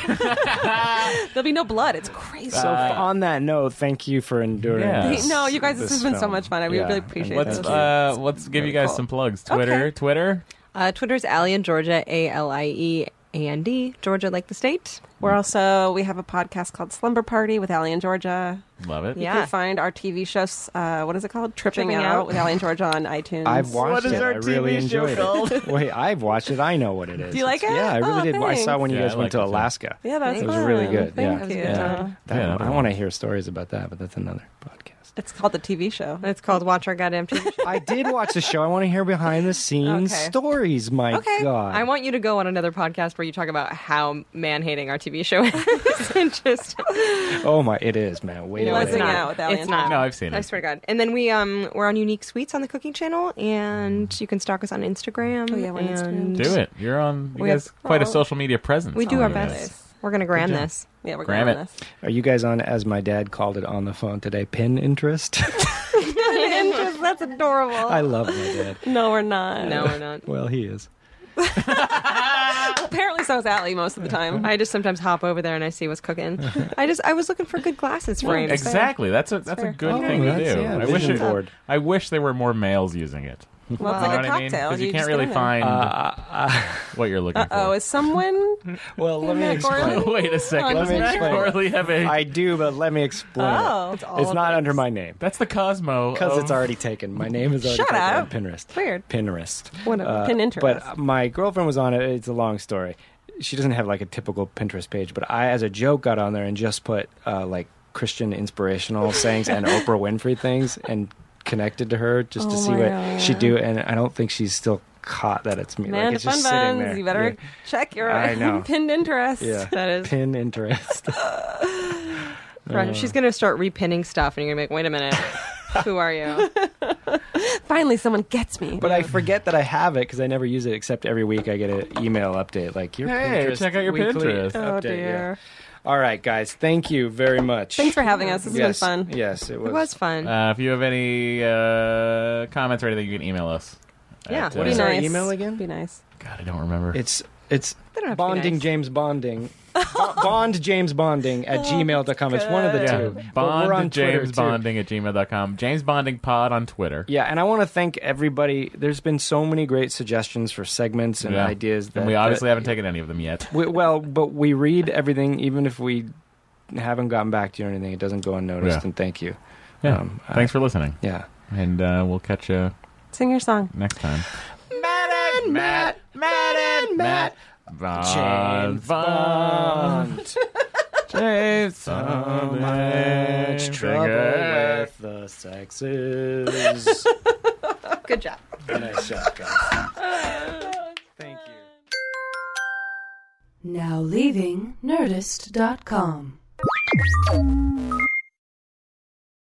Speaker 4: There'll be no blood. It's crazy.
Speaker 2: so f- on that note, thank you for enduring.
Speaker 3: Yeah.
Speaker 2: This,
Speaker 4: No, you guys, this has been so
Speaker 2: film.
Speaker 4: much fun. I really
Speaker 2: Yeah,
Speaker 4: appreciate
Speaker 2: and
Speaker 3: Let's
Speaker 4: this.
Speaker 2: thank you.
Speaker 3: uh, let's give you guys some plugs. Twitter,
Speaker 4: Okay.
Speaker 3: Twitter.
Speaker 1: Uh, Twitter's Allie and Georgia, A L I E A N D, Georgia like the state.
Speaker 4: We're also we have a podcast called Slumber Party with Allie and Georgia.
Speaker 3: Love it.
Speaker 4: You
Speaker 1: Yeah.
Speaker 4: can find our TV shows. Uh, what is it called? Tripping,
Speaker 1: Tripping
Speaker 4: out,
Speaker 1: Out.
Speaker 4: with Allie and Georgia on iTunes.
Speaker 2: I've watched
Speaker 3: What is
Speaker 2: it.
Speaker 3: our
Speaker 2: I really
Speaker 3: TV show
Speaker 2: enjoyed it. Wait, I've watched it. I know what it is.
Speaker 4: Do you like
Speaker 2: It's-
Speaker 4: it?
Speaker 2: Yeah, I really
Speaker 4: Oh,
Speaker 2: did. I saw
Speaker 4: thanks.
Speaker 2: when you
Speaker 3: Yeah,
Speaker 2: guys
Speaker 3: I
Speaker 2: went
Speaker 3: liked
Speaker 2: to
Speaker 3: it, too.
Speaker 2: Alaska.
Speaker 4: yeah, that's
Speaker 2: It was really
Speaker 4: fun.
Speaker 2: good, yeah.
Speaker 4: Thank you.
Speaker 1: Yeah.
Speaker 2: That-
Speaker 3: Yeah, that'll
Speaker 2: I want to hear stories about that, but that's another podcast.
Speaker 4: It's called the TV show.
Speaker 1: It's called Watch Our Goddamn TV Show.
Speaker 2: I did watch the show. I want to hear behind the scenes
Speaker 4: Okay.
Speaker 2: stories. My
Speaker 4: Okay.
Speaker 2: God,
Speaker 1: I want you to go on another podcast where you talk about how man hating our TV show is. and just
Speaker 2: Oh my, it is, man. Wait,
Speaker 4: Buzzing
Speaker 2: wait, wait.
Speaker 4: out with Allie
Speaker 1: It's
Speaker 4: and
Speaker 1: not.
Speaker 3: No, I've seen it.
Speaker 1: I swear to God. And then we um we're on Unique Sweets on the Cooking Channel, and you can stalk us on Instagram.
Speaker 4: Oh, yeah, we're on Instagram.
Speaker 1: and
Speaker 3: Do it. You're on. You
Speaker 1: We have-
Speaker 3: guys quite a social media presence.
Speaker 1: We do
Speaker 3: on
Speaker 1: our
Speaker 3: you guys.
Speaker 1: best. We're gonna gram this.
Speaker 4: Yeah, we're
Speaker 3: Graham
Speaker 4: going
Speaker 3: it.
Speaker 4: on this.
Speaker 2: Are you guys on, as my dad called it on the phone today, pin interest?
Speaker 1: That's adorable.
Speaker 2: I love my dad.
Speaker 4: No, we're not.
Speaker 1: No, we're not.
Speaker 2: Well, he is.
Speaker 4: Apparently, so is Allie most of the
Speaker 2: Mm-hmm.
Speaker 4: time.
Speaker 1: I just sometimes hop over there and I see what's cooking. I just I was looking for good glasses frames.
Speaker 3: Exactly. That's a that's a good
Speaker 2: Oh,
Speaker 3: thing to
Speaker 2: that's-
Speaker 3: do.
Speaker 2: yeah,
Speaker 3: I wish
Speaker 2: vision
Speaker 3: it,
Speaker 2: board.
Speaker 3: I wish there were more males using it.
Speaker 4: well, it's
Speaker 3: you know
Speaker 4: like a
Speaker 3: what I mean?
Speaker 4: cocktail.
Speaker 3: 'Cause you, can't
Speaker 4: just
Speaker 3: really
Speaker 4: get in it.
Speaker 3: find
Speaker 2: Uh,
Speaker 3: what you're looking
Speaker 4: Oh, is someone?
Speaker 2: Well, let me
Speaker 4: Matt Gorley?
Speaker 3: for.
Speaker 2: explain.
Speaker 3: Wait a second.
Speaker 2: Let
Speaker 3: Does
Speaker 2: me
Speaker 3: Matt
Speaker 2: explain.
Speaker 3: Corley have a?
Speaker 2: I do, but let me explain.
Speaker 4: Oh,
Speaker 2: it's,
Speaker 4: it's all
Speaker 2: not
Speaker 4: of
Speaker 2: under my name
Speaker 3: that's the Cosmo.
Speaker 2: because
Speaker 3: of-
Speaker 2: it's already taken. My name is already
Speaker 4: Shut
Speaker 2: taken
Speaker 4: up.
Speaker 2: on Pinterest.
Speaker 4: Weird.
Speaker 2: Pinterest.
Speaker 4: Whatever. Pinterest.
Speaker 2: Uh, But my girlfriend was on it. It's a long story. She doesn't have like a typical Pinterest page, but I, as a joke, got on there and just put uh, like Christian inspirational sayings and Oprah Winfrey things and connected to her just to
Speaker 4: Oh
Speaker 2: see
Speaker 4: my
Speaker 2: what
Speaker 4: God.
Speaker 2: she do. And I don't think she's still caught that it's me.
Speaker 4: Man,
Speaker 2: like
Speaker 4: to
Speaker 2: it's
Speaker 4: fun
Speaker 2: just sitting
Speaker 4: buns.
Speaker 2: there.
Speaker 4: You better check your
Speaker 2: I know.
Speaker 4: pinned interest.
Speaker 2: Yeah. yeah.
Speaker 1: That is-
Speaker 2: pin interest.
Speaker 1: Right. She's gonna start repinning stuff, and you're gonna be like, "Wait a minute, who are you?"
Speaker 4: Finally, someone gets me.
Speaker 2: But I forget that I have it because I never use it. Except every week I get an email update like your
Speaker 3: Hey,
Speaker 2: Pinterest
Speaker 3: check out your
Speaker 2: weekly
Speaker 3: Pinterest.
Speaker 4: oh
Speaker 2: update, yeah.
Speaker 4: dear.
Speaker 2: All right, guys. Thank you very much.
Speaker 4: Thanks for having us. This has
Speaker 2: yes,
Speaker 4: been fun.
Speaker 2: Yes, it was.
Speaker 1: It was fun.
Speaker 3: Uh, if you have any uh, comments or anything, you can email us.
Speaker 1: Yeah.
Speaker 3: at,
Speaker 1: What
Speaker 3: uh,
Speaker 2: is
Speaker 4: Be
Speaker 2: our
Speaker 4: nice.
Speaker 2: email again?
Speaker 4: Be nice.
Speaker 3: God, I don't remember.
Speaker 2: It's it's
Speaker 1: don't have to be
Speaker 2: bonding
Speaker 1: nice.
Speaker 2: James Bonding. Bo- Bond James Bonding at gmail.com. It's one of the
Speaker 3: yeah.
Speaker 2: two. But we're on
Speaker 3: Bond
Speaker 2: Twitter,
Speaker 3: James
Speaker 2: too.
Speaker 3: Bonding at gmail.com. James Bonding Pod on Twitter.
Speaker 2: Yeah, and I want to thank everybody. There's been so many great suggestions for segments and
Speaker 3: Yeah.
Speaker 2: ideas. That,
Speaker 3: and we obviously
Speaker 2: that-
Speaker 3: haven't taken any of them yet.
Speaker 2: We, well, but we read everything, even if we haven't gotten back to you or anything. It doesn't go unnoticed.
Speaker 3: Yeah.
Speaker 2: And thank you.
Speaker 3: Yeah.
Speaker 2: Um, I-
Speaker 3: Thanks for listening,
Speaker 2: Yeah.
Speaker 3: and uh, we'll catch you
Speaker 4: Sing your song.
Speaker 3: next time. Matt and Matt, Matt and Matt, Von,
Speaker 2: James
Speaker 3: Von,
Speaker 2: Bond.
Speaker 3: James
Speaker 2: So much trouble with the sexes.
Speaker 1: Good job.
Speaker 2: nice shot, guys. Thank you.
Speaker 7: Now leaving Nerdist.com.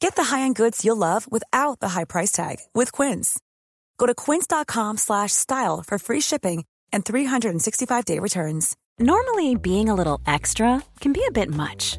Speaker 8: Get the high-end goods you'll love without the high price tag with Quince. Go to quince.com/style slash style for free shipping
Speaker 9: and 365 day returns.
Speaker 8: Normally, being a little extra can be a bit much,